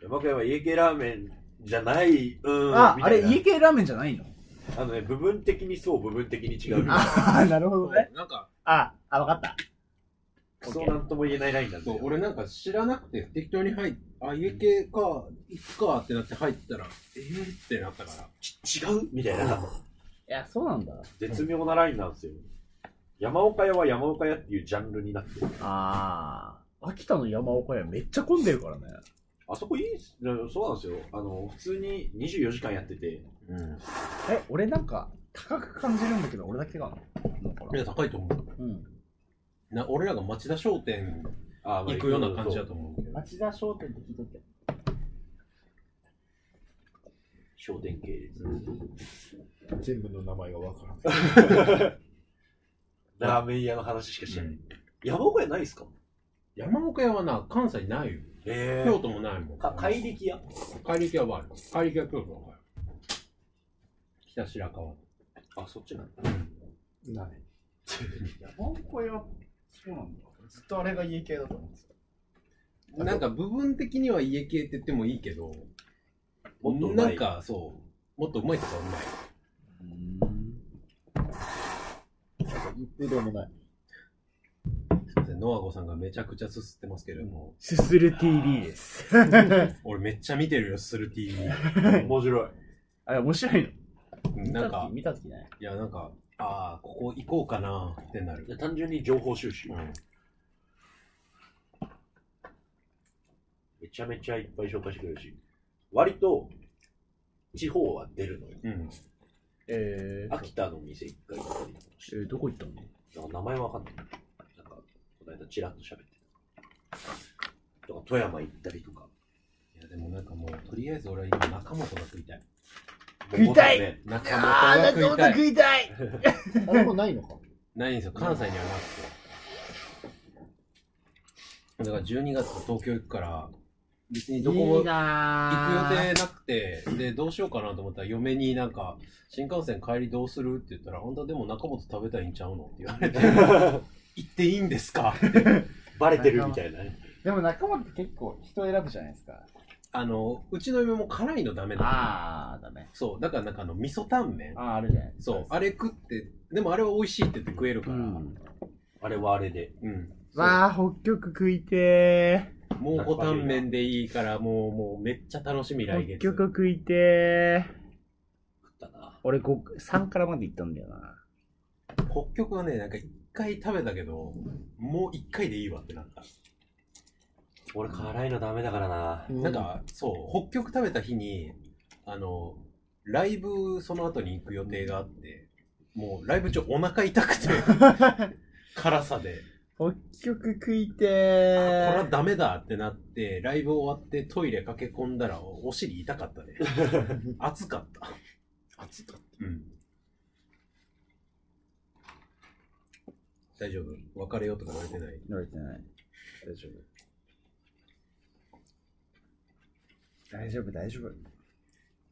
S4: 山川は家系ラーメンじゃない、うん、
S30: あ、
S4: み
S30: あ
S4: たい
S30: れ
S4: な
S30: 家系ラーメンじゃないの
S4: あのね、部分的にそう、部分的に違う。
S2: ああ、なるほどね。
S1: なんか、
S2: あ、あ、わかった。
S4: クソなんとも言えないラインなんです
S1: そう
S4: よ。
S1: 俺なんか知らなくて、適当に入っあ、家系か、いくかってなって入ったら、えーってなったから。
S4: ち違うみたいな、
S2: いや、そうなんだ。
S4: 絶妙なラインなんですよ。山岡屋は山岡屋っていうジャンルになってる。
S2: ああ。秋田の山岡屋めっちゃ混んでるからね。
S4: あそこいいっすねそうなんですよ。あの、普通に24時間やってて、
S2: え、俺なんか高く感じるんだけど、俺だけがのか
S1: い
S2: な。
S1: や、高いと思う。
S2: うん。
S1: な俺らが町田商店
S4: あ
S1: 行くような感じだと思うけど。
S2: 町田商店って聞いとって。
S4: 商店系列。
S3: 全部の名前がわからない。
S4: ラーメン屋の話しかしてない。山岡屋ないっすか
S1: 山岡屋はな、関西ないよ。
S4: え
S1: 京都もないもん。
S4: か、怪力屋
S1: 怪力屋はある。怪力屋京都はある。北白川。
S4: あ、そっちなんだ。
S3: ない。
S31: 山岡屋、そうなんだ。ずっとあれが家系だと思って
S1: なんか部分的には家系って言ってもいいけど、
S4: もっとうま
S1: ないんかそう、もっとうまいとかうまい。
S3: 一風堂もない。
S1: すいません、ノアゴさんがめちゃくちゃすすってますけれども、
S2: すする TV です。
S1: 俺めっちゃ見てるよ、する TV。
S4: 面白い。
S2: あれ面白いの
S1: うんなんか、
S2: 見た時見た時ない。
S1: いやなんか、ああ、ここ行こうかなってなる。
S4: で単純に情報収集、
S1: うん
S4: めちゃめちゃいっぱい紹介してくれるし割と地方は出るのよ
S1: うん。
S2: えー、
S4: 秋田の店一回行ったりとかし
S2: えーどこ行ったの
S4: てなんか名前わかんないなんかこの間ちらっと喋ってたとか富山行ったりとか
S1: いやでもなんかもう、とりあえず俺は今中本が食いたい。
S4: 食いたい、
S1: 中本が食いたい。
S2: いたい
S3: あれもないのか。
S1: ないんですよ、関西にはなくて。だから12月東京行くから、別にどこも、行く予定なくて、で、どうしようかなと思ったら、嫁になんか、新幹線帰りどうするって言ったら、あんたでも中本食べたいんちゃうのって言わ れて、行っていいんですか
S4: バレてるみたいなね
S31: でも仲間って結構人選ぶじゃないですか。
S1: あの、うちの嫁も辛いのダメだ。
S2: あー、ダメ。
S1: そう、だからなんかあの、味噌タンメン
S2: あ。ー、あるじゃない
S1: そう、あれ食って、でもあれは美味しいって言って食えるから、
S2: う
S1: うん。
S2: ん。
S4: あれはあれで
S32: わあ、北極食いて
S1: もうごタンメンでいいから、もう、もうめっちゃ楽しみ、来
S32: ー。北
S1: 月。
S32: 極食いてー。
S1: だな
S2: 俺こう3からまで行ったんだよな。
S1: 北極はね、なんか一回食べたけど、もう一回でいいわってなった。
S4: 俺辛いのダメだからな。
S1: なんか、そう、北極食べた日に、あの、ライブ、その後に行く予定があって、もうライブ中お腹痛 くて、辛さで、
S32: 北極食いて
S1: あこれ
S32: ー。
S1: はダメだってなって、ライブ終わってトイレ駆け込んだら、お尻痛かった ね。熱かった。熱かったうん。大丈夫別れようとか言われてない。
S2: 乗れてない。
S1: 大丈夫。
S2: 大丈夫、大丈夫。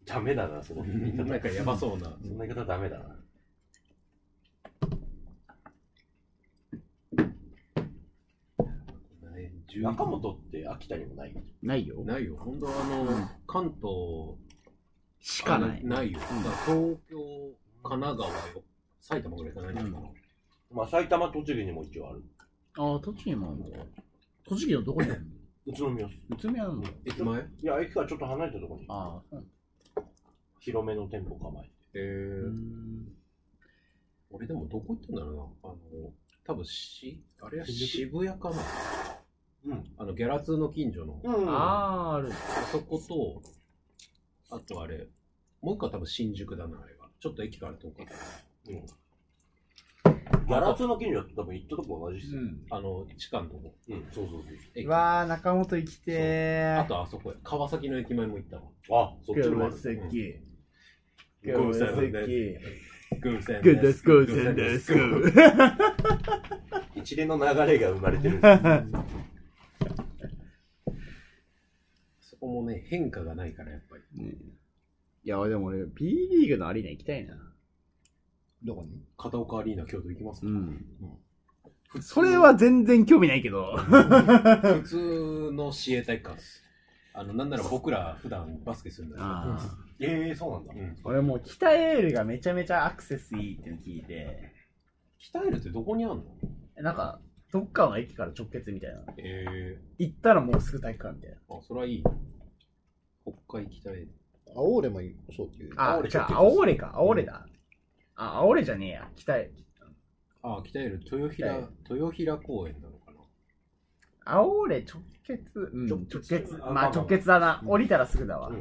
S4: ダメだな、その言い方。
S1: なんかやばそうな。
S4: そんな言い方ダメだな。中本って秋田にもない
S2: ないよ。
S1: ないよ。本当はあの、関東
S2: しかない。
S1: あないよ。だから東京、神奈川よ、埼玉ぐらいしかないんだから。
S4: まあ埼玉、栃木にも一応ある。
S2: ああ、栃木もあるんだ。栃木のどこにあるの
S4: 宇都宮っす
S2: 宇都宮なの
S1: 駅前
S4: いや、駅からちょっと離れたところに
S2: ああ、
S4: 広めの店舗構えて。
S1: えー、俺でもどこ行ったんだろうな。あの、多分し、あれは渋谷かな。
S4: うん。
S1: あの、ギャラ通の近所の、
S4: うん。
S2: ああー、ある。
S1: あそこと、あとあれ、もう一個は多分新宿だな、あれは。ちょっと駅から遠かった。
S4: うん。ガラツの近所って多分行ったとこ同じっすよ。
S1: あの、地下のとこ。
S4: うん、そうそう
S1: 駅
S32: わあ、中本生きて
S1: あ
S32: ー。
S1: とあそこや。川崎の駅前も行ったわ。
S4: そう。あ、そっちの方
S1: 素敵。
S32: 今日
S1: 偶然で偶然
S32: グッドスクーセンでスクー。
S4: 一連の流れが生まれてる。
S1: そこもね、変化がないから、やっぱり。
S2: いや、でも俺、B リーグのアリーナ行きたいな。
S3: どこに
S1: 片岡アリーナ京都行きますか、
S32: それは全然興味ないけど。
S1: 普通の自衛隊かあの、なんなら僕ら普段バスケするんだけど
S2: ああ。
S4: ええそうなんだ。
S32: 俺もう北エールがめちゃめちゃアクセスいいっていうの聞いて、
S1: 鍛えるってどこにあんの
S32: なんか、どっかの駅から直結みたいな。
S1: ええ
S32: 行ったらもうすぐ体育館みたいな。
S1: あ、それはいい。北海鍛える。
S3: 青俺もいそうっていう。
S32: あ、じゃあ、青レか、青レだ。あ、青レじゃねえや。北エ
S1: ああ、鍛える豊平、豊平公園なのかな
S32: 青レ直結、うん、
S33: 直
S32: 直
S33: 結
S32: 結。まあ直結だな。降りたらすぐだわ。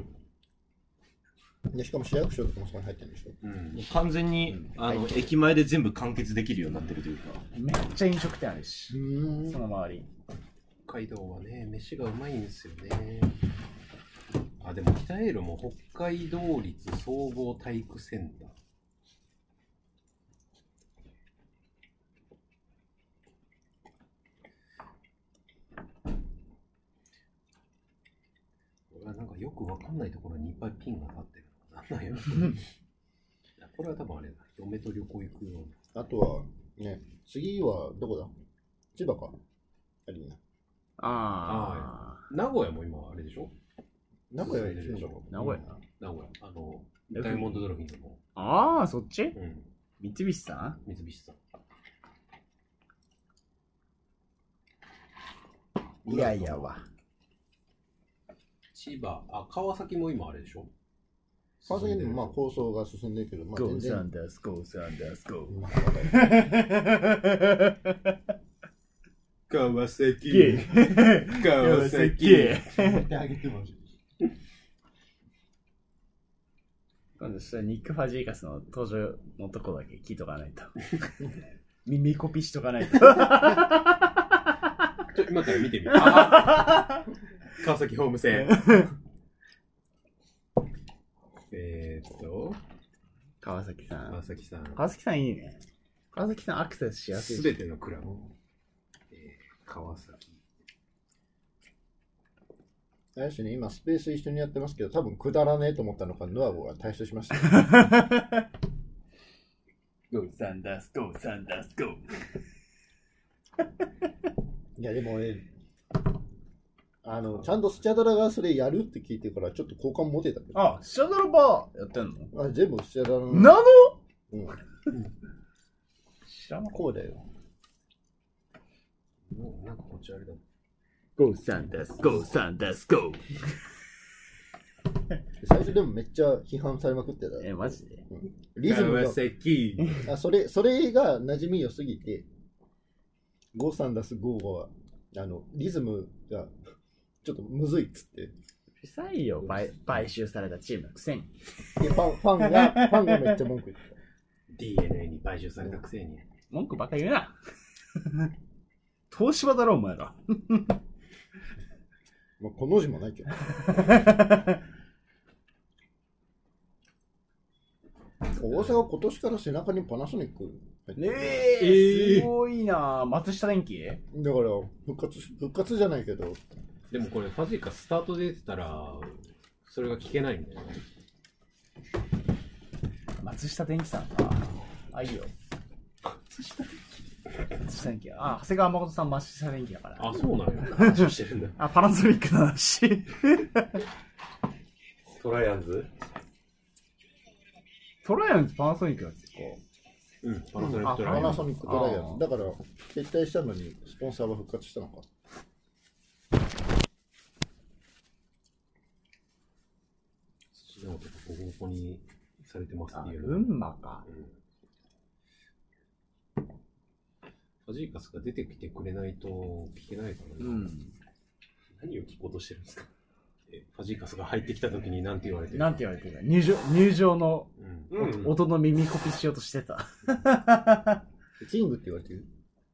S3: でしかも市役所とかもそこに入ってるんでしょ。
S1: うん。
S34: 完全に、あの、駅前で全部完結できるようになってるというか。
S32: めっちゃ飲食店あるし、
S3: うん
S32: その周り。
S1: 北海道はね、飯がうまいんですよね。あ、でも鍛えるも北海道立総合体育センター。俺はなんかよくわかんないところにいっぱいピンが立ってるのなんなんやろいやこれは多分あれだ。嫁と旅行行くような。
S3: あとは、ね、次はどこだ千葉か。あれね。
S2: あ
S1: 名古屋も今あれでしょ
S3: 名古屋行くんだろ
S2: あ。名古屋。
S1: 名古屋。あの、ダイヤモンドドルフィンズの。
S2: ああ、そっち
S1: うん。
S2: 三菱さん
S1: 三菱さん。
S2: いやいやわ。
S1: 千葉、あ、川崎も今あれでしょ
S3: 川崎にもまあ構想が進んでるけど、まあ全然。
S2: ダース、ゴーサンダース、ゴー。
S1: 川崎
S32: 川
S1: 川
S32: 崎
S2: 今度したらニック・ファジーカスの登場のとこだけ聞いとかないと。耳コピしとかないと。
S1: ちょ今から見てみよう。川崎ホーム 戦。えーっと、
S2: 川崎さん
S1: 川。崎さん。
S2: 川崎さんいいね。川崎さんアクセスしやすい
S1: す
S2: し。
S1: べてのクラブ。えー川崎。
S3: あれですね、今スペース一緒にやってますけど、多分くだらねえと思ったのか、ノアゴが退出し ました。
S2: ゴーサンダース、ゴーサンダース、ゴー。
S3: いや、でも俺、あの、ちゃんとスチャダラがそれやるって聞いてから、ちょっと好感持てたけど。
S2: あ、シャドルバーやってんの
S3: あ全部スチャダラの。
S2: なの
S3: うん、
S2: 知らなかっ
S3: こうだよ。
S1: なんかこっちあれだ。
S2: ゴーサンダス、ゴーサンダス、ゴー。
S3: 最初でもめっちゃ批判されまくってた。
S2: え、マジで
S3: リズムが
S1: 川崎。
S3: あそれそれが馴染み良すぎて、ゴーサンダスゴーはあのリズムがちょっとむずいっつって、
S2: 不採用買、買収されたチームのくせに。
S3: でファンファンがファンがめっちゃ文句言って
S1: DNA に買収されたくせに。
S2: 文句ばっか言うな。 東芝だろ、お前ら。
S3: た。まあ、この字もないけど。大阪今年から背中にパナソニック入っ て
S2: ね
S3: る
S2: え
S1: えー
S2: すごいな松下電機
S3: だから復活し復活じゃないけど
S1: でもこれ、ファジーカスタートで出てたら、それが聞けないんだよね。
S2: 松下電機さんか。あ、いいよ。松下電機あ、長谷川誠さん松下電機だから。
S1: あ、そうなんや。話をしてるんだ。
S2: あ、パナソニックの話。
S35: トライアンズ
S2: トライアンズパナソニックだっけ
S1: うん、パナソニッ
S2: あ
S1: クト
S3: パ
S1: ライ
S3: ナ
S1: アン
S3: ソニックトライア
S2: あ
S3: ン
S2: ー
S3: ズだから撤退したのにスポンサーは復活したのか
S1: 土の男ボコボコにされてます
S2: あ
S1: って、いうの。
S2: 群馬か。
S1: ファジーカスが出てきてくれないと聞けないからね。
S2: うん。
S1: 何を聞こうとしてるんですかえファジーカスが入ってきた時に何て言われてる
S2: なんて言われてるか入場、入場の
S1: うん
S35: うん。
S2: 音の耳コピしようとしてた。
S3: キングって言われてる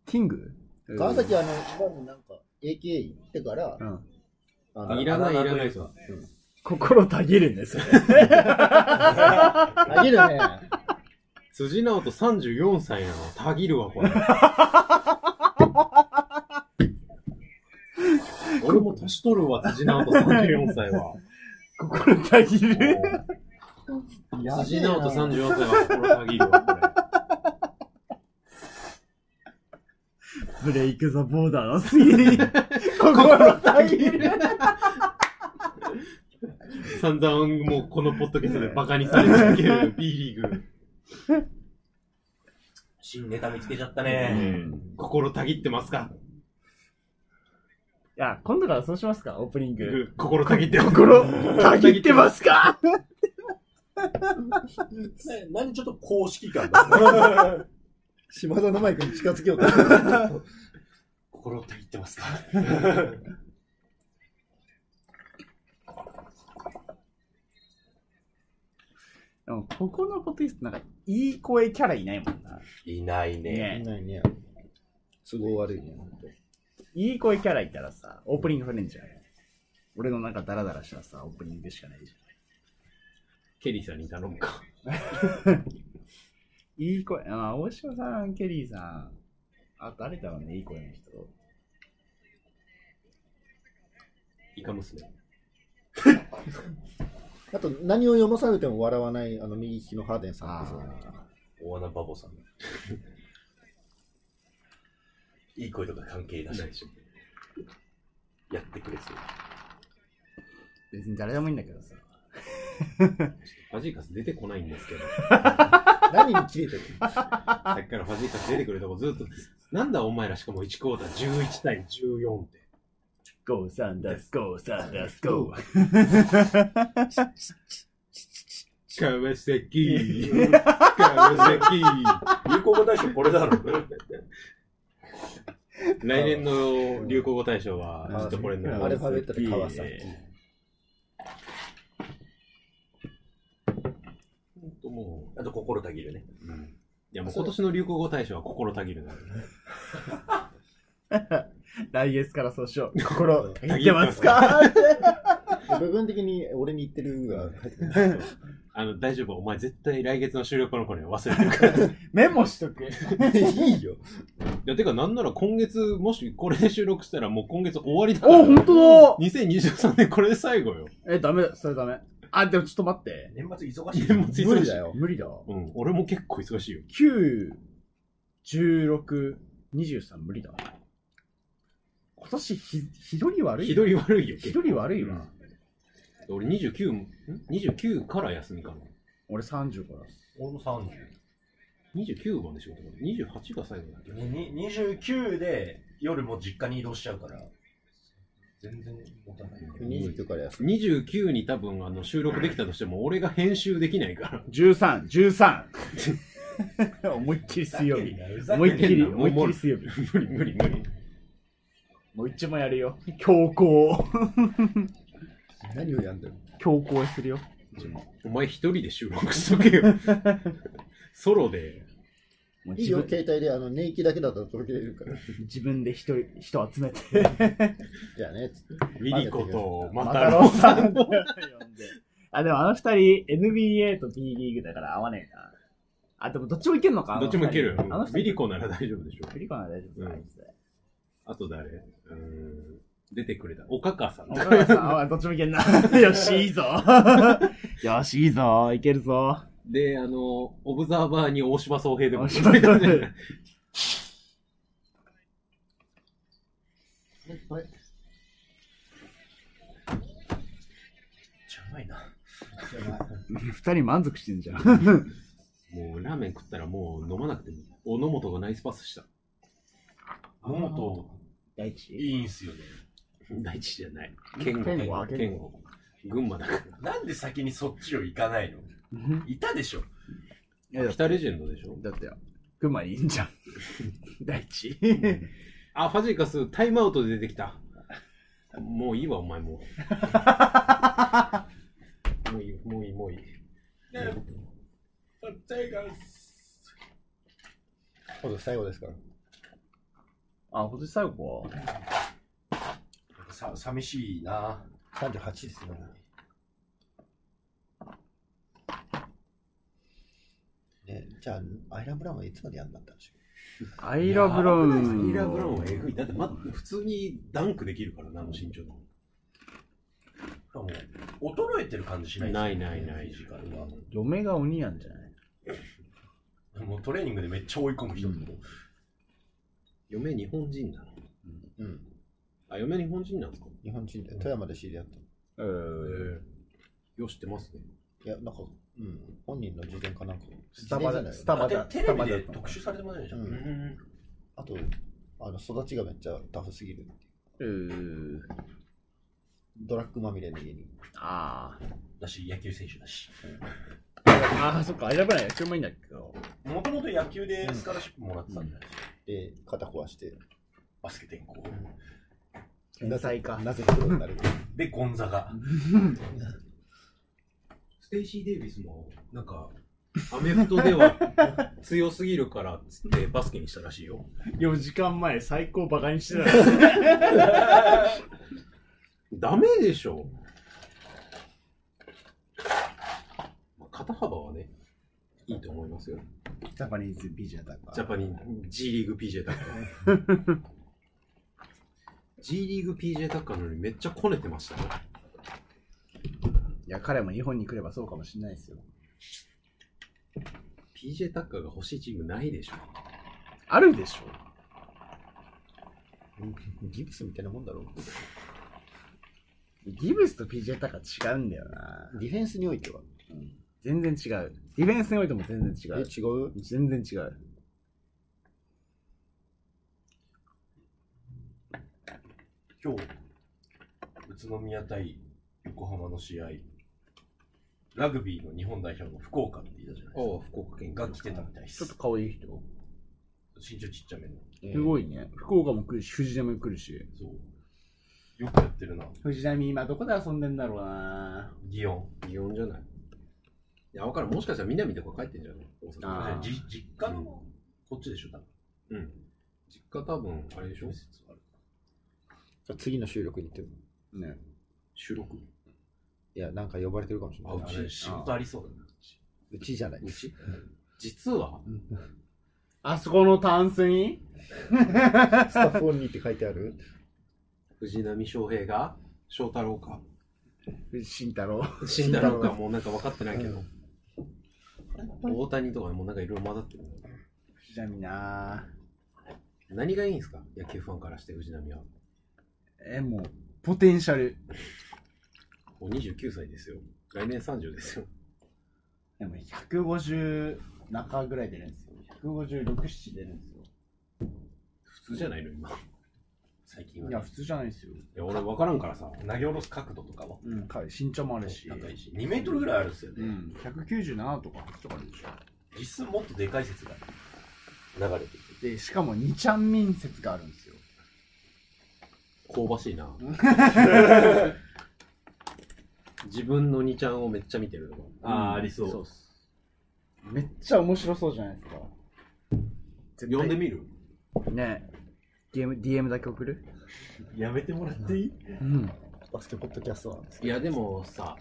S2: キング
S3: 川崎はあの今のなんか AK 行ってから、
S2: うん
S3: あ
S1: い
S3: の
S1: らない、いらないさ。
S2: 心たぎるね、それ。
S3: 投げるね
S1: 辻直人34歳なの。たぎるわ、これ。俺も年取るわ、辻直人34歳は。
S2: 心たぎる。
S1: 辻直人34歳は心たぎるわ、これ。
S2: ブレイクザボーダーの次に、心たぎる。
S1: 散々もうこのポッドキャストでバカにされ続ける B リーグ。
S4: 新ネタ見つけちゃったね。
S1: 心たぎってますか
S2: いや、今度からそうしますか、オープニング。
S1: 心たぎってます
S2: 心、たぎってますか
S4: ね何ちょっと公式感だ。
S3: 島田のマイクに近づけようと思って
S4: 心って言ってますか
S2: でもここのポッドキャストなんか、いい声キャラいないもんな。
S4: いないね。
S2: ね
S3: ないね都合悪いね本
S2: いい声キャラいたらさ、オープニング触れんじゃん。俺のなんかダラダラしたさ、オープニングしかないじゃん。
S1: ケリーさんに頼むか。
S2: いい声、あ、大島さん、ケリーさん。あ、誰だろうね、いい声の人。
S1: イカ娘。
S3: 当あと何を読まされても笑わないあの右利きのハーデンさんってそう
S4: 大穴バボさん。 いい声とか関係なしでしょ。やってくれそう。
S2: 別に誰でもいいんだけどさ。
S1: ファジーカス出てこないんですけど。
S3: 何に切れてる
S1: さっきからファジーカス出てくるとこずっと、なんだお前らしかも1クォーター11対14って。
S2: ゴーサンダス、ゴーサンダス、ゴ
S1: 川
S2: ー。
S1: 崎川崎
S4: 流行語大賞これだろ。
S1: 来年の流行語大賞はずっとこれになる。
S3: アルファベットで川崎
S1: ほんとも
S4: あと心たぎるね。
S1: う、うんいやもう今年の流行語大賞は心たぎるな。
S2: 来月からそうしよう。心、たぎってます か
S3: 部分的に俺に言ってるが入ってくる
S1: あの、大丈夫。お前絶対来月の収録の頃には忘れてるから。い
S2: メモしとく。
S3: いいよ
S1: や、てかなんなら今月、もしこれで収録したらもう今月終わりだから。
S2: お、ほんと
S1: 2023年これで最後よ。
S2: だえ、ダメだ、それダメ。あ、でもちょっと待って。
S4: 年末忙しい。
S1: 年末
S3: 無
S1: 忙
S3: 理
S1: しい
S3: だ。よ
S2: 無理だ。
S1: うん、俺も結構忙しいよ。
S2: 9、16、23無理だ。今年ひ、ひどり悪い。
S1: ひどい悪いよ。
S2: ひどり悪いわ。
S1: 俺29、ん ?29 から休みかな。
S2: 俺30から。
S4: 俺も30。
S1: 29まで仕事かな。28が最後だっけ
S4: に29で夜も実家に移動しちゃうから、全然持たない。
S1: 29から29に多分あの収録できたとしても、俺が編集できないから。
S2: 13、13。思いっきり水曜日。思いっきり、思いっきり水曜日。
S1: 無理無理無理。
S2: もう一もやるよ。強行。
S3: 何をやんだよ。
S2: 強行するよ。
S1: お前一人で収録しとけよ。ソロで。
S2: もう
S3: いい
S2: 自
S3: よ、
S2: 分
S3: 携帯で、あの、年季だけだったら届けれるから。
S2: 自分で人人集めて。
S3: じゃあね、つって。
S1: ミリコとマ
S2: マ
S1: タ
S2: タ
S1: ロ
S2: ロ
S1: ウ
S2: ウ
S1: さ
S2: さ
S1: ん。
S2: ん呼んで。あ、でもあの二人、NBA と B リーグだから合わねえな。あ、でもどっちもいけるのか
S1: どっちもいける
S2: あの。
S1: ミリ
S2: コ。
S1: コなら大丈夫でしょ。
S2: ミリコなら大丈夫
S1: う
S2: か、
S1: ん
S2: あいつ。
S1: あと誰うーん。出てくれた。おかかさん。
S2: 岡田さん、あ、どっちもいけんな。 よし、いいぞ。よし、いいぞ。いけるぞ。
S1: で、あの、オブザーバーに大島総平でも
S2: 大島宗平
S1: ね
S2: 二人満足してんじゃん。
S1: もうラーメン食ったらもう飲まなくてもいい。お野本がナイスパス した。
S4: 野本、
S2: 大地
S4: いいんすよね。
S1: 大地じゃない。健
S2: 健吾
S1: 吾、健吾。群馬だか
S4: なんで先にそっちを行かないのいたでしょ
S1: ら。北レジェンドでしょ
S2: だって、群馬にいいんじゃん。 大地。
S1: あ、ファジーカス、タイムアウトで出てきた。もういいわ、お前もう。もういいよ、もういい、もういい。
S3: 今度最後ですから。
S2: あ、今年最後か。
S4: さ寂しいな
S3: 38ですよ。ね、じゃあ、アイランブラウンはいつまでやんなったんでしょ
S2: アイラブラウン。
S1: アイラブラウンはえぐい。だってまだ普通にダンクできるからな、あの身長でも。
S4: しかも衰えてる感じしない
S1: ないないない
S4: フィジカルは
S2: 嫁が鬼なんじゃない
S4: もうトレーニングでめっちゃ追い込む人、
S1: 嫁日本人なの
S3: う。うん。
S1: あ、嫁日本人なんですか
S3: 日本人で、富山で知り合った。
S2: う
S1: へ
S2: ん。
S1: よ、知ってますね。
S3: いや、なんか、うん、本人の自伝かなんか。
S2: スタバ
S3: 自
S2: だ、
S3: 伝じゃない
S2: スタバ
S4: で
S2: だ、
S4: テ
S2: ス
S4: レ
S2: タバ
S4: ビ
S2: だ
S4: で。特集されてませんでした、
S3: うんあと、あの育ちがめっちゃタフすぎる。
S2: うん。
S3: ドラッグまみれの家に。
S2: あー
S4: だし野球選手だし
S2: あー、そっか、アイラブラウン野球もいいんだけど。
S4: もともと野球でスカラシップもらってたんじゃないですか、
S3: で、肩壊して、
S4: バスケ転向
S2: 天才か。
S3: なぜプロになるか。
S4: でゴンザが
S1: ステイシー・デイビスも、なんか、 アメフトでは強すぎるからっつってバスケにしたらしいよ。
S2: 4時間前、最高バカにしてた。
S1: ダメでしょ。まあ肩幅はね、いいと思いますよ。
S2: ジャパニーズビジャタか
S1: ジャパニー、G リーグ PJ タッカー。G リーグ PJ タッカーなのにめっちゃこねてましたね。
S2: いや、彼も日本に来ればそうかもしれないですよ。
S1: PJ タッカーが欲しいチームないでしょ。
S2: あるでしょ
S3: ギブスみたいなもんだろう。
S2: ギブスと PJ タカ違うんだよな。
S3: ディフェンスにおいては。
S2: 全然違う。ディフェンスにおいても全然違
S3: え、
S2: う。
S3: 違う
S2: 全然違う。
S4: 今日宇都宮対横浜の試合ラグビーの日本代表の福岡って言ったじゃないで
S1: ああ、福岡
S4: す
S1: 県
S4: かが来てたみたいで
S2: ちょ
S4: す
S2: っと可愛い人。
S4: 身長ちっちゃめの
S2: すごいね。福岡も来るし、藤波も来るし。
S4: そうよくやってるな
S2: 藤波今どこで遊んでんだろうな。
S4: 祇園
S1: 祇園じゃない。いや、わからん。もしかしたら南とか帰ってんじゃない大阪
S2: あー
S4: じ実家のこっちでしょ多分
S1: うん。実家多分、あれでしょ
S3: 次の収録に行っても。
S2: ね。
S1: 収録。。
S3: いや、なんか呼ばれてるかもしれ
S4: あ。
S3: ないう
S4: ち仕事ありそうだな
S3: うちじゃないう
S1: ち実は
S2: あそこのタンスに
S3: スタッフオンリーって書いてある
S1: 藤波翔平が翔太郎か
S2: 慎太郎。
S1: 慎太郎かもうなんか分かってないけど、大谷とかもうなんかいろいろ混ざってる
S2: 藤波な
S1: 何がいいんですか野球ファンからして藤波は
S2: え、もう、ポテンシャル。
S1: もう29歳ですよ来年30ですよ
S2: でも150中ぐらい出るんですよ。156、7出るんですよ。
S1: 普通じゃないの今
S4: 最近は、
S36: いや、普通じゃないですよ。
S4: いや俺分からんからさ投げ下ろす角度とかは
S36: うん、か身長もあるし。
S4: 高いし2メートルぐらいあるっすよね、
S36: うん、197とか8とかあるでしょ。
S4: 実質もっとでかい説が流れてる
S36: で、しかも2ちゃん民説があるんですよ。
S1: 香ばしいな自分の2ちゃんをめっちゃ見てるとか
S4: ああありそう
S36: そうっす。めっちゃ面白そうじゃないですか。
S4: 呼んでみる
S2: ねえ DM, DM だけ送る
S37: やめてもらっていい
S2: うん。
S3: バスケポッドキャストなんです
S1: いやでもさ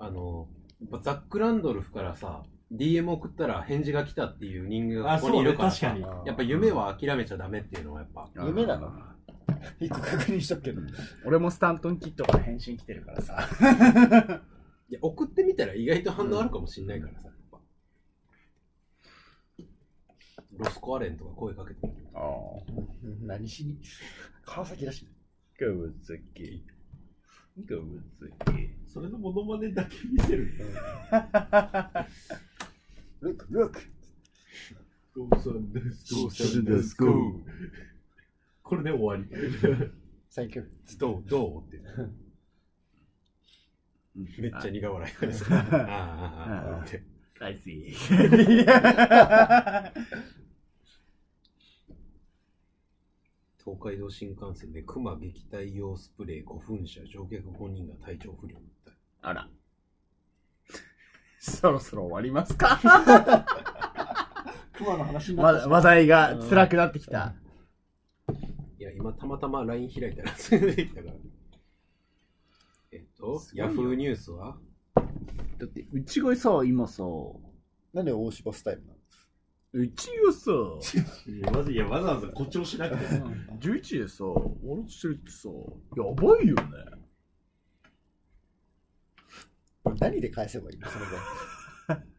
S1: あのやっぱザック・ランドルフからさ DM 送ったら返事が来たっていう人間が
S37: あ、
S1: こ
S37: そ
S1: こにいう
S37: ね、
S1: るから
S37: 確
S1: さ
S37: かに。
S1: やっぱ夢は諦めちゃダメっていうのはやっぱ
S3: 夢なの一個確認しとくけど。
S2: 俺もスタントンキットから返信来てるからさ。
S1: いや送ってみたら意外と反応あるかもしんないからさ、やっぱロスコアレンとか声かけてみる
S38: ああ。
S3: うん何しに川崎だし。
S38: ガブズキ。ガブズキ。
S37: それのモノマネだけ見せる。
S3: ルック、ルック。
S37: ゴーさんです。ゴーさんです。ゴー。これで終わり。
S3: サンキュー。
S1: どうどうってめっちゃ苦笑いがですからああああああって
S38: 大好き。
S1: 東海道新幹線で熊撃退用スプレー5噴射乗客5人が体調不良みたい
S38: あら。
S2: そろそろ終わりますか
S3: 熊の話にな
S2: わ
S3: ったし
S2: 話題が辛くなってきた。
S1: いや今たまたま LINE 開いたらすぐ出てきたからえっとヤフーニュースは
S2: だって、うちがさ、今さ、う
S3: なんで大芝スタイルなの
S2: ちがさ、
S37: いやわざいやわざわざ誇張しなくても。
S2: 11でさ、俺としてるってさ、やばいよね。
S3: これ何で返せばいいのその場合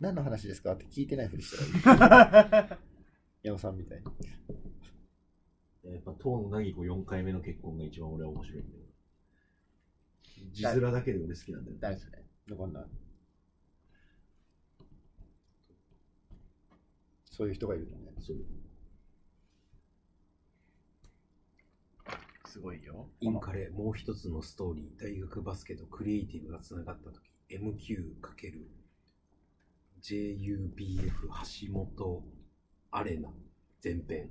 S3: 何の話ですかって聞いてないふりしたらいい。矢野さんみたいに。
S4: やっぱ当のなぎこ4回目の結婚が一番俺は面白いんだよ
S37: 字面だけで俺好きなんだよ。
S3: 誰それわかんない。そういう人がいるのね。
S36: すごいよ。
S1: インカレもう一つのストーリー大学バスケとクリエイティブがつながった時 MQ×JUBF 橋本アレナ前編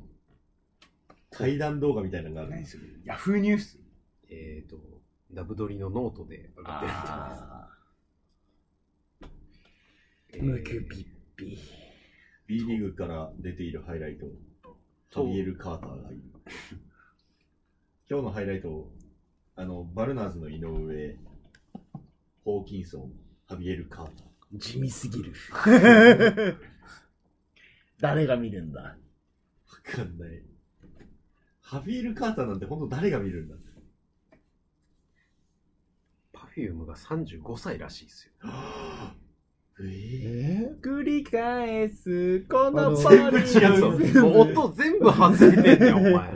S37: 対談動画みたいなのがある。
S36: 何するヤフーニュース
S1: えっ、とダブドリのノートで上がってると思いますえー
S2: ムキュピッピ。
S37: B リーグから出ているハイライト、トビエル・カーターがいる。今日のハイライト、あの、バルナーズの井上、ホーキンソン、ハビエル・カーター。
S2: 地味すぎる。
S38: 誰が見るんだ
S37: わかんない。ハビエル・カーターなんて本当誰が見るんだ
S1: パフュームが35歳らしいですよ
S37: え
S3: え
S2: 繰り返す、こ
S3: あ
S2: の
S3: の
S2: パリ
S1: もう音全部外れてんだよお前
S3: あ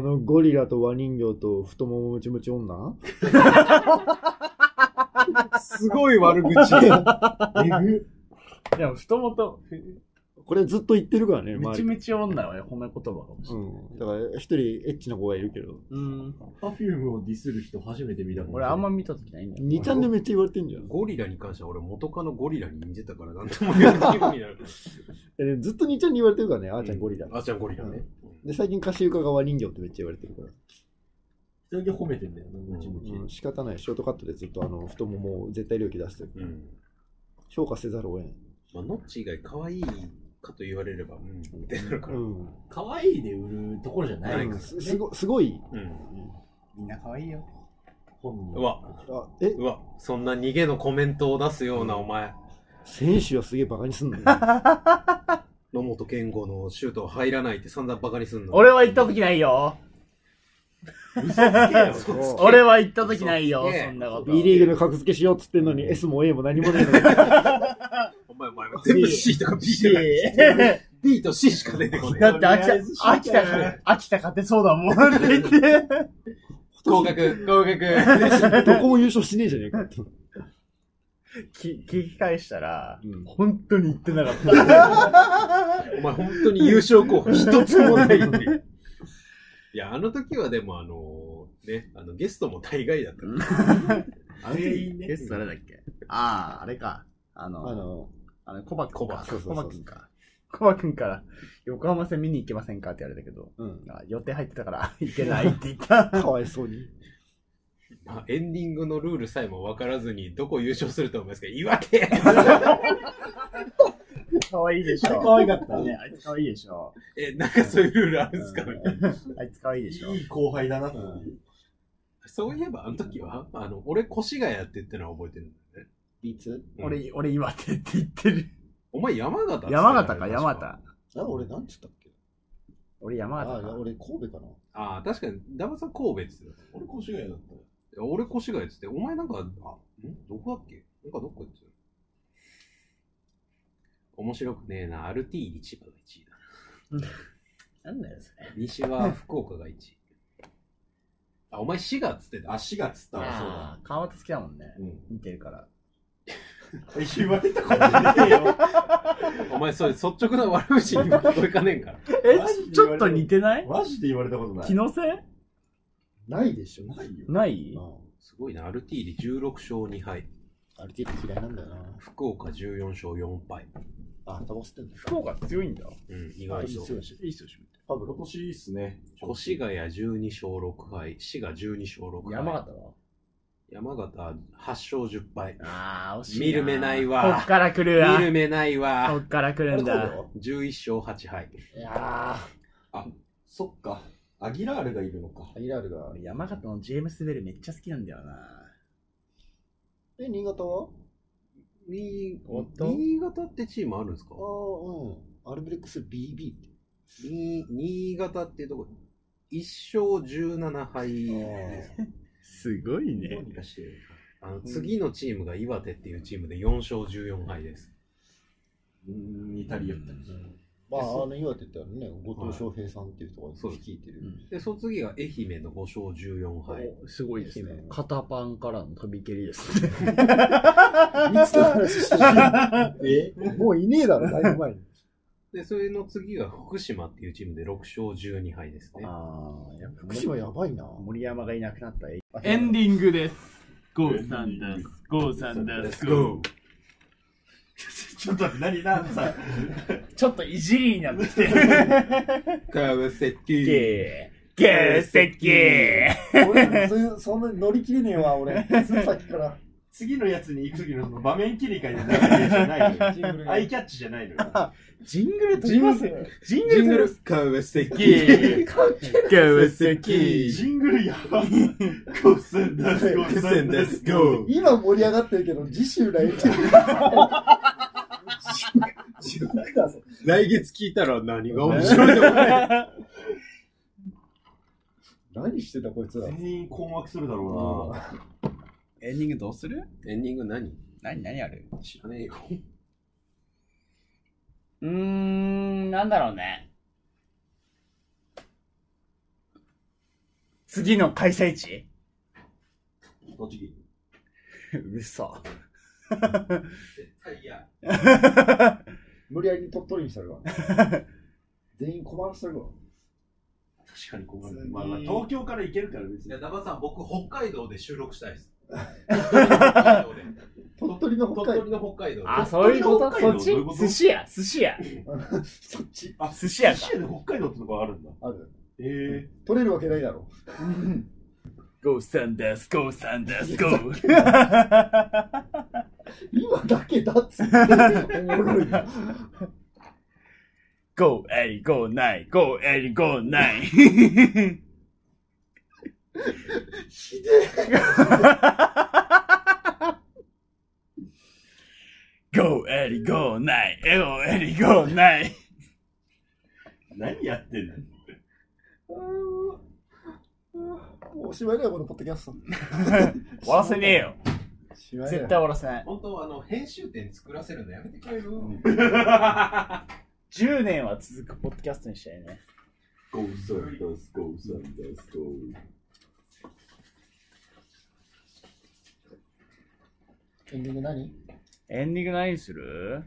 S3: の、ゴリラとワニ人形と太ももムチムチ 女
S1: すごい悪口
S2: いや、太もと、
S3: これずっと言ってるからね、
S2: ム
S3: 周
S2: チ
S3: り。
S2: ムチ女は褒め言葉かもしれ
S3: う
S2: ない。
S3: ん。だから、一人エッチな子がいるけど、
S2: うん。
S37: パフュームをディスる人初めて見たもん、
S2: 俺あんま見たときないんだよ。
S3: 2ちゃんでめっちゃ言われてんじゃん。
S1: ゴリラに関しては俺元カノゴリラに似てたからなんとも言えないよう になる
S3: えでもずっと2ちゃんに言われてるからね、あーちゃんゴリラ。
S1: あーちゃんゴリラね、
S3: で、最近、貸し床がワニ人形ってめっちゃ言われてるから。
S37: 人だけ褒めてんだよな、ムチムチ。
S3: うん、仕方ない。ショートカットでずっとあの太ももを絶対領域出してる。
S1: うん
S3: 評価せざるを得ない。
S1: まあ、ノッチ以外可愛いかと言われれば、うん、みたいなるから。
S3: うん。
S37: 可愛いで売るところじゃないから、
S3: うんすすごすごい。
S1: うん。
S36: みんな可愛いよ。
S37: 本人
S1: うわ、
S3: あえ
S1: うわ、そんな逃げのコメントを出すような、お前。
S3: 選手はすげえバカに すんのよ。
S1: 野本健吾のシュート入らないって散々バカにすんの。
S2: 俺は行ったときないよ。俺は行ったときないよ、
S1: 嘘つけ
S2: そんなこと。
S3: B リーグの格付けしようっつってんのに S も A も何もねえのに。
S1: お前、お前、全部 C とか B とか B と C しか出てこ ない。
S2: だって秋田、秋田が、秋田勝てそうだもんって言って。
S1: 合格、合格。
S3: どこも優勝しねえじゃねえかと。
S2: き聞き返したら、
S1: うん
S2: 本当に言ってなかった。
S1: お前本当に優勝候補一つもないっていう。いや、あの時はでもあのね、あのゲストも大概だったから。
S39: あの時、ゲスト誰だっけああ、あれか。あの、
S2: あ
S39: あ
S2: の、
S39: のコバコバ。
S2: そうそうそ
S39: コバ
S2: う
S39: 君か。
S2: コバ君から、横浜戦見に行けませんかって言われたけど、あ予定入ってたから、行けないって言った。 かわいそうに。
S1: まあエンディングのルールさえも分からずに、どこ優勝すると思いますか岩手
S2: かわいいでしょ。
S1: 可愛かった
S2: ね、あいつかわいいで しょ。
S1: え、なんかそういうルールあるんですかみたいな。
S2: あいつかわいいでしょ。
S4: いい後輩だなっていう
S1: そういえばあの時は、あの、俺越谷って言ってのは覚えてるんだよね。
S3: いつ
S2: 俺、俺岩手って言ってる。
S1: お前山形って言ってたよね
S2: 山形か、山。
S1: 確
S2: 形。
S3: あ、俺なんつったっけ
S2: 俺山
S3: あ
S2: 形
S3: いや
S2: か。
S3: 俺神戸かな
S1: ああ、確かに、ダバさん神戸って言ってた。
S4: 俺、越谷だったよ。
S1: いや俺越谷っつって、お前なんか、あ、んどこだっけなんかどこ行ってた面白くねえな。RT に千葉が1位だ。
S40: なんだよ、それ。
S1: 西は福岡が1位。あ、お前滋賀っつってた。
S4: あ、4月ったわ、そうだ。
S40: あー川端好きだもんね。
S4: うん。
S40: 見てるから。
S4: 言われたことねえ よ。
S1: お前それ率直な悪口 にも聞こえかねえんから。
S2: え、ちょっと似てない
S4: マジで言われたことない。
S2: 気のせい
S3: ないでしょ。
S4: ないよ。
S2: ない
S1: すごいな。RT で16勝2敗。
S3: あれ、ティ嫌いなんだよな。
S1: 福岡14勝4敗。
S3: あ、タバコ吸ってんだ。
S2: 福岡強いんだ。
S1: うん、意外と。
S3: 強いし。
S2: いいっすよ、
S4: 多分今年いいっすね。
S1: 越谷12勝6敗。滋賀12勝6敗。
S40: 山形は
S1: 山形8勝10敗。
S40: ああ、惜しいな。
S1: 見る目ない
S2: こっ
S1: わ。
S2: から来るわ
S1: 見。る目ない
S2: こ
S1: わ。
S2: っから来るんだ。
S1: 11勝8敗。
S3: いや
S4: そっか。アギラールがいるのか。
S3: ー、イラールが。
S40: 俺山形のジェームス・ベルめっちゃ好きなんだよな。
S3: え、新潟は
S1: 新
S40: 本当
S1: 新潟ってチームあるんですか
S3: ああ、うん。アルビレックス BB って。
S1: に新潟ってとこ、1勝17敗です
S2: すごい
S4: どう
S2: ね。
S4: にかして。
S1: あの次のチームが岩手っていうチームで4勝14敗です。
S4: うーん、似たり寄ったり。
S3: ま
S1: えそ
S3: あ、あの、岩手ってあのね、後藤翔平さんっていう人が
S1: そうです
S3: 聞いてる。
S1: で、その次が愛媛の5勝14敗。
S40: おすごいですね。肩パンからの飛び蹴りですね。
S3: いつの話してる えもういねえだろ、だいぶ前に。
S1: で、それの次が福島っていうチームで6勝12敗ですね。
S2: ああ、やっぱ
S3: 福島やばいな。
S2: 森山がいなくなったらいい
S41: エンディングです。ゴーさんです。ゴーさんです。ゴー。
S4: ちょっと待って、何、なんさ。
S2: ちょっといじりになってきて
S1: 川崎
S2: ゲー、ゲー、セッキー。
S3: 俺、そういうそんなに乗り切れねえわ、俺。ついさっきから。
S4: 次のやつに行く時のその場面切り替えの流れじゃないの よアイキャッチじゃないのよ。
S2: ジングル取りますよ。ジング
S1: ジ
S2: ル
S1: ング
S2: 取り
S1: ル川崎
S2: ます
S4: ジングルやばい。ゴスンダス、ゴスンダス、ゴー。
S3: 今盛り上がってるけど、次週来月。
S1: 来月聞いたら何が面白いの
S3: 何してた、こいつら。
S4: 全員困惑するだろうな。
S41: エンディングどうする
S1: エンディング何
S41: 何、何ある
S1: 知らねえよ。
S40: うーん、なんだろうね。
S2: 次の開催地
S4: 栃木。
S2: 嘘。
S3: 無理やり鳥取にした るわ。全員困らせるわ。
S4: 確かに困る。まあまあ、東京から行けるから別
S1: い
S4: に
S1: や、。ダバさん、僕、北海道で収録したい です。
S3: 鳥取の北
S1: 鳥
S3: 海
S1: 取の北海道で。
S2: あ、そういうこと
S4: 北海
S2: そっ
S4: 道
S2: ち
S4: どういうこと
S2: 寿司屋、寿司屋。
S3: 道。そっち。
S4: あ、
S2: 寿司屋か
S4: 寿司屋で北海道ってとこあるんだ。
S3: ある。
S4: え
S3: 取れるわけないだろ。
S2: ゴーさんです、ゴーさんです、ゴー。
S3: 今だけだっつって。おもろい な。
S2: ゴーエリゴーナイ、ゴーエリゴーナイ。
S3: ひで
S2: ゴーエリゴーナイ、ゴーエリゴーナイ。
S4: ー、何やってんの
S3: え。もうおしまいだよ、このポッドキャスト。
S2: 終わらせねえよ。
S3: しまいだ
S2: 絶
S3: よ
S2: 対終わらせない。
S1: 本当はあの編集点作らせるのやめてくれる、
S2: 10年は続くポッドキャストにしたいね。
S4: ゴーサンダス、ゴーサンダス、ゴー。
S3: エンディング何
S2: エンディング何する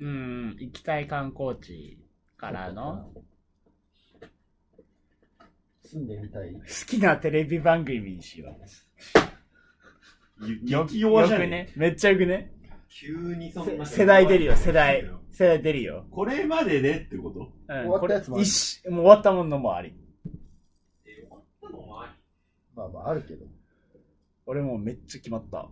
S2: うん、行きたい観光地からの
S3: 住んでみたい。
S2: 好きなテレビ番組にしよう。よ
S4: 激弱じ
S2: よ
S4: ゃね
S2: く
S4: え
S2: ね。めっちゃよくね。
S4: 急にそんな。
S2: 世代出るよ、世代。世代出るよ。
S4: これまででってこと
S2: うん、
S3: 終わったやつもあ
S2: これ
S3: る
S2: 一しもう終わったものもあり。
S3: まあまあ、あるけど。
S2: 俺もうめっちゃ決まった。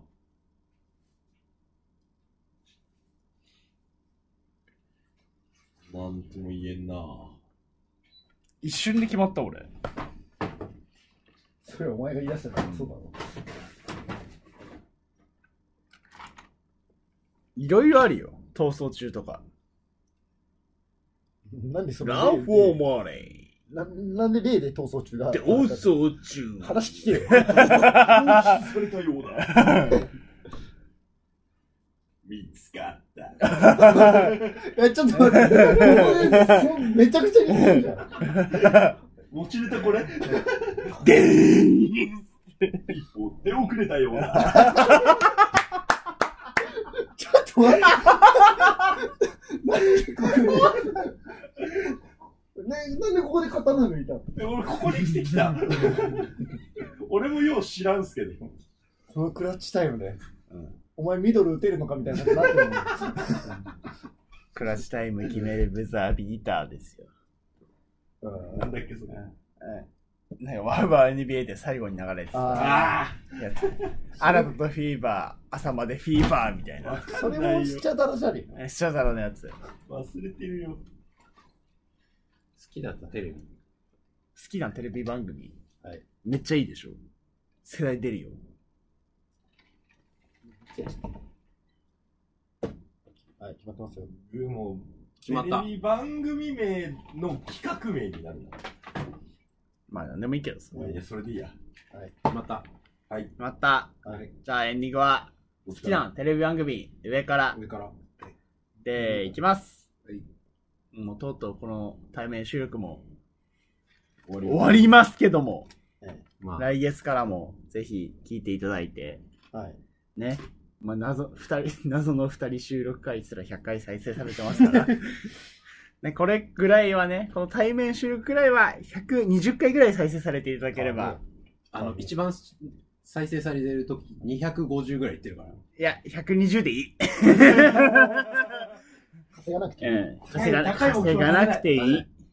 S4: なんとも言えんな
S2: 一瞬で決まった俺。
S3: それお前が言い出したからそうだろ。
S2: いろいろあるよ。逃走中とか。
S3: なんでその
S2: ラ
S3: 例
S2: フ
S3: で
S2: ォーマーレ
S3: ななんで例で逃走中が。
S2: ー。で、大掃中。
S3: 話聞けよ。
S4: それたようだ。見つかった。
S3: え、 ちょっと待って。めちゃくちゃ言ってるじゃん。
S4: 持ちネタこれでー一歩出遅れたようだ。
S3: ちょっと待って。なんでこれ。ね、なんでここで刀抜いたの
S4: 俺ここに来てきた。俺もよう知らんすけど。
S3: そのクラッチタイムで。お前ミドル打てるのかみたいなことになってるの
S2: クラッシュタイム決めるブザービーターですよ。
S4: なんだっけそれ。
S2: なんかワーバー NBA で最後に流れてた。
S3: あ
S4: あ
S2: やつあなたとフィーバー、朝までフィーバーみたい な。
S3: あ、それもしちゃだらじゃねえ
S2: 視聴者のやつ。好
S4: あ忘れてるよ。
S1: きだったテレビ。
S2: きなテレビ番組。
S1: はい
S2: めっちゃいいでしょ。世代出るよ。
S3: はい、決まってますよ。
S4: もう、
S42: 決まった
S4: テレビ番組名の企画名になるんだ。
S2: まあ何でもいいけどさ。
S4: いやいや、それでいいや。
S42: また。
S2: 決まった。
S3: はい
S2: じゃあエンディングは、好きなテレビ番組、上から。
S42: 上から。
S2: で、いきます。もうとうとうこの対面収録も終わりますけども、
S1: まあ、
S2: 来月からもぜひ聞いていただいて、
S3: はい。
S2: ね。まあ、謎、二人、 謎の二人収録回すら100回再生されてます から。ね、これぐらいはね、この対面収録ぐらいは120回ぐらい再生されていただければ、
S1: あの、一番再生されてる時250ぐらいいってるから。
S2: いや、120でいい。
S3: 稼がなくていい。
S2: うん。稼がな稼がなくていい。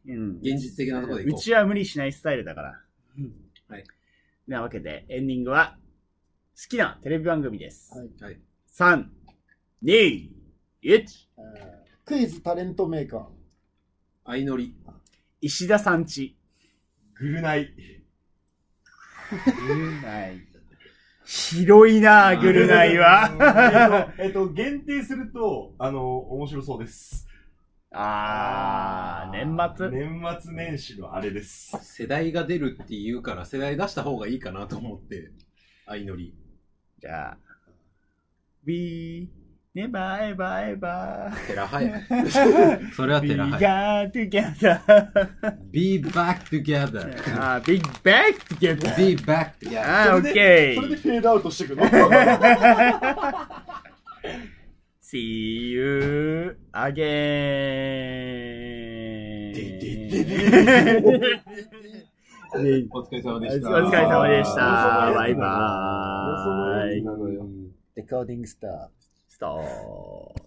S2: うん。
S1: 現実的なところでいうこう。
S2: ちは無理しないスタイルだから。
S1: はい。
S2: なわけで、エンディングは、好きなテレビ番組です。
S3: はい
S1: はい。
S2: 3、2、1。
S3: えークイズタレントメーカー。
S1: 相乗り。
S2: 石田さんち。
S4: ぐるない。
S2: グルナイ。広いなあ、グルナイは。
S4: えっと、えっと限定すると、あの、面白そうです。
S2: あー、年末
S4: 年末年始のあれです。
S1: 世代が出るって言うから、世代出した方がいいかなと思って、相乗り。
S2: じゃあ、We never ever ever
S1: テラハ や。それは
S2: be
S1: テラハや。
S2: got together.
S1: be back together.
S2: あー、big back together.
S1: be back together.
S2: あー、
S4: それで
S2: OK.
S4: フェードアウトしてく の
S2: See you again.
S43: お疲れ様でした。
S2: お疲れ様でした。バイ
S4: よそ
S2: バー
S4: のや
S2: イ
S4: つ。なのよ。
S3: レコーディングスター。
S2: ストー。